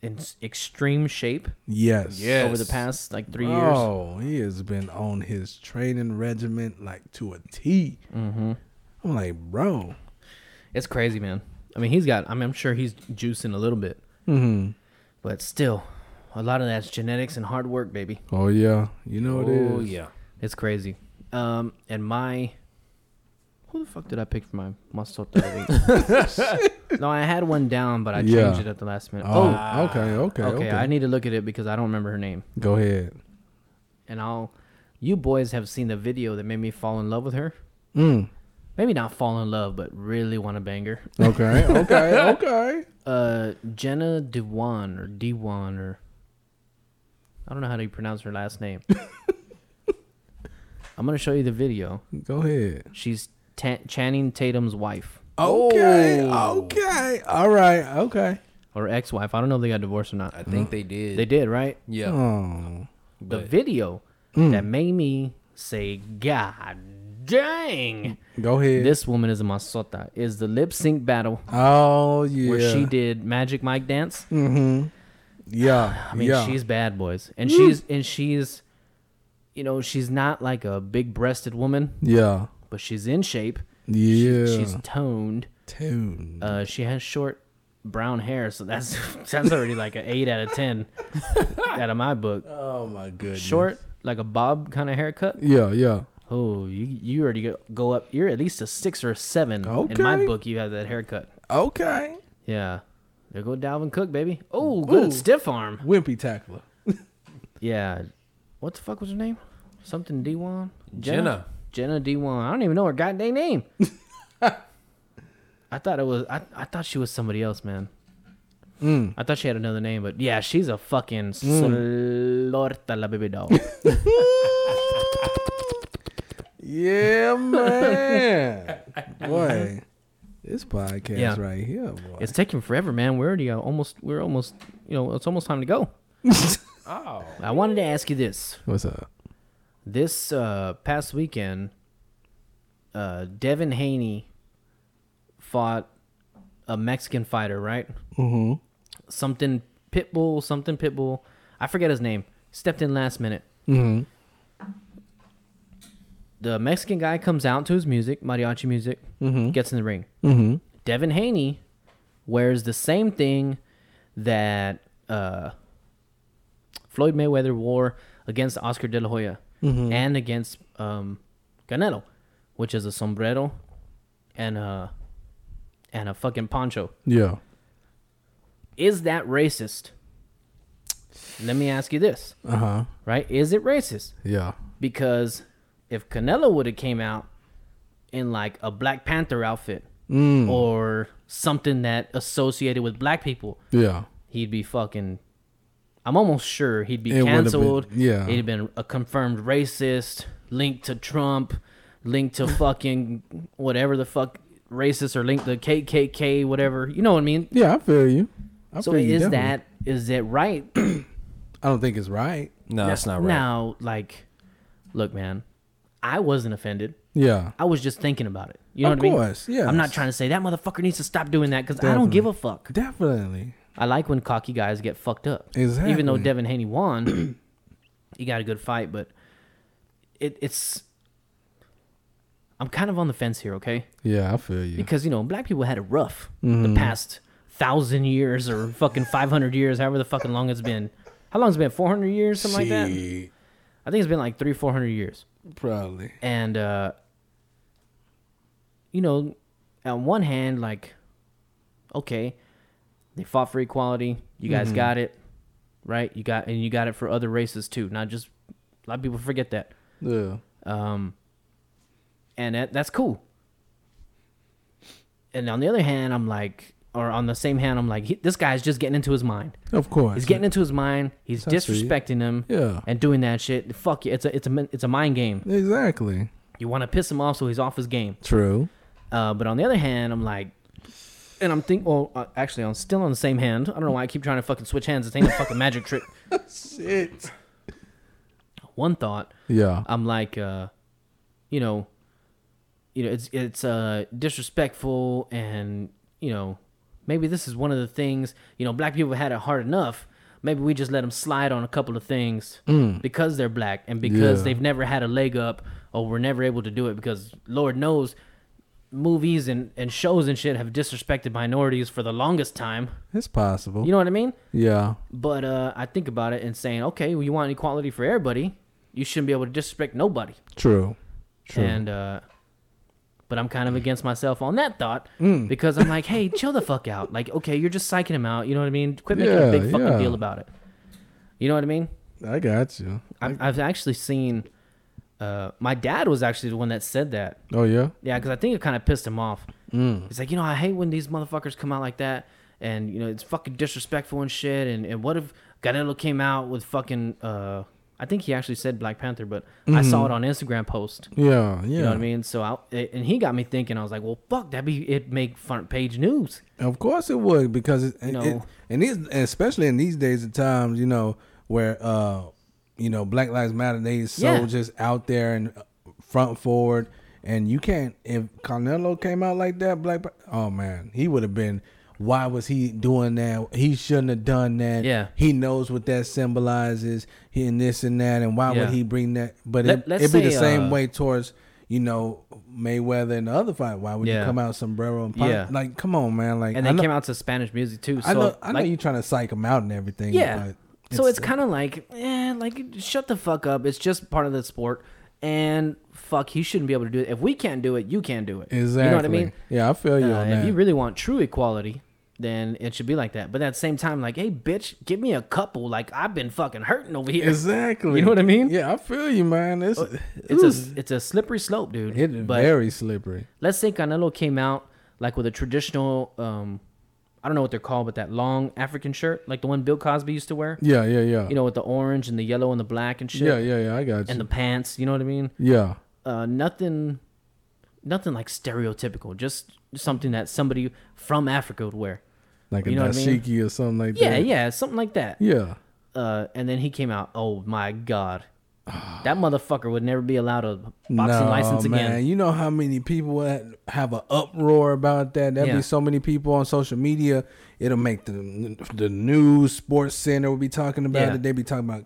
Speaker 2: in s- extreme shape
Speaker 6: Yes.
Speaker 4: Yeah.
Speaker 2: over the past like three years?
Speaker 6: Oh, he has been on his training regiment like to a T.
Speaker 2: Mm-hmm.
Speaker 6: I'm like, bro.
Speaker 2: It's crazy, man. I mean, he's got. I mean, I'm sure he's juicing a little bit,
Speaker 6: Mm-hmm.
Speaker 2: but still, a lot of that's genetics and hard work, baby.
Speaker 6: Oh yeah, you know it is.
Speaker 4: Oh yeah.
Speaker 2: It's crazy. Um, and my who the fuck did I pick for my mascot that week? no, I had one down, but I changed
Speaker 6: Yeah.
Speaker 2: it at the last minute.
Speaker 6: Oh,
Speaker 2: Oh,
Speaker 6: okay, okay,
Speaker 2: okay,
Speaker 6: okay.
Speaker 2: I need to look at it because I don't remember her name.
Speaker 6: Go ahead.
Speaker 2: And I'll. You boys have seen the video that made me fall in love with her. Hmm.
Speaker 6: Mm.
Speaker 2: Maybe not fall in love, but really want to bang her.
Speaker 6: Okay, okay, okay.
Speaker 2: Uh, Jenna Dewan or Dewan or I don't know how to pronounce her last name. I'm gonna show you the video.
Speaker 6: Go ahead.
Speaker 2: She's Ta- Channing Tatum's wife.
Speaker 6: Okay, okay. All right, okay.
Speaker 2: or ex-wife. I don't know if they got divorced or not.
Speaker 4: I think they did.
Speaker 2: Mm-hmm. They did, right?
Speaker 4: Yeah.
Speaker 6: Oh,
Speaker 2: The video
Speaker 6: Mm.
Speaker 2: that made me say, "God dang,
Speaker 6: go ahead.
Speaker 2: this woman is a masota." Is the lip sync battle
Speaker 6: oh yeah.
Speaker 2: where she did Magic Mike dance?
Speaker 6: Yeah.
Speaker 2: I mean,
Speaker 6: yeah.
Speaker 2: she's bad, boys, and she's and she's, you know, she's not like a big-breasted woman,
Speaker 6: yeah.
Speaker 2: but she's in shape.
Speaker 6: Yeah.
Speaker 2: She's toned.
Speaker 6: tuned.
Speaker 2: Uh, she has short brown hair, so that's that's already like an eight out of ten out of my book.
Speaker 6: oh my goodness.
Speaker 2: Short, like a bob kind of haircut.
Speaker 6: Yeah, yeah.
Speaker 2: Oh, you you already go, go up. You're at least a six or a seven. In my
Speaker 6: Okay.
Speaker 2: book, you have that haircut.
Speaker 6: Okay.
Speaker 2: Yeah. There go Dalvin Cook, baby. Oh, good
Speaker 6: Ooh.
Speaker 2: stiff arm.
Speaker 6: Wimpy tackler.
Speaker 2: Yeah. What the fuck was her name? Something D1?
Speaker 4: Jenna.
Speaker 2: Jenna D1. I don't even know her goddamn name. I thought it was I, I thought she was somebody else, man.
Speaker 4: Mm.
Speaker 2: I thought she had another name, but yeah, she's a fucking
Speaker 4: Mm.
Speaker 2: slorta la baby doll.
Speaker 6: Yeah, man. Boy, this podcast
Speaker 2: Yeah.
Speaker 6: right here, boy.
Speaker 2: It's taking forever, man. We're already uh, almost. We're almost. You know, it's almost time to go.
Speaker 4: Oh.
Speaker 2: I wanted to ask you this.
Speaker 6: What's up?
Speaker 2: This uh, past weekend, uh, Devin Haney fought a Mexican fighter, right? Mm-hmm. Something Pitbull, something Pitbull. I forget his name. Stepped in last minute. Mm-hmm. The Mexican guy comes out to his music, mariachi music, gets in the ring. Mm-hmm. Devin Haney wears the same thing that uh, Floyd Mayweather wore against Oscar De La Hoya and against um, Canelo, which is a sombrero and a and a fucking poncho.
Speaker 6: Yeah.
Speaker 2: Is that racist? Let me ask you this,
Speaker 6: Uh huh.
Speaker 2: right? Is it racist?
Speaker 6: Yeah.
Speaker 2: Because if Canelo would have came out in like a Black Panther outfit or something that associated with black people,
Speaker 6: Yeah.
Speaker 2: he'd be fucking. I'm almost sure he'd be
Speaker 6: It would've been-
Speaker 2: canceled.
Speaker 6: yeah.
Speaker 2: he'd been a confirmed racist, linked to Trump, linked to fucking whatever the fuck racist or linked to KKK, whatever. You know what I mean?
Speaker 6: Yeah, I feel you. I
Speaker 2: so
Speaker 6: feel you
Speaker 2: is
Speaker 6: definitely.
Speaker 2: that is it right?
Speaker 6: I don't think it's right.
Speaker 4: No, that's not right.
Speaker 2: Now, like, look, man, I wasn't offended.
Speaker 6: Yeah.
Speaker 2: I was just thinking about it. You know
Speaker 6: Of
Speaker 2: what
Speaker 6: course,
Speaker 2: I mean? I'm not
Speaker 6: yes.
Speaker 2: trying to say that motherfucker needs to stop doing that because I don't give a fuck.
Speaker 6: Definitely.
Speaker 2: I like when cocky guys get fucked up. Even though
Speaker 6: Exactly.
Speaker 2: Devin Haney won, he got a good fight, but it, it's. I'm kind of on the fence here, okay?
Speaker 6: Yeah, I feel you.
Speaker 2: Because, you know, black people had it rough
Speaker 6: Mm-hmm.
Speaker 2: the past thousand years or fucking 500 years, however the fucking long it's been. How long has it been? 400 years? Something like that?
Speaker 6: Shit,
Speaker 2: I think it's been like three, 400 years
Speaker 6: Probably.
Speaker 2: and uh you know on one hand like okay they fought for equality you
Speaker 6: Mm-hmm.
Speaker 2: guys got it right you got and you got it for other races too not just a lot of people forget that
Speaker 6: Yeah.
Speaker 2: um and that, that's cool and on the other hand i'm like or on the same hand i'm like he, this guy's just getting into his mind
Speaker 6: Of course.
Speaker 2: he's getting into his mind he's
Speaker 6: That's sweet.
Speaker 2: disrespecting him
Speaker 6: Yeah.
Speaker 2: and doing that shit fuck it it's a it's a min- it's a mind game
Speaker 6: Exactly.
Speaker 2: you want to piss him off so he's off his game.
Speaker 6: True.
Speaker 2: Uh, but on the other hand, I'm like, and I'm think, well, uh, actually, I'm still on the same hand. I don't know why I keep trying to fucking switch hands. This ain't a fucking magic trick.
Speaker 6: Shit.
Speaker 2: One thought,
Speaker 6: Yeah.
Speaker 2: I'm like, uh, you know, you know, it's it's uh, disrespectful, and you know, maybe this is one of the things. You know, black people had it hard enough. Maybe we just let them slide on a couple of things because they're black and because
Speaker 6: Yeah.
Speaker 2: they've never had a leg up, or were never able to do it because Lord knows, movies and and shows and shit have disrespected minorities for the longest time.
Speaker 6: It's possible.
Speaker 2: You know what I mean?
Speaker 6: yeah.
Speaker 2: But uh, I think about it and saying, okay, well, you want equality for everybody. You shouldn't be able to disrespect nobody.
Speaker 6: True. True.
Speaker 2: And uh, but I'm kind of against myself on that thought
Speaker 6: Mm.
Speaker 2: because I'm like, hey, chill the fuck out. Like, okay, you're just psyching him out. You know what I mean? Quit making
Speaker 6: Yeah,
Speaker 2: a big fucking
Speaker 6: yeah.
Speaker 2: deal about it. You know what I mean?
Speaker 6: I got you.
Speaker 2: I've, I've actually seen. Uh, my dad was actually the one that said that.
Speaker 6: Oh yeah.
Speaker 2: Yeah, because I think it kind of pissed him off.
Speaker 6: Mm.
Speaker 2: He's like, you know, I hate when these motherfuckers come out like that, and you know, it's fucking disrespectful and shit. And, and what if Canelo came out with fucking? Uh, I think he actually said Black Panther, but I
Speaker 6: Mm-hmm.
Speaker 2: saw it on Instagram post.
Speaker 6: Yeah. Yeah.
Speaker 2: You know what I mean? So I it- and he got me thinking. I was like, well, fuck, that be it make front page news.
Speaker 6: Of course it would because it, it-
Speaker 2: No.
Speaker 6: it- and these and especially in these days and times, you know, where uh, you know, Black Lives Matter, they so
Speaker 2: Yeah.
Speaker 6: just out there and uh, front forward, and you can't. If Carnello came out like that, Black, oh man, he would have been. Why was he doing that? He shouldn't have done that.
Speaker 2: Yeah.
Speaker 6: he knows what that symbolizes, he and this and that, and why
Speaker 2: Yeah.
Speaker 6: would he bring that? But
Speaker 2: Let-
Speaker 6: it,
Speaker 2: let's
Speaker 6: it'd be the
Speaker 2: say,
Speaker 6: same
Speaker 2: uh,
Speaker 6: way towards. You know Mayweather and the other fight. Why would you
Speaker 2: Yeah.
Speaker 6: come out sombrero and pop?
Speaker 2: Yeah.
Speaker 6: Like, come on, man! Like,
Speaker 2: And
Speaker 6: I
Speaker 2: they
Speaker 6: know-
Speaker 2: came out to Spanish music too. So
Speaker 6: I know, I know
Speaker 2: like,
Speaker 6: you're trying to psych them out and everything.
Speaker 2: Yeah.
Speaker 6: but
Speaker 2: so it's kind of like, eh, like shut the fuck up. It's just part of the sport, and fuck, he shouldn't be able to do it. If we can't do it, you can't do it.
Speaker 6: exactly.
Speaker 2: You know what I mean?
Speaker 6: Yeah, I feel you
Speaker 2: Uh,
Speaker 6: on
Speaker 2: if
Speaker 6: that.
Speaker 2: you really want true equality, then it should be like that. But at the same time, like, hey, bitch, give me a couple. Like I've been fucking hurting over here.
Speaker 6: exactly.
Speaker 2: You know what I mean?
Speaker 6: Yeah, I feel you, man. It's
Speaker 2: It's
Speaker 6: it's
Speaker 2: a it's a slippery slope, dude.
Speaker 6: it
Speaker 2: but
Speaker 6: very slippery.
Speaker 2: let's say Canelo came out like with a traditional, um, I don't know what they're called, but that long African shirt, like the one Bill Cosby used to wear.
Speaker 6: Yeah, yeah, yeah.
Speaker 2: You know, with the orange and the yellow and the black and shit.
Speaker 6: yeah, yeah, yeah. I got you.
Speaker 2: and the pants. You know what I mean?
Speaker 6: yeah,
Speaker 2: Uh, nothing, nothing like stereotypical. Just something that somebody from Africa would wear.
Speaker 6: like
Speaker 2: you
Speaker 6: a
Speaker 2: know what I mean?
Speaker 6: dashiki or something like
Speaker 2: Yeah,
Speaker 6: that.
Speaker 2: yeah, something like that.
Speaker 6: yeah.
Speaker 2: Uh, and then he came out. Oh my god, that motherfucker would never be allowed a boxing
Speaker 6: No,
Speaker 2: license again.
Speaker 6: man. You know how many people had- have an uproar about that? There'd
Speaker 2: Yeah.
Speaker 6: be so many people on social media. It'll make the the news, Sports Center will be talking about
Speaker 2: Yeah.
Speaker 6: it. They'd be talking about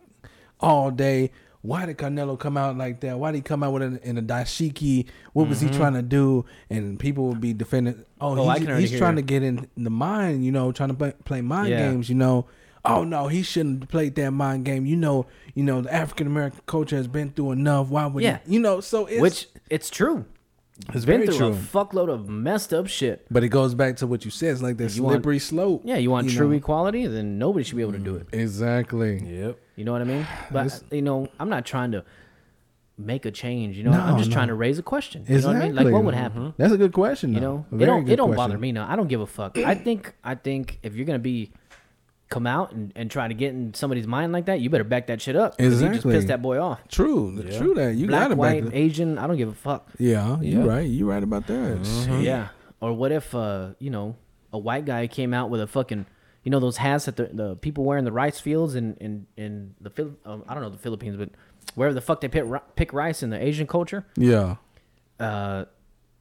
Speaker 6: all day. Why did Carnelo come out like that? Why did he come out with an, in a dashiki? What was he trying to do? And people would be defending. Oh,
Speaker 2: Mm-hmm. I
Speaker 6: he's,
Speaker 2: can already
Speaker 6: he's trying to
Speaker 2: hear.
Speaker 6: get in the mind, you know, trying to play, play mind
Speaker 2: Yeah.
Speaker 6: games, you know. oh no, he shouldn't have played that mind game. You know, you know, the African American culture has been through enough. Why would
Speaker 2: Yeah.
Speaker 6: you know? So it's
Speaker 2: Which it's true. It's been
Speaker 6: very
Speaker 2: through a
Speaker 6: true.
Speaker 2: fuckload of messed up shit.
Speaker 6: But it goes back to what you said. It's like that
Speaker 2: want-
Speaker 6: slippery slope.
Speaker 2: Yeah, you want
Speaker 6: You
Speaker 2: true e-
Speaker 6: know. Mm.
Speaker 2: equality, then nobody should be able to do it.
Speaker 6: Exactly.
Speaker 4: Yep.
Speaker 2: You know what I mean? But you know, I'm not trying to make a change. You know, I'm
Speaker 6: No,
Speaker 2: just
Speaker 6: no.
Speaker 2: trying to raise a question. You know what I mean? Like,
Speaker 6: Exactly.
Speaker 2: what would happen?
Speaker 6: That's a good question.
Speaker 2: You
Speaker 6: though.
Speaker 2: know,
Speaker 6: A
Speaker 2: it
Speaker 6: very
Speaker 2: don't
Speaker 6: good
Speaker 2: it don't
Speaker 6: question.
Speaker 2: bother me. No, I don't give a fuck. I think I think if you're gonna be come out and, and try to get in somebody's mind like that, you better back that shit up. 'cause You just
Speaker 6: Exactly.
Speaker 2: pissed that boy off.
Speaker 6: True, true that you
Speaker 2: Black,
Speaker 6: gotta
Speaker 2: white,
Speaker 6: back. it.
Speaker 2: Asian, I don't give a fuck.
Speaker 6: Yeah, you
Speaker 4: Yeah.
Speaker 6: right. You right about that.
Speaker 2: Mm-hmm. Yeah. Or what if uh, you know, a white guy came out with a fucking you know those hats that the, the people wear in the rice fields in in in the Phil- um, I don't know the Philippines, but wherever the fuck they pick, ri- pick rice in the Asian culture,
Speaker 6: Yeah,
Speaker 2: uh,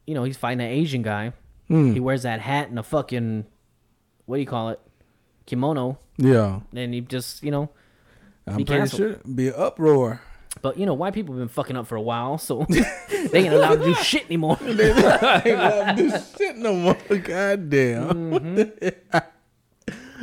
Speaker 2: you know, he's fighting an Asian guy.
Speaker 6: Hmm.
Speaker 2: He wears that hat and a fucking what do you call it? Kimono,
Speaker 6: yeah.
Speaker 2: and he just, you know,
Speaker 6: I'm
Speaker 2: Be
Speaker 6: pretty sure
Speaker 2: canceled.
Speaker 6: it'd be an uproar.
Speaker 2: but you know, white people have been fucking up for a while, so they ain't allowed to do shit anymore.
Speaker 6: Ain't allowed to do shit no more. God damn.
Speaker 2: Mm.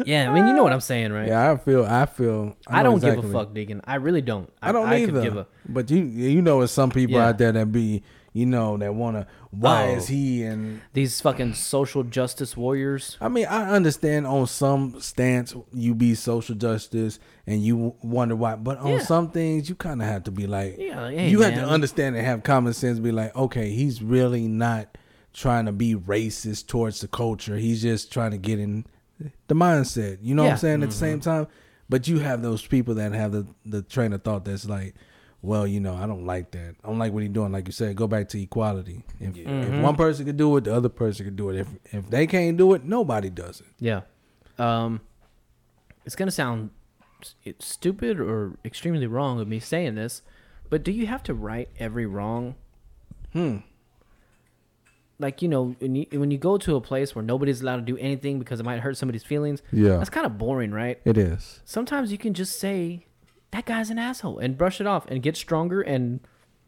Speaker 2: yeah, I mean, you know what I'm saying, right?
Speaker 6: Yeah, I feel. I feel.
Speaker 2: I,
Speaker 6: know
Speaker 2: don't
Speaker 6: exactly.
Speaker 2: give a fuck, Deacon. I really don't.
Speaker 6: I don't
Speaker 2: I
Speaker 6: either.
Speaker 2: Could give a,
Speaker 6: but you, you know, it's some people
Speaker 2: Yeah.
Speaker 6: out there that be, you know, that wanna. Why
Speaker 2: Oh.
Speaker 6: is he? And
Speaker 2: these fucking social justice warriors.
Speaker 6: I mean, I understand on some stance you be social justice and you wonder why, but on
Speaker 2: Yeah.
Speaker 6: some things you kind of have to be like,
Speaker 2: Yeah, hey,
Speaker 6: you have
Speaker 2: man.
Speaker 6: to understand and have common sense. Be like, okay, he's really not trying to be racist towards the culture. He's just trying to get in the mindset. You know what
Speaker 2: Yeah.
Speaker 6: I'm saying? At the same time, but you have those people that have the the train of thought that's like. Well, you know, I don't like that. I don't like what he's doing. Like you said, go back to equality. If, if one person could do it, the other person could do it. If if they can't do it, nobody does it.
Speaker 2: Yeah. Um, it's gonna sound s- it's stupid or extremely wrong of me saying this, but do you have to right every wrong? Hmm. Like you know, when you, when you go to a place where nobody's allowed to do anything because it might hurt somebody's feelings.
Speaker 6: Yeah.
Speaker 2: That's kind of boring, right?
Speaker 6: It is.
Speaker 2: Sometimes you can just say that guy's an asshole and brush it off and get stronger and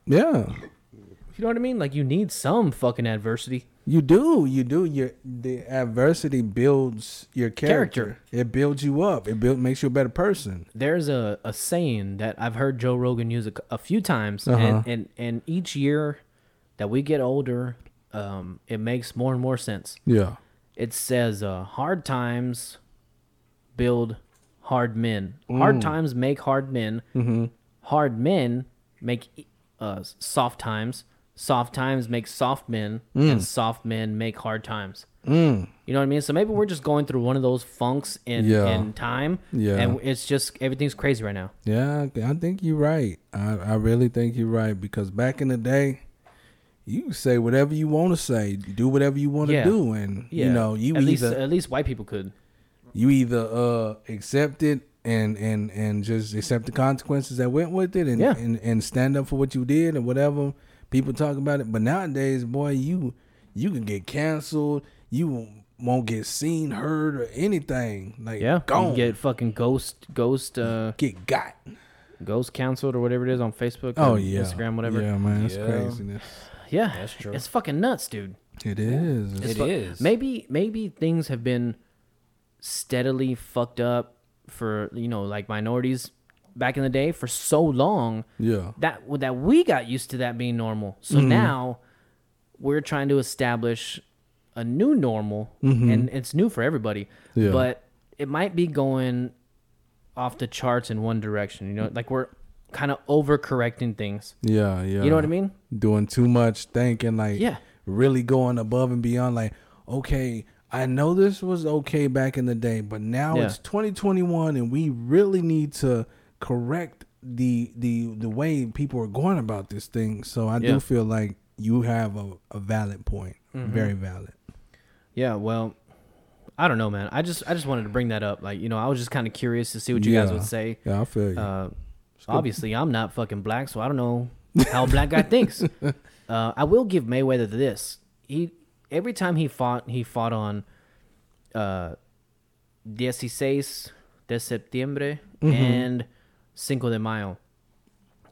Speaker 6: Yeah.
Speaker 2: you know what I mean. Like you need some fucking adversity.
Speaker 6: You do. You do. Your the adversity builds your character.
Speaker 2: Character.
Speaker 6: It builds you up. It build makes you a better person.
Speaker 2: there's a, a saying that I've heard Joe Rogan use a, c- a few times, and, and and each year that we get older, um, it makes more and more sense.
Speaker 6: Yeah.
Speaker 2: It says, uh, "Hard times build hard men.
Speaker 6: Mm.
Speaker 2: Hard times make hard men.
Speaker 6: Mm-hmm.
Speaker 2: Hard men make e- uh, soft times. Soft times make soft men,
Speaker 6: Mm.
Speaker 2: and soft men make hard times." You know what I mean? So maybe we're just going through one of those funks in
Speaker 6: Yeah.
Speaker 2: in time,
Speaker 6: Yeah.
Speaker 2: and it's just everything's crazy right now.
Speaker 6: Yeah. I- I think you're right. I I really think you're right because back in the day. You can say whatever you want to say, do whatever you want to
Speaker 2: Yeah.
Speaker 6: do, and you know you
Speaker 2: at least
Speaker 6: either
Speaker 2: at least white people could.
Speaker 6: you either uh accept it and and and just accept the consequences that went with it and
Speaker 2: Yeah.
Speaker 6: and, and stand up for what you did and whatever people talk about it but nowadays boy you you can get canceled you won't get seen heard or anything like
Speaker 2: Yeah, you
Speaker 6: gone
Speaker 2: can get fucking ghost ghost uh
Speaker 6: get got
Speaker 2: ghost counseled or whatever it is on Facebook.
Speaker 6: oh
Speaker 2: or
Speaker 6: yeah
Speaker 2: Instagram, whatever.
Speaker 6: yeah
Speaker 2: Yeah,
Speaker 6: man it's
Speaker 4: Yeah.
Speaker 6: craziness
Speaker 2: that's
Speaker 4: true.
Speaker 2: It's fucking nuts, dude.
Speaker 6: it is
Speaker 4: It
Speaker 2: Fu-
Speaker 4: is.
Speaker 2: Maybe maybe things have been steadily fucked up for you know like minorities back in the day for so long
Speaker 6: yeah Mm-hmm.
Speaker 2: that that we got used to that being normal. So now we're trying to establish a new normal, and it's new for everybody.
Speaker 6: Mm-hmm. Yeah.
Speaker 2: But it might be going off the charts in one direction. You know, like we're kind of overcorrecting things.
Speaker 6: yeah yeah
Speaker 2: You know what I mean?
Speaker 6: doing too much thinking like
Speaker 2: Yeah.
Speaker 6: really going above and beyond like okay i know this was okay back in the day but now
Speaker 2: Yeah.
Speaker 6: it's 2021 and we really need to correct the the the way people are going about this thing so i
Speaker 2: Yeah. Mm-hmm.
Speaker 6: do feel like you have a, a valid point very valid
Speaker 2: Yeah. Well, I don't know, man. I just I just wanted to bring that up. Like, you know, I was just kind of curious to see what you guys
Speaker 6: Yeah.
Speaker 2: would say.
Speaker 6: yeah i feel you
Speaker 2: Uh, obviously, I'm not fucking black, so I don't know how a black guy thinks. Uh, I will give Mayweather this. He every time he fought, he fought on uh, 16 de septiembre and Cinco de Mayo.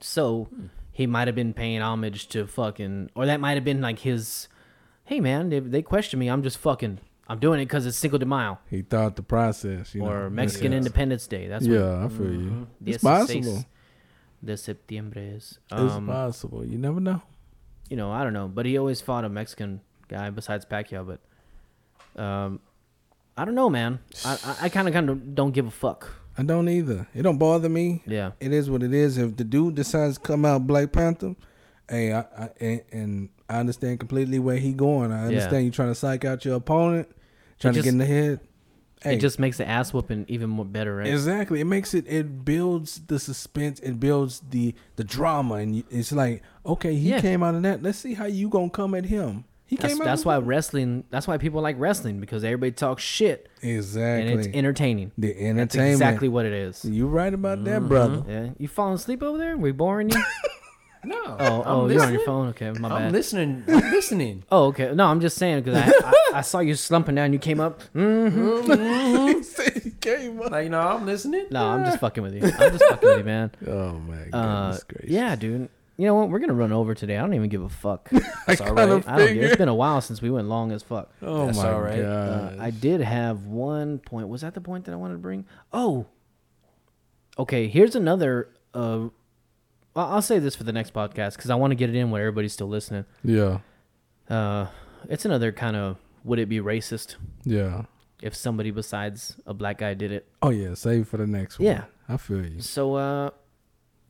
Speaker 2: So he might have been paying homage to fucking, or that might have been like his. Hey man, they, they question me. I'm just fucking. I'm doing it because it's Cinco de Mayo
Speaker 6: He thought the process, you
Speaker 2: or
Speaker 6: know.
Speaker 2: Mexican
Speaker 6: Yeah.
Speaker 2: Independence Day. That's what
Speaker 6: Yeah, I feel
Speaker 2: Mm-hmm.
Speaker 6: you.
Speaker 2: 16
Speaker 6: It's possible.
Speaker 2: de septiembre is.
Speaker 6: It's
Speaker 2: Um,
Speaker 6: possible. You never know.
Speaker 2: you know, I don't know, but he always fought a Mexican guy besides Pacquiao. But um, I don't know, man. I I- I kind of kind of don't give a fuck.
Speaker 6: I don't either. It don't bother me.
Speaker 2: Yeah.
Speaker 6: It is what it is. If the dude decides to come out Black Panther, hey, I, I and, and I understand completely where he going. I understand you trying to psych out your opponent, trying
Speaker 2: just-
Speaker 6: to get in the head. Hey,
Speaker 2: It just makes the ass whooping even more better, right?
Speaker 6: Exactly. It makes it. It builds the suspense. It builds the the drama, and you- it's like, okay, he
Speaker 2: Yeah.
Speaker 6: came out of that. Let's see how you gonna come at him. He
Speaker 2: That's,
Speaker 6: came out.
Speaker 2: that's
Speaker 6: of-
Speaker 2: why wrestling. That's why people like wrestling because everybody talks shit
Speaker 6: Exactly.
Speaker 2: and it's entertaining.
Speaker 6: the
Speaker 2: That's
Speaker 6: entertainment.
Speaker 2: exactly Mm-hmm. what it is.
Speaker 6: You right about that, brother.
Speaker 2: Yeah, you falling asleep over there? We boring you?
Speaker 4: No.
Speaker 2: Oh,
Speaker 4: I'm
Speaker 2: oh, you're on
Speaker 4: listening.
Speaker 2: your phone. Okay, my
Speaker 4: I'm
Speaker 2: bad.
Speaker 4: listening. I'm listening.
Speaker 2: oh, okay. No, I'm just saying because I, I, I saw you slumping down. You came up.
Speaker 6: He said he came up.
Speaker 4: Like, you know, I'm listening.
Speaker 2: No, I'm just fucking with you. I'm just fucking with you, man.
Speaker 6: Oh my
Speaker 2: Uh,
Speaker 6: goodness gracious.
Speaker 2: yeah, dude. You know what? We're gonna run over today. I don't even give a fuck.
Speaker 4: It's all right.
Speaker 2: I don't give. It's been a while since we went long as fuck.
Speaker 6: Oh
Speaker 4: That's
Speaker 6: my
Speaker 4: all right.
Speaker 6: god.
Speaker 2: Uh, I did have one point. Was that the point that I wanted to bring? Oh, okay. Here's another. Uh, I- I'll say this for the next podcast because I want to get it in where everybody's still listening.
Speaker 6: yeah.
Speaker 2: Uh, it's another kind of. Would it be racist
Speaker 6: Yeah.
Speaker 2: if somebody besides a black guy did it?
Speaker 6: Oh yeah. Save for the next one.
Speaker 2: Yeah.
Speaker 6: I feel you.
Speaker 2: So, uh,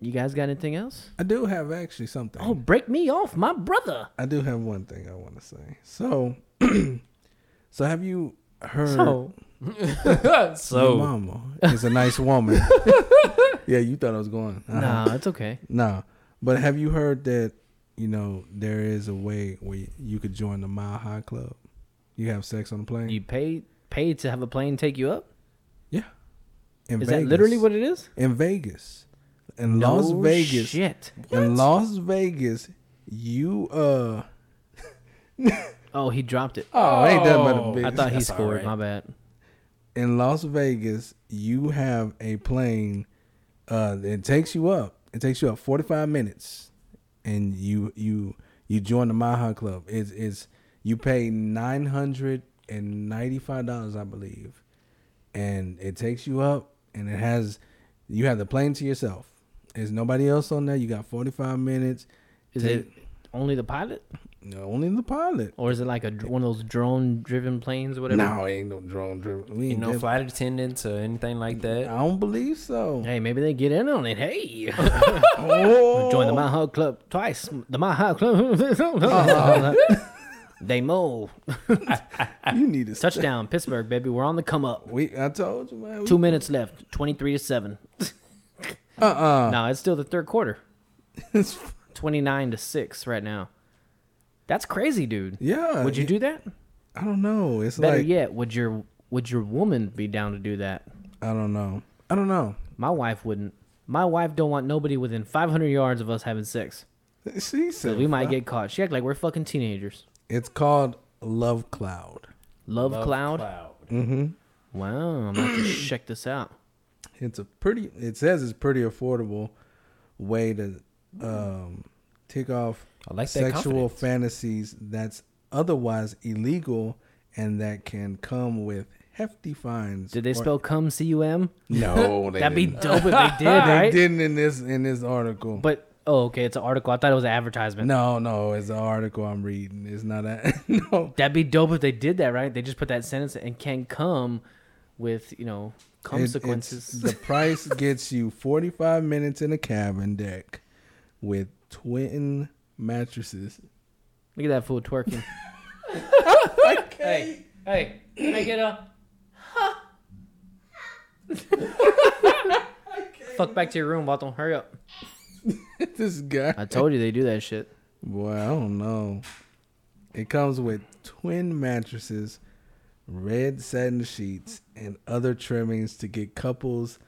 Speaker 2: you guys got anything else?
Speaker 6: I do have actually something.
Speaker 2: Oh, break me off, my brother.
Speaker 6: I do have one thing I want to say. So, so have you heard?
Speaker 2: So,
Speaker 6: Your
Speaker 4: so,
Speaker 6: mama is a nice woman. yeah, you thought I was going. uh
Speaker 2: nah, it's okay.
Speaker 6: Nah. But have you heard that, you know, there is a way where you could join the Mile High Club? You have sex on the plane?
Speaker 2: You pay pay to have a plane take you up.
Speaker 6: yeah. In
Speaker 2: Is that literally what it is?
Speaker 6: In Vegas. In Las
Speaker 2: No
Speaker 6: Vegas.
Speaker 2: Shit.
Speaker 6: In Las Vegas, you, uh.
Speaker 2: Oh, he dropped it.
Speaker 6: Oh, ain't that about a
Speaker 2: I
Speaker 6: bitch.
Speaker 2: thought he
Speaker 4: That's all
Speaker 2: scored.
Speaker 4: right.
Speaker 2: My bad.
Speaker 6: in Las Vegas, you have a plane. Uh, it takes you up. It takes you up 45 minutes, and you you you join the Maha Club. It's it's you pay nine hundred and ninety five dollars, I believe, and it takes you up, and it has you have the plane to yourself. There's nobody else on there. You got 45 minutes.
Speaker 2: Is
Speaker 6: Take-
Speaker 2: it only the pilot,
Speaker 6: only the pilot?
Speaker 2: or is it like a dr- one of those drone-driven planes or whatever?
Speaker 6: No, ain't no drone driven. We
Speaker 4: you
Speaker 6: ain't
Speaker 4: know,
Speaker 6: def-
Speaker 4: flight attendants or anything like that.
Speaker 6: I don't believe so.
Speaker 2: Hey, maybe they get in on it. Hey,
Speaker 6: Oh.
Speaker 2: join the My High Club twice. The My High Club. they mole.
Speaker 6: you need to touch.
Speaker 2: Touchdown, Pittsburgh, baby. We're on the come up.
Speaker 6: We, I told you, man. we
Speaker 2: Two minutes left. Twenty-three to seven.
Speaker 6: Uh-uh.
Speaker 2: No, it's still the third quarter. Twenty-nine to six right now. That's crazy, dude.
Speaker 6: Yeah.
Speaker 2: Would you do that?
Speaker 6: I don't know. It's
Speaker 2: Better
Speaker 6: like
Speaker 2: yet, would your would your woman be down to do that?
Speaker 6: I don't know. I don't know.
Speaker 2: My wife wouldn't. My wife don't want nobody within 500 yards of us having sex.
Speaker 6: She said
Speaker 2: 'Cause We might get caught. She act like we're fucking teenagers.
Speaker 6: It's called Love Cloud.
Speaker 2: Love,
Speaker 4: Love
Speaker 2: cloud.
Speaker 4: cloud.
Speaker 2: Wow, I'm about to check this out.
Speaker 6: It's a pretty. It says it's pretty affordable way to um, tick off
Speaker 4: I like that
Speaker 6: sexual
Speaker 4: confidence.
Speaker 6: fantasies that's otherwise illegal and that can come with hefty fines.
Speaker 2: Did they
Speaker 6: or-
Speaker 2: spell cum C U M?
Speaker 6: No, they
Speaker 2: That'd be
Speaker 6: didn't.
Speaker 2: dope if they did, right?
Speaker 6: They didn't in this in this article.
Speaker 2: But oh, okay, it's an article. I thought it was an advertisement.
Speaker 6: no, no, it's an article I'm reading. It's not that. no,
Speaker 2: That'd be dope if they did that, right? They just put that sentence and can come with you know
Speaker 6: It- it's-
Speaker 2: consequences.
Speaker 6: the price gets you 45 minutes in a cabin deck with twin mattresses.
Speaker 2: Look at that fool twerking. okay. Hey, hey, hey, get up. Fuck back to your room, Waddle. Hurry up.
Speaker 6: this guy.
Speaker 2: I told you they do that shit.
Speaker 6: Boy, I don't know. It comes with twin mattresses, red satin sheets, and other trimmings to get couples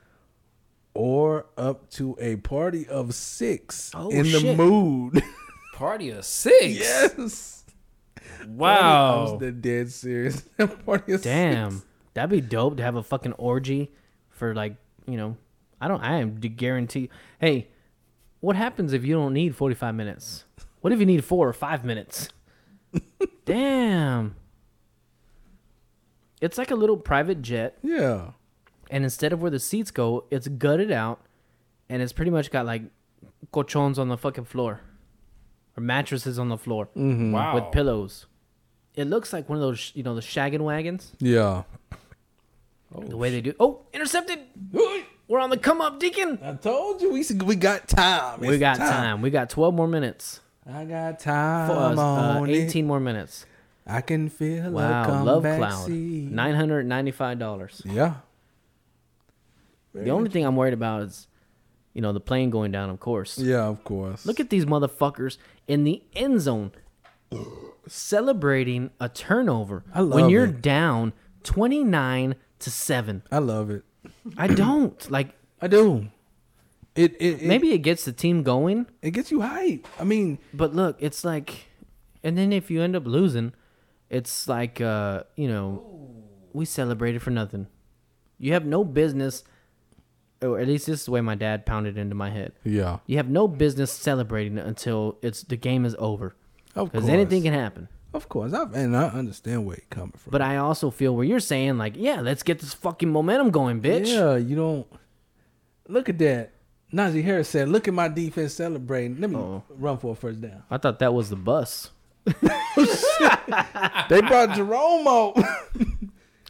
Speaker 6: or up to a party of six
Speaker 2: Oh,
Speaker 6: in the
Speaker 2: shit.
Speaker 6: mood.
Speaker 4: Party of six.
Speaker 6: yes.
Speaker 4: Wow.
Speaker 6: I'm the dead serious. party of
Speaker 2: Damn.
Speaker 6: six.
Speaker 2: That'd be dope to have a fucking orgy for like, you know, I don't, I am to guarantee. Hey, what happens if you don't need 45 minutes? What if you need four or five minutes? Damn. It's like a little private jet,
Speaker 6: Yeah.
Speaker 2: and instead of where the seats go, it's gutted out, and it's pretty much got like colchones on the fucking floor, or mattresses on the floor
Speaker 4: Wow.
Speaker 2: with pillows. It looks like one of those, you know, the shaggin' wagons.
Speaker 6: Yeah.
Speaker 2: the way they do. Oh, intercepted! We're on the come up, Deacon.
Speaker 6: I told you we s- we got time.
Speaker 2: we
Speaker 6: It's
Speaker 2: got time. We got twelve more minutes.
Speaker 6: I got time
Speaker 2: For us, uh,
Speaker 6: on it.
Speaker 2: eighteen more minutes.
Speaker 6: I can feel a
Speaker 2: Wow, Love
Speaker 6: comeback
Speaker 2: Cloud,
Speaker 6: seed.
Speaker 2: nine hundred ninety-five dollars.
Speaker 6: Yeah.
Speaker 2: The only thing I'm worried about is, you know, the plane going down. Of course.
Speaker 6: Yeah, of course.
Speaker 2: Look at these motherfuckers in the end zone celebrating a turnover
Speaker 6: I love
Speaker 2: when you're
Speaker 6: it.
Speaker 2: down twenty-nine to seven.
Speaker 6: I love it.
Speaker 2: I don't like.
Speaker 6: I do. It it, it
Speaker 2: Maybe it gets the team going.
Speaker 6: it gets you hype. I mean,
Speaker 2: But look, it's like, and then if you end up losing, it's like, uh, you know, we celebrated for nothing. You have no business, or at least this is the way my dad pounded into my head.
Speaker 6: yeah.
Speaker 2: You have no business celebrating until it's the game is over,
Speaker 6: Of course.
Speaker 2: because anything can happen.
Speaker 6: Of course. I and I understand where it coming from.
Speaker 2: But I also feel where you're saying, like, yeah, let's get this fucking momentum going, bitch.
Speaker 6: Yeah, you don't look at that. Najee Harris said, "Look at my defense celebrating. Let me run for a first down."
Speaker 2: I thought that was the bus.
Speaker 6: They brought Jerome out.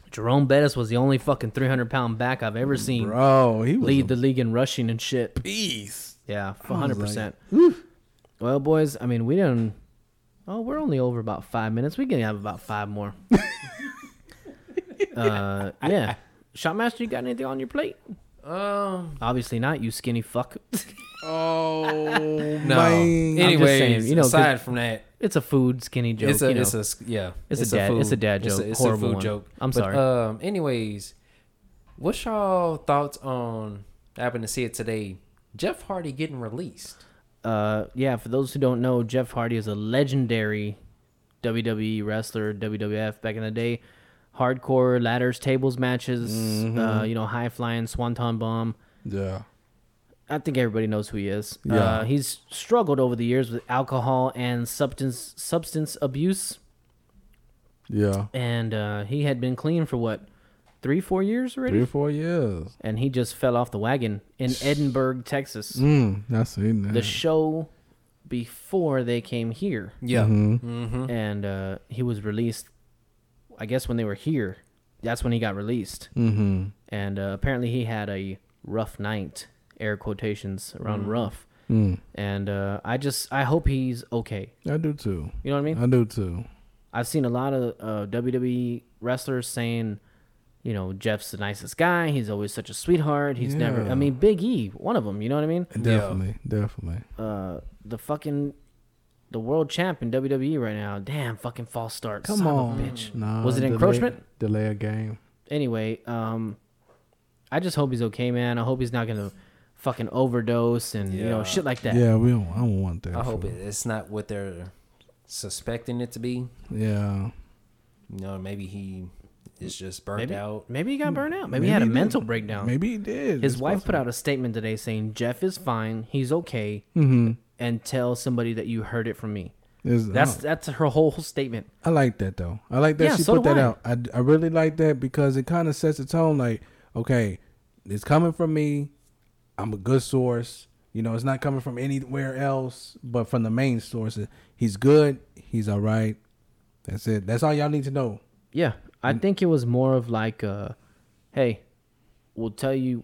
Speaker 2: Jerome Bettis was the only fucking 300 pound back I've ever seen
Speaker 6: Bro, he was
Speaker 2: lead the league in rushing and shit.
Speaker 6: beast.
Speaker 2: Yeah, hundred percent. Well, boys, I mean, we don't. Oh, we're only over about five minutes. We can have about five more. uh, yeah. Shotmaster, you got anything on your plate? Um, obviously not. You skinny fuck.
Speaker 6: Oh
Speaker 4: No.
Speaker 2: I'm
Speaker 6: man.
Speaker 2: just
Speaker 4: Anyways,
Speaker 2: saying, you know, 'cause-
Speaker 4: aside from that,
Speaker 2: it's a food skinny joke.
Speaker 4: it's a,
Speaker 2: you know.
Speaker 4: it's a s- yeah,
Speaker 2: It's a dad- it's a dad
Speaker 4: It's
Speaker 2: joke,
Speaker 4: a, it's
Speaker 2: horrible
Speaker 4: a food
Speaker 2: one.
Speaker 4: joke.
Speaker 2: I'm
Speaker 4: But,
Speaker 2: sorry.
Speaker 4: Um, anyways, what's y'all thoughts on? I happened to see it today. Jeff Hardy getting released.
Speaker 2: uh, yeah. For those who don't know, Jeff Hardy is a legendary WWE wrestler, WWF back in the day. Hardcore ladders, tables matches.
Speaker 6: Mm-hmm.
Speaker 2: Uh, you know, high flying swanton bomb.
Speaker 6: Yeah.
Speaker 2: I think everybody knows who he is.
Speaker 6: Yeah.
Speaker 2: Uh, he's struggled over the years with alcohol and substance substance abuse,
Speaker 6: Yeah.
Speaker 2: and uh, he had been clean for what three, four years already,
Speaker 6: Three or four years.
Speaker 2: and he just fell off the wagon in Edinburgh, Texas.
Speaker 6: Mm, I seen that.
Speaker 2: The show before they came here,
Speaker 4: Yeah,
Speaker 2: Mm-hmm.
Speaker 6: Mm-hmm.
Speaker 2: and uh, he was released. I guess when they were here, that's when he got released. Mm-hmm. And uh, apparently, he had a rough night. Air quotations
Speaker 6: Mm.
Speaker 2: around rough. And uh, I just I hope he's okay.
Speaker 6: I do too.
Speaker 2: You know what I mean?
Speaker 6: I do too.
Speaker 2: I've seen a lot of uh, WWE wrestlers saying, you know, Jeff's the nicest guy. He's always such a sweetheart. He's never. I
Speaker 6: Yeah.
Speaker 2: mean, Big E, one of them. You know what I mean?
Speaker 6: Definitely, definitely.
Speaker 2: Uh, the fucking the world champ in WWE right now. Damn, fucking false start.
Speaker 6: Come
Speaker 2: son of a
Speaker 6: on,
Speaker 2: bitch.
Speaker 6: Nah,
Speaker 2: Was it
Speaker 6: delay-
Speaker 2: encroachment?
Speaker 6: Delay a game.
Speaker 2: Anyway, um, I just hope he's okay, man. I hope he's not gonna fucking overdose and you know
Speaker 4: Yeah.
Speaker 2: shit like that.
Speaker 6: Yeah, we don't. I don't want that.
Speaker 4: I hope
Speaker 6: fool.
Speaker 4: it, it's not what they're suspecting it to be.
Speaker 6: Yeah.
Speaker 4: You know, maybe he is just burnt
Speaker 2: Maybe,
Speaker 4: out.
Speaker 2: maybe he got burned out. Maybe, he had a
Speaker 6: did.
Speaker 2: mental breakdown.
Speaker 6: Maybe he did.
Speaker 2: His
Speaker 6: It's
Speaker 2: wife put
Speaker 6: possible.
Speaker 2: out a statement today saying Jeff is fine, he's okay, and tell somebody that you heard it from me.
Speaker 6: It's- Mm-hmm. I
Speaker 2: That's
Speaker 6: don't-
Speaker 2: that's her whole statement.
Speaker 6: I like that though. I like that
Speaker 2: Yeah,
Speaker 6: she
Speaker 2: so
Speaker 6: put
Speaker 2: do
Speaker 6: that
Speaker 2: I.
Speaker 6: out. I, I really like that because it kind of sets the tone. Like, okay, it's coming from me. I'm a good source. You know, it's not coming from anywhere else but from the main source. He's good. He's all right. That's it. That's all y'all need to know.
Speaker 2: Yeah, I
Speaker 6: Mm.
Speaker 2: think it was more of like, uh, hey, we'll tell you,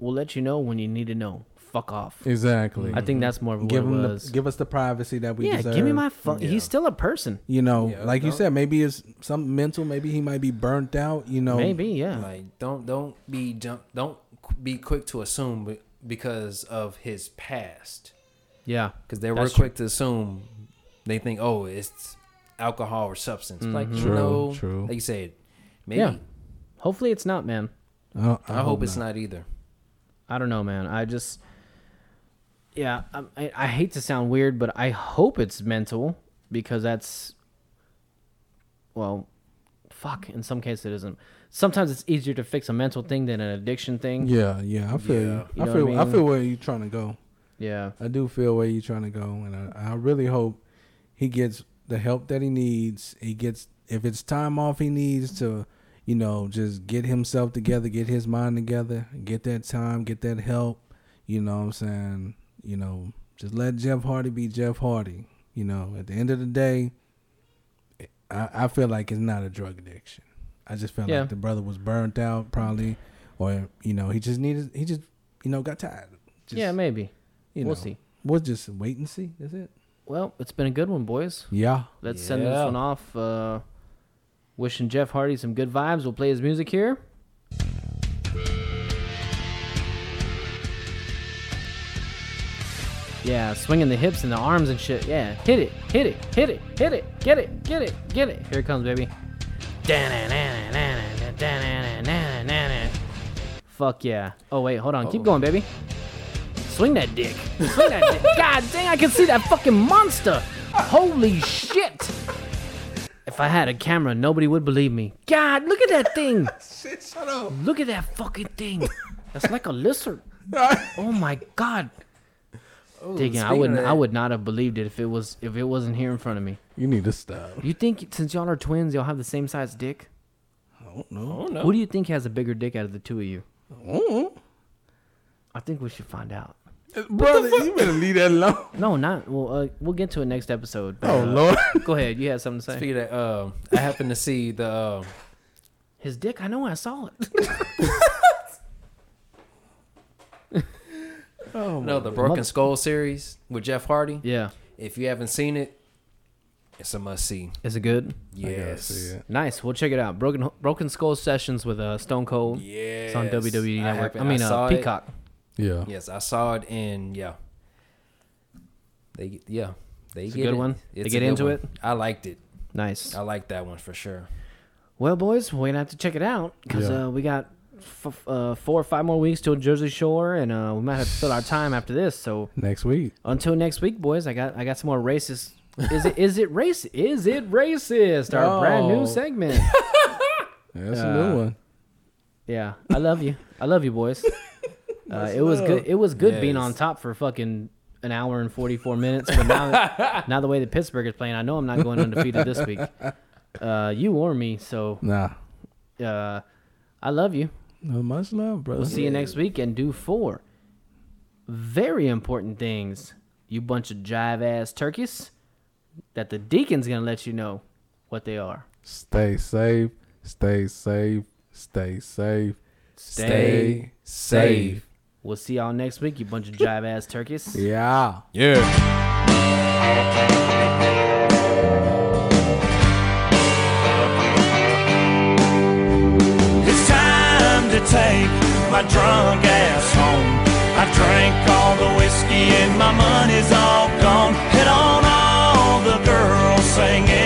Speaker 2: we'll let you know when you need to know. Fuck off.
Speaker 6: Exactly.
Speaker 2: I think that's more of what
Speaker 6: Mm. give
Speaker 2: it
Speaker 6: him
Speaker 2: was.
Speaker 6: the, give us the privacy that we
Speaker 2: yeah,
Speaker 6: deserve.
Speaker 2: give me my fuck. He's still a person.
Speaker 6: You know,
Speaker 4: Yeah,
Speaker 6: like you
Speaker 4: no.
Speaker 6: said, maybe it's some mental. Maybe he might be burnt out. You know,
Speaker 2: Maybe, yeah.
Speaker 4: Like, don't don't be jump. Don't qu- be quick to assume be- because of his past.
Speaker 2: yeah.
Speaker 4: Because they were
Speaker 2: That's
Speaker 4: quick to assume they think, oh, it's alcohol or substance. Like you
Speaker 6: True,
Speaker 4: know,
Speaker 6: true.
Speaker 4: like you said, maybe.
Speaker 2: Mm-hmm. Yeah. Hopefully it's not, man.
Speaker 6: I, I
Speaker 4: I, hope, it's not either.
Speaker 2: I don't know, man. I just, yeah, I- I, I hate to sound weird, but I hope it's mental because that's, well, fuck. In some cases, it isn't. Sometimes it's easier to fix a mental thing than an addiction thing. Yeah.
Speaker 6: Yeah, yeah. I feel.
Speaker 4: Yeah.
Speaker 6: You.
Speaker 2: You
Speaker 6: I
Speaker 2: know what
Speaker 6: feel.
Speaker 2: I
Speaker 6: I
Speaker 2: mean?
Speaker 6: feel where you're trying to go. I do feel where you're trying to go, and I, I really hope he gets the help that he needs. He gets if it's time off he needs to you know, just get himself together, get his mind together, get that time, get that help. You know what I'm saying? You know, just let Jeff Hardy be Jeff Hardy. You know, at the end of the day, I, I feel like it's not a drug addiction. I just felt
Speaker 2: Yeah.
Speaker 6: like the brother was burnt out probably, or you know, he just needed, he just, you know, got tired. Just,
Speaker 2: yeah, maybe.
Speaker 6: you
Speaker 2: we'll
Speaker 6: know,
Speaker 2: see.
Speaker 6: We'll just wait and see. That's it.
Speaker 2: Well, it's been a good one, boys.
Speaker 6: Yeah.
Speaker 2: Let's send this
Speaker 4: Yeah.
Speaker 2: one off. Uh, wishing Jeff Hardy some good vibes. We'll play his music here. Yeah, swinging the hips and the arms and shit. Yeah, hit it, hit it, hit it, hit it, get it, get it, get it. Here it comes, baby. Fuck yeah. Oh, wait, hold on. Keep going, baby. Swing that dick. Swing that dick. God dang, I can see that fucking monster. Holy shit. If I had a camera, nobody would believe me. God, look at that thing.
Speaker 6: Shut up.
Speaker 2: Look at that fucking thing. That's like a lizard. Oh my god. Digging, I
Speaker 4: speaking
Speaker 2: wouldn't.
Speaker 4: of
Speaker 2: I
Speaker 4: that-
Speaker 2: would not have believed it if it was if it wasn't here in front of me.
Speaker 6: You need to stop.
Speaker 2: You think since y'all are twins, y'all have the same size dick?
Speaker 6: I don't know. Mm-hmm.
Speaker 4: Oh no.
Speaker 2: Who do you think has a bigger dick out of the two of you? I think we should find out.
Speaker 6: Brother, you better leave that alone.
Speaker 2: No, not. Well, uh, we'll get to it next episode. but,
Speaker 6: Oh
Speaker 2: uh,
Speaker 6: Lord.
Speaker 2: Go ahead. You had something to say.
Speaker 4: Speaking of that, um, I happened to see the um,
Speaker 2: His dick. I know. I saw it.
Speaker 6: Oh
Speaker 4: no the Broken Skull series with Jeff Hardy.
Speaker 2: yeah.
Speaker 4: If you haven't seen it, it's a must see.
Speaker 2: Is it good?
Speaker 4: Yes.
Speaker 2: Nice. We'll check it out. Broken Broken Skull sessions with uh, Stone Cold. It's on
Speaker 4: Yes.
Speaker 2: WWE
Speaker 4: I
Speaker 2: Network. I,
Speaker 4: happen- I
Speaker 2: mean, uh,
Speaker 4: saw it.
Speaker 2: Peacock.
Speaker 6: Yeah.
Speaker 4: Yes, I saw it and yeah. They yeah. They
Speaker 2: It's a
Speaker 4: get
Speaker 2: good
Speaker 4: it.
Speaker 2: one. They
Speaker 4: It's a
Speaker 2: get
Speaker 4: good
Speaker 2: into
Speaker 4: one.
Speaker 2: it.
Speaker 4: I liked it.
Speaker 2: Nice.
Speaker 4: I liked that one for sure.
Speaker 2: Well, boys, we're gonna have to check it out because
Speaker 6: Yeah.
Speaker 2: uh, we got f- uh, four or five more weeks till Jersey Shore, and uh, we might have to fill our time after this. So
Speaker 6: Next week.
Speaker 2: until next week, boys, I got I got some more racist. Is it is it racist? Is it racist? Our brand
Speaker 6: Oh.
Speaker 2: new segment.
Speaker 6: That's a new one.
Speaker 2: yeah, I love you. I love you, boys. Uh, it was good. It was good being
Speaker 4: Yes.
Speaker 2: on top for fucking an hour and forty four minutes. But now, now the way that Pittsburgh is playing, I know I'm not going undefeated this week. Uh, you or me, so
Speaker 6: Nah.
Speaker 2: uh, I love you.
Speaker 6: No, much love, brother.
Speaker 2: We'll see you next week and do four very important things, you bunch of jive ass turkeys, that the deacon's gonna let you know what they are.
Speaker 6: Stay safe. Stay safe. Stay safe.
Speaker 2: Stay
Speaker 4: safe.
Speaker 2: We'll see y'all next week, you bunch of jive ass turkeys.
Speaker 6: Yeah.
Speaker 4: Yeah.
Speaker 5: It's time to take my drunk ass home. I've drank all the whiskey and my money's all gone. Hit on all the girls singing